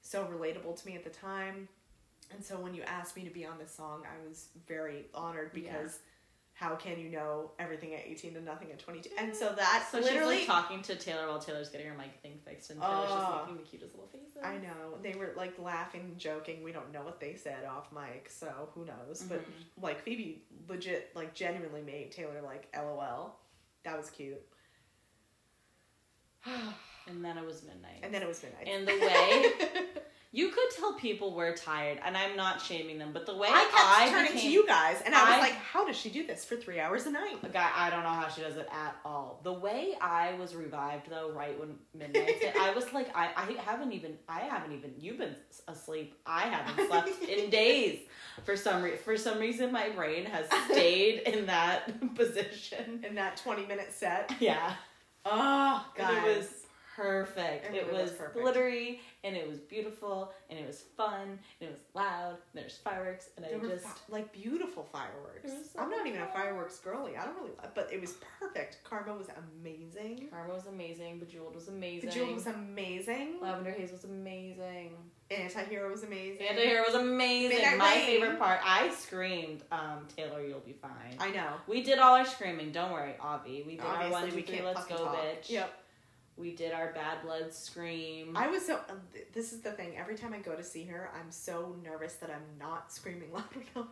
so relatable to me at the time. And so when you asked me to be on this song, I was very honored because. How can you know everything at 18 and nothing at 22? And so that Mm. So literally she's like talking to Taylor while Taylor's getting her mic thing fixed, and Taylor's Oh. just making the cutest little faces. I know. They were like laughing, joking. We don't know what they said off mic, so who knows? But Mm-hmm. like Phoebe legit like genuinely made Taylor like LOL. That was cute. And then it was midnight. And then it was midnight. And the way you could tell people were tired, and I'm not shaming them, but the way I kept I turning became, to you guys and I, I- was like, how does she do this for three hours a night? guy, I don't know how she does it at all. The way I was revived though, right when midnight, hit, I was like, I, I haven't even, I haven't even, you've been s- asleep. I haven't slept in days. For some re- for some reason, my brain has stayed in that position. In that twenty minute set. Yeah. Oh And god. It was perfect. It It, really was was, perfect. glittery and it was beautiful and it was fun and it was loud and there's fireworks and I They were just fi- like beautiful fireworks. It was so I'm not even a fun. fireworks girly. I don't really, but it was perfect. Karma was amazing. Karma was amazing, Bejeweled was amazing. Bejeweled was amazing. Lavender Haze was amazing. Antihero was amazing. Santa Hero was amazing. Midnight My Rain. favorite part. I screamed, um, Taylor, you'll be fine. I know. we did all our screaming, don't worry, Avi. We did Obviously, our one, two, we three, can't let's fucking go, talk. bitch. Yep. We did our bad blood scream. I was so. um, th- This is the thing. Every time I go to see her, I'm so nervous that I'm not screaming loud enough.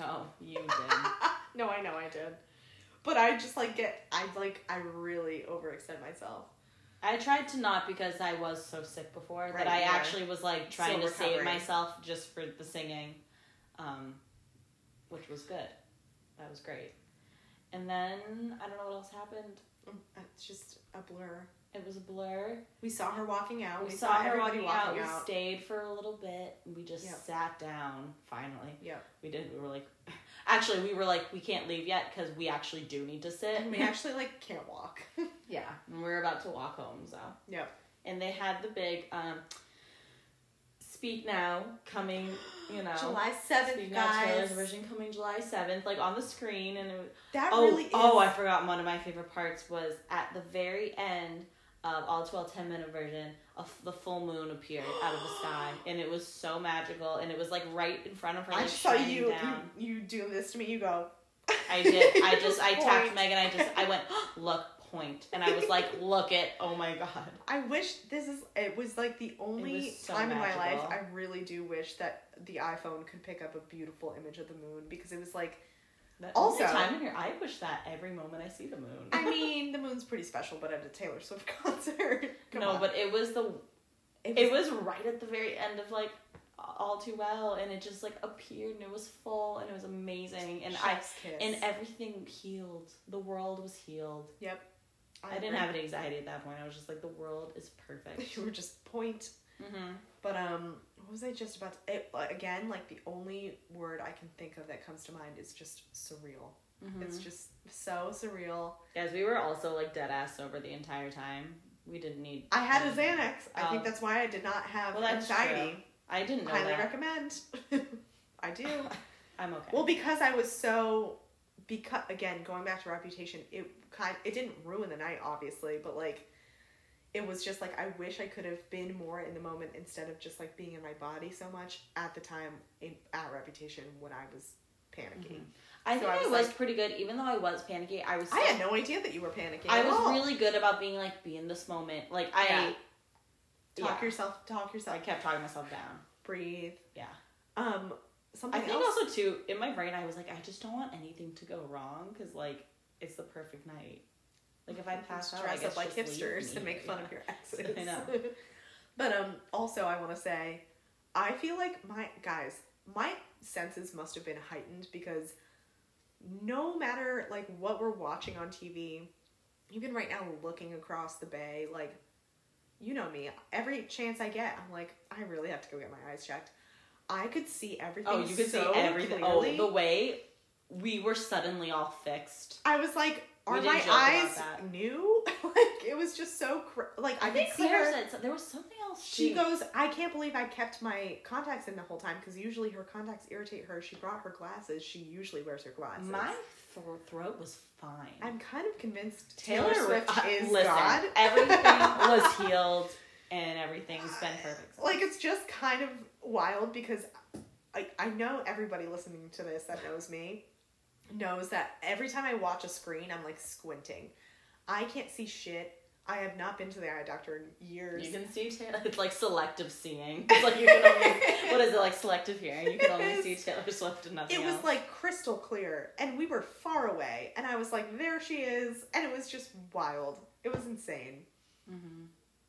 oh, you did. no, I know I did, but I just like get. I like. I really overextend myself. I tried to not because I was so sick before Right, that I you were. actually was like trying Still to save recovering. myself just for the singing, um, which was good. That was great. And then I don't know what else happened. Um, It's just a blur. It was a blur. We saw her walking out. we, saw, her everybody walking, out. We stayed for a little bit. We just Yep. sat down finally. Yep. We did. We were like, Actually, we were like, we can't leave yet because we actually do need to sit. And we actually like can't walk. Yeah, and we were about to walk home, so. Yep. And they had the big um, Speak Now coming, you know. July Speak 7th, Now Taylor's guys. version coming July 7th, like on the screen. And it was, That oh, really is. oh, I forgot one of my favorite parts was at the very end of All 12 10 minute version, a f the full moon appeared out of the sky. And it was so magical. And it was like right in front of her. I like, just saw shining you, Down. you. You doing this to me. You go. I did. I just I tapped Point. Megan. I just I went look point, and I was like, look it. Oh my god. I wish this is. It was like the only was so time in my life magical. I really do wish that the iPhone could pick up a beautiful image of the moon because it was like. That Also- also, time in here, I wish that every moment I see the moon. I mean, the moon's pretty special, but at a Taylor Swift concert. Come no, on. but it was the it was, it was right at the very end of like all too well, and it just like appeared and it was full and it was amazing, and I chef's kiss. and everything healed. The world was healed. yep. I didn't have any anxiety at that point. I was just like, the world is perfect. You were just point hmm But um, what was I just about? To, it like, again, like the only word I can think of that comes to mind is just surreal. Mm-hmm. It's just so surreal. Guys, we were also like dead ass over the entire time. We didn't need. I had a Xanax. I think Oh. that's why I did not have Well, that's anxiety. I didn't know Highly that. recommend. I do. I'm okay. well, because I was so because again going back to Reputation, it kind it didn't ruin the night obviously, but like it was just like I wish I could have been more in the moment instead of just like being in my body so much at the time in, at Reputation when I was panicking. I So think I I was, was like- pretty good, even though I was panicky. I was. I so- had no idea that you were panicking. I at was all. really good about being like, be in this moment. Like I, Yeah. talk yeah, yourself, talk I yourself, kept talking myself down. breathe. Yeah. Um. I Something think else. also too in my brain, I was like, I just don't want anything to go wrong because like it's the perfect night. Like if I pass Just out, I dress guess up like just leave hipsters me. and make fun Yeah. of your exes. I know. but um, also I want to say, I feel like my guys, my senses must have been heightened because no matter like what we're watching on TV, even right now looking across the bay, like you know me, every chance I get, I'm like, I really have to go get my eyes checked. I could see everything. Oh, you could so see everything. Clearly. Oh, the way we were suddenly all fixed. I was like, We are didn't my joke about eyes that. new? like it was just so cr- like I, I could think see Claire her. said so- there was something else. She too. goes, I can't believe I kept my contacts in the whole time because usually her contacts irritate her. She brought her glasses. She usually wears her glasses. My thro- throat was fine. I'm kind of convinced Taylor Taylor, Swift uh, is listen, God. everything was healed and everything's been perfect. like it's just kind of wild because I, I know everybody listening to this that knows me knows that every time I watch a screen I'm like squinting. I can't see shit. I have not been to the eye doctor in years. You can see Taylor. It's like selective seeing. It's like you can only what is it like selective hearing? You can only Yes. see Taylor Swift and nothing it was else. like crystal clear and we were far away and I was like there she is and it was just wild. It was insane. Mhm.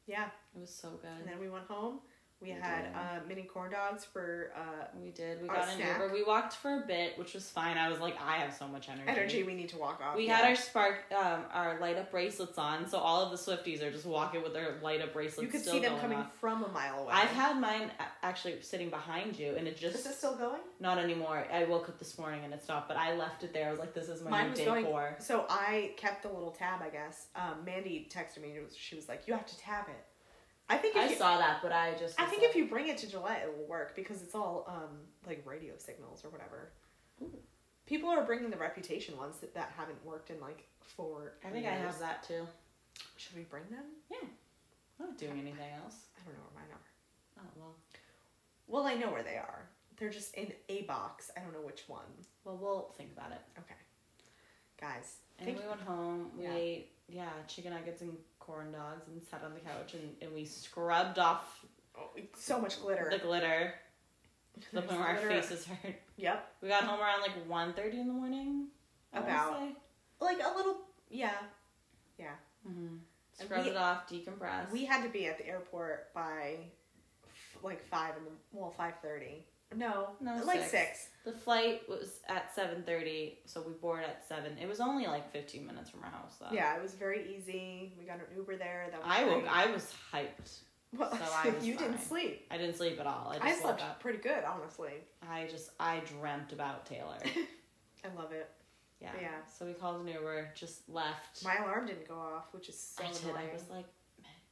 Yeah. It was so And good. then we went home. We We had did. uh, mini corn dogs for uh, We did. We Our got an snack. Uber. We walked for a bit, which was fine. I was like, I have so much energy. energy we need to walk off. We had our spark, um, our light up bracelets on, so all of the Swifties are just walking with their light up bracelets. You could still see them going coming off. from a mile away. I've had mine a- actually sitting behind you, and it just Is it still going? Not anymore. I woke up this morning and it stopped, but I left it there. I was like, this is my Mine new was day going- four. So I kept the little tab, I guess. Um, Mandy texted me. and She was like, "You have to tab it." I think if I you, saw that, but I just. I was think like- if you bring it to Gillette, it will work because it's all um, like radio signals or whatever. Ooh. People are bringing the reputation ones that, that haven't worked in like four. I think I years. have that too. Should we bring them? I'm not doing anything else. I don't know where mine are. Oh, well. Well, I know where they are. They're just in a box. I don't know which one. Well, we'll think about it. Okay, guys. And Thank we you. went home. We Yeah. ate, yeah, chicken nuggets and corn dogs and sat on the couch and, and we scrubbed off So much glitter. the glitter. to The point where our Glitter. faces hurt. Yep. We got home around like 1.30 in the morning. I wanna About. say. like a little yeah And Scrubbed we- it off, decompressed. we had to be at the airport by f- like five in the well five thirty no No, like six. six, The flight was at seven thirty, so we boarded at seven. It was only like fifteen minutes from our house, though. yeah it was very easy we got an uber there that was I woke. great. I was hyped. well, so I was you didn't fine. sleep I didn't sleep at all. I I just woke slept up. pretty good honestly I just. I dreamt about Taylor. I love it. Yeah. Yeah. So we called an Uber, just left. My alarm didn't go off, which is so I did. annoying. I was like,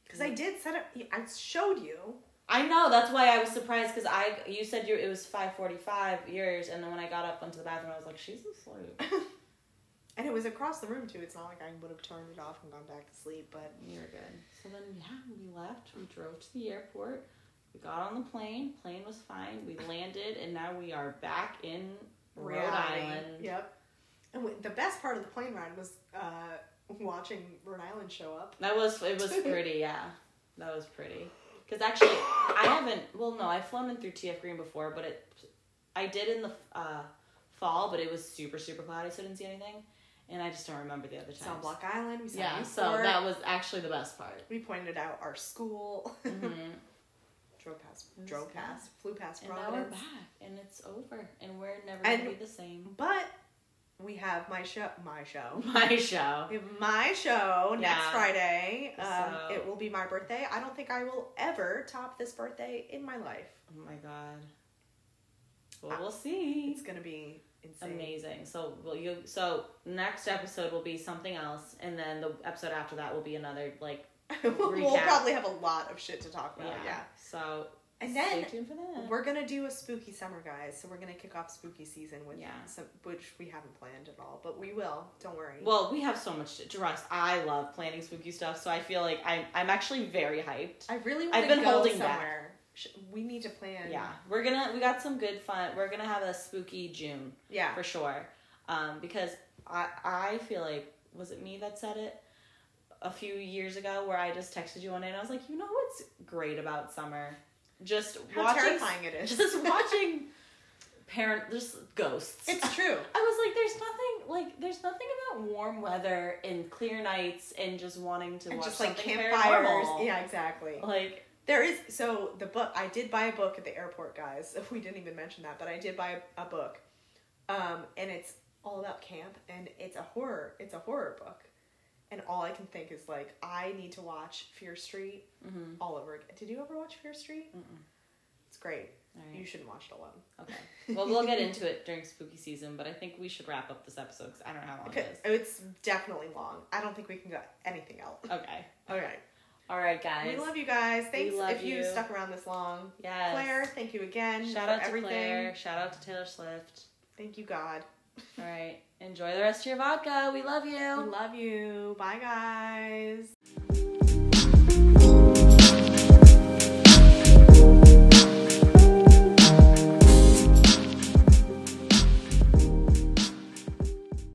Because I did set up. I showed you. I know. That's why I was surprised because I you said you it was five forty five yours, and then when I got up onto the bathroom, I was like, she's asleep. And it was across the room too. It's not like I would have turned it off and gone back to sleep, but And you were good. So then yeah, we left. We drove to the airport. We got on the plane. Plane was fine. We landed, and now we are back in Rhode reality. Island. Yep. And w- the best part of the plane ride was uh, watching Rhode Island show up. That was it was pretty, yeah. That was pretty. Cuz actually I haven't well no, I've flown in through TF Green before, but it I did in the uh fall, but it was super super cloudy so I didn't see anything. And I just don't remember the other We saw times. Block Island. We saw yeah, so Newport. that was actually the best part. we pointed out our school. Mhm. drove past, was drove good. past, flew past and now we're Providence. back and it's over and we're never And- going to be the same. But we have my show. My show. My show. We have my show next Yeah. Friday. Um, So- It will be my birthday. I don't think I will ever top this birthday in my life. Oh my god. Well, we'll see. It's gonna be insane. Amazing. So will you? So next episode will be something else, and then the episode after that will be another like we'll Recap. probably have a lot of shit to talk yeah. about. Yeah. So And then stay tuned for that. we're gonna do a spooky summer, guys. So we're gonna kick off spooky season with Yeah. some, which we haven't planned at all, but we will. Don't worry. well, we have so much to trust. I love planning spooky stuff, so I feel like I'm I'm actually very hyped. I really want I've to been go holding back. somewhere. Sh We need to plan. Yeah, we're gonna we got some good fun. We're gonna have a spooky June Yeah. for sure, um, because I I feel like was it me that said it a few years ago where I just texted you one day and I was like, you know what's great about summer, just How watching terrifying it is. just watching parent just ghosts It's true. i was like there's nothing like there's nothing about warm weather and clear nights and just wanting to And watch just like something campfires. paranormal. Yeah, exactly. like There is so the book I did buy a book at the airport, guys. We didn't even mention that, but I did buy a, a book, um, and it's all about camp, and it's a horror. It's a horror book, and all I can think is like I need to watch Fear Street Mhm. all over again. Did you ever watch Fear Street? It's great. all You right. shouldn't watch it alone. okay well we'll get into it during spooky season but i think we should wrap up this episode because i don't know how long Okay, it is it's definitely long. I don't think we can go anything else. okay All right, all right guys we love you guys. Thanks love if you, you. stuck around this long. yes Claire, thank you again shout for out to everything. claire shout out to taylor swift Thank you, God. all right enjoy the rest of your vodka we love you Love you. Bye, guys.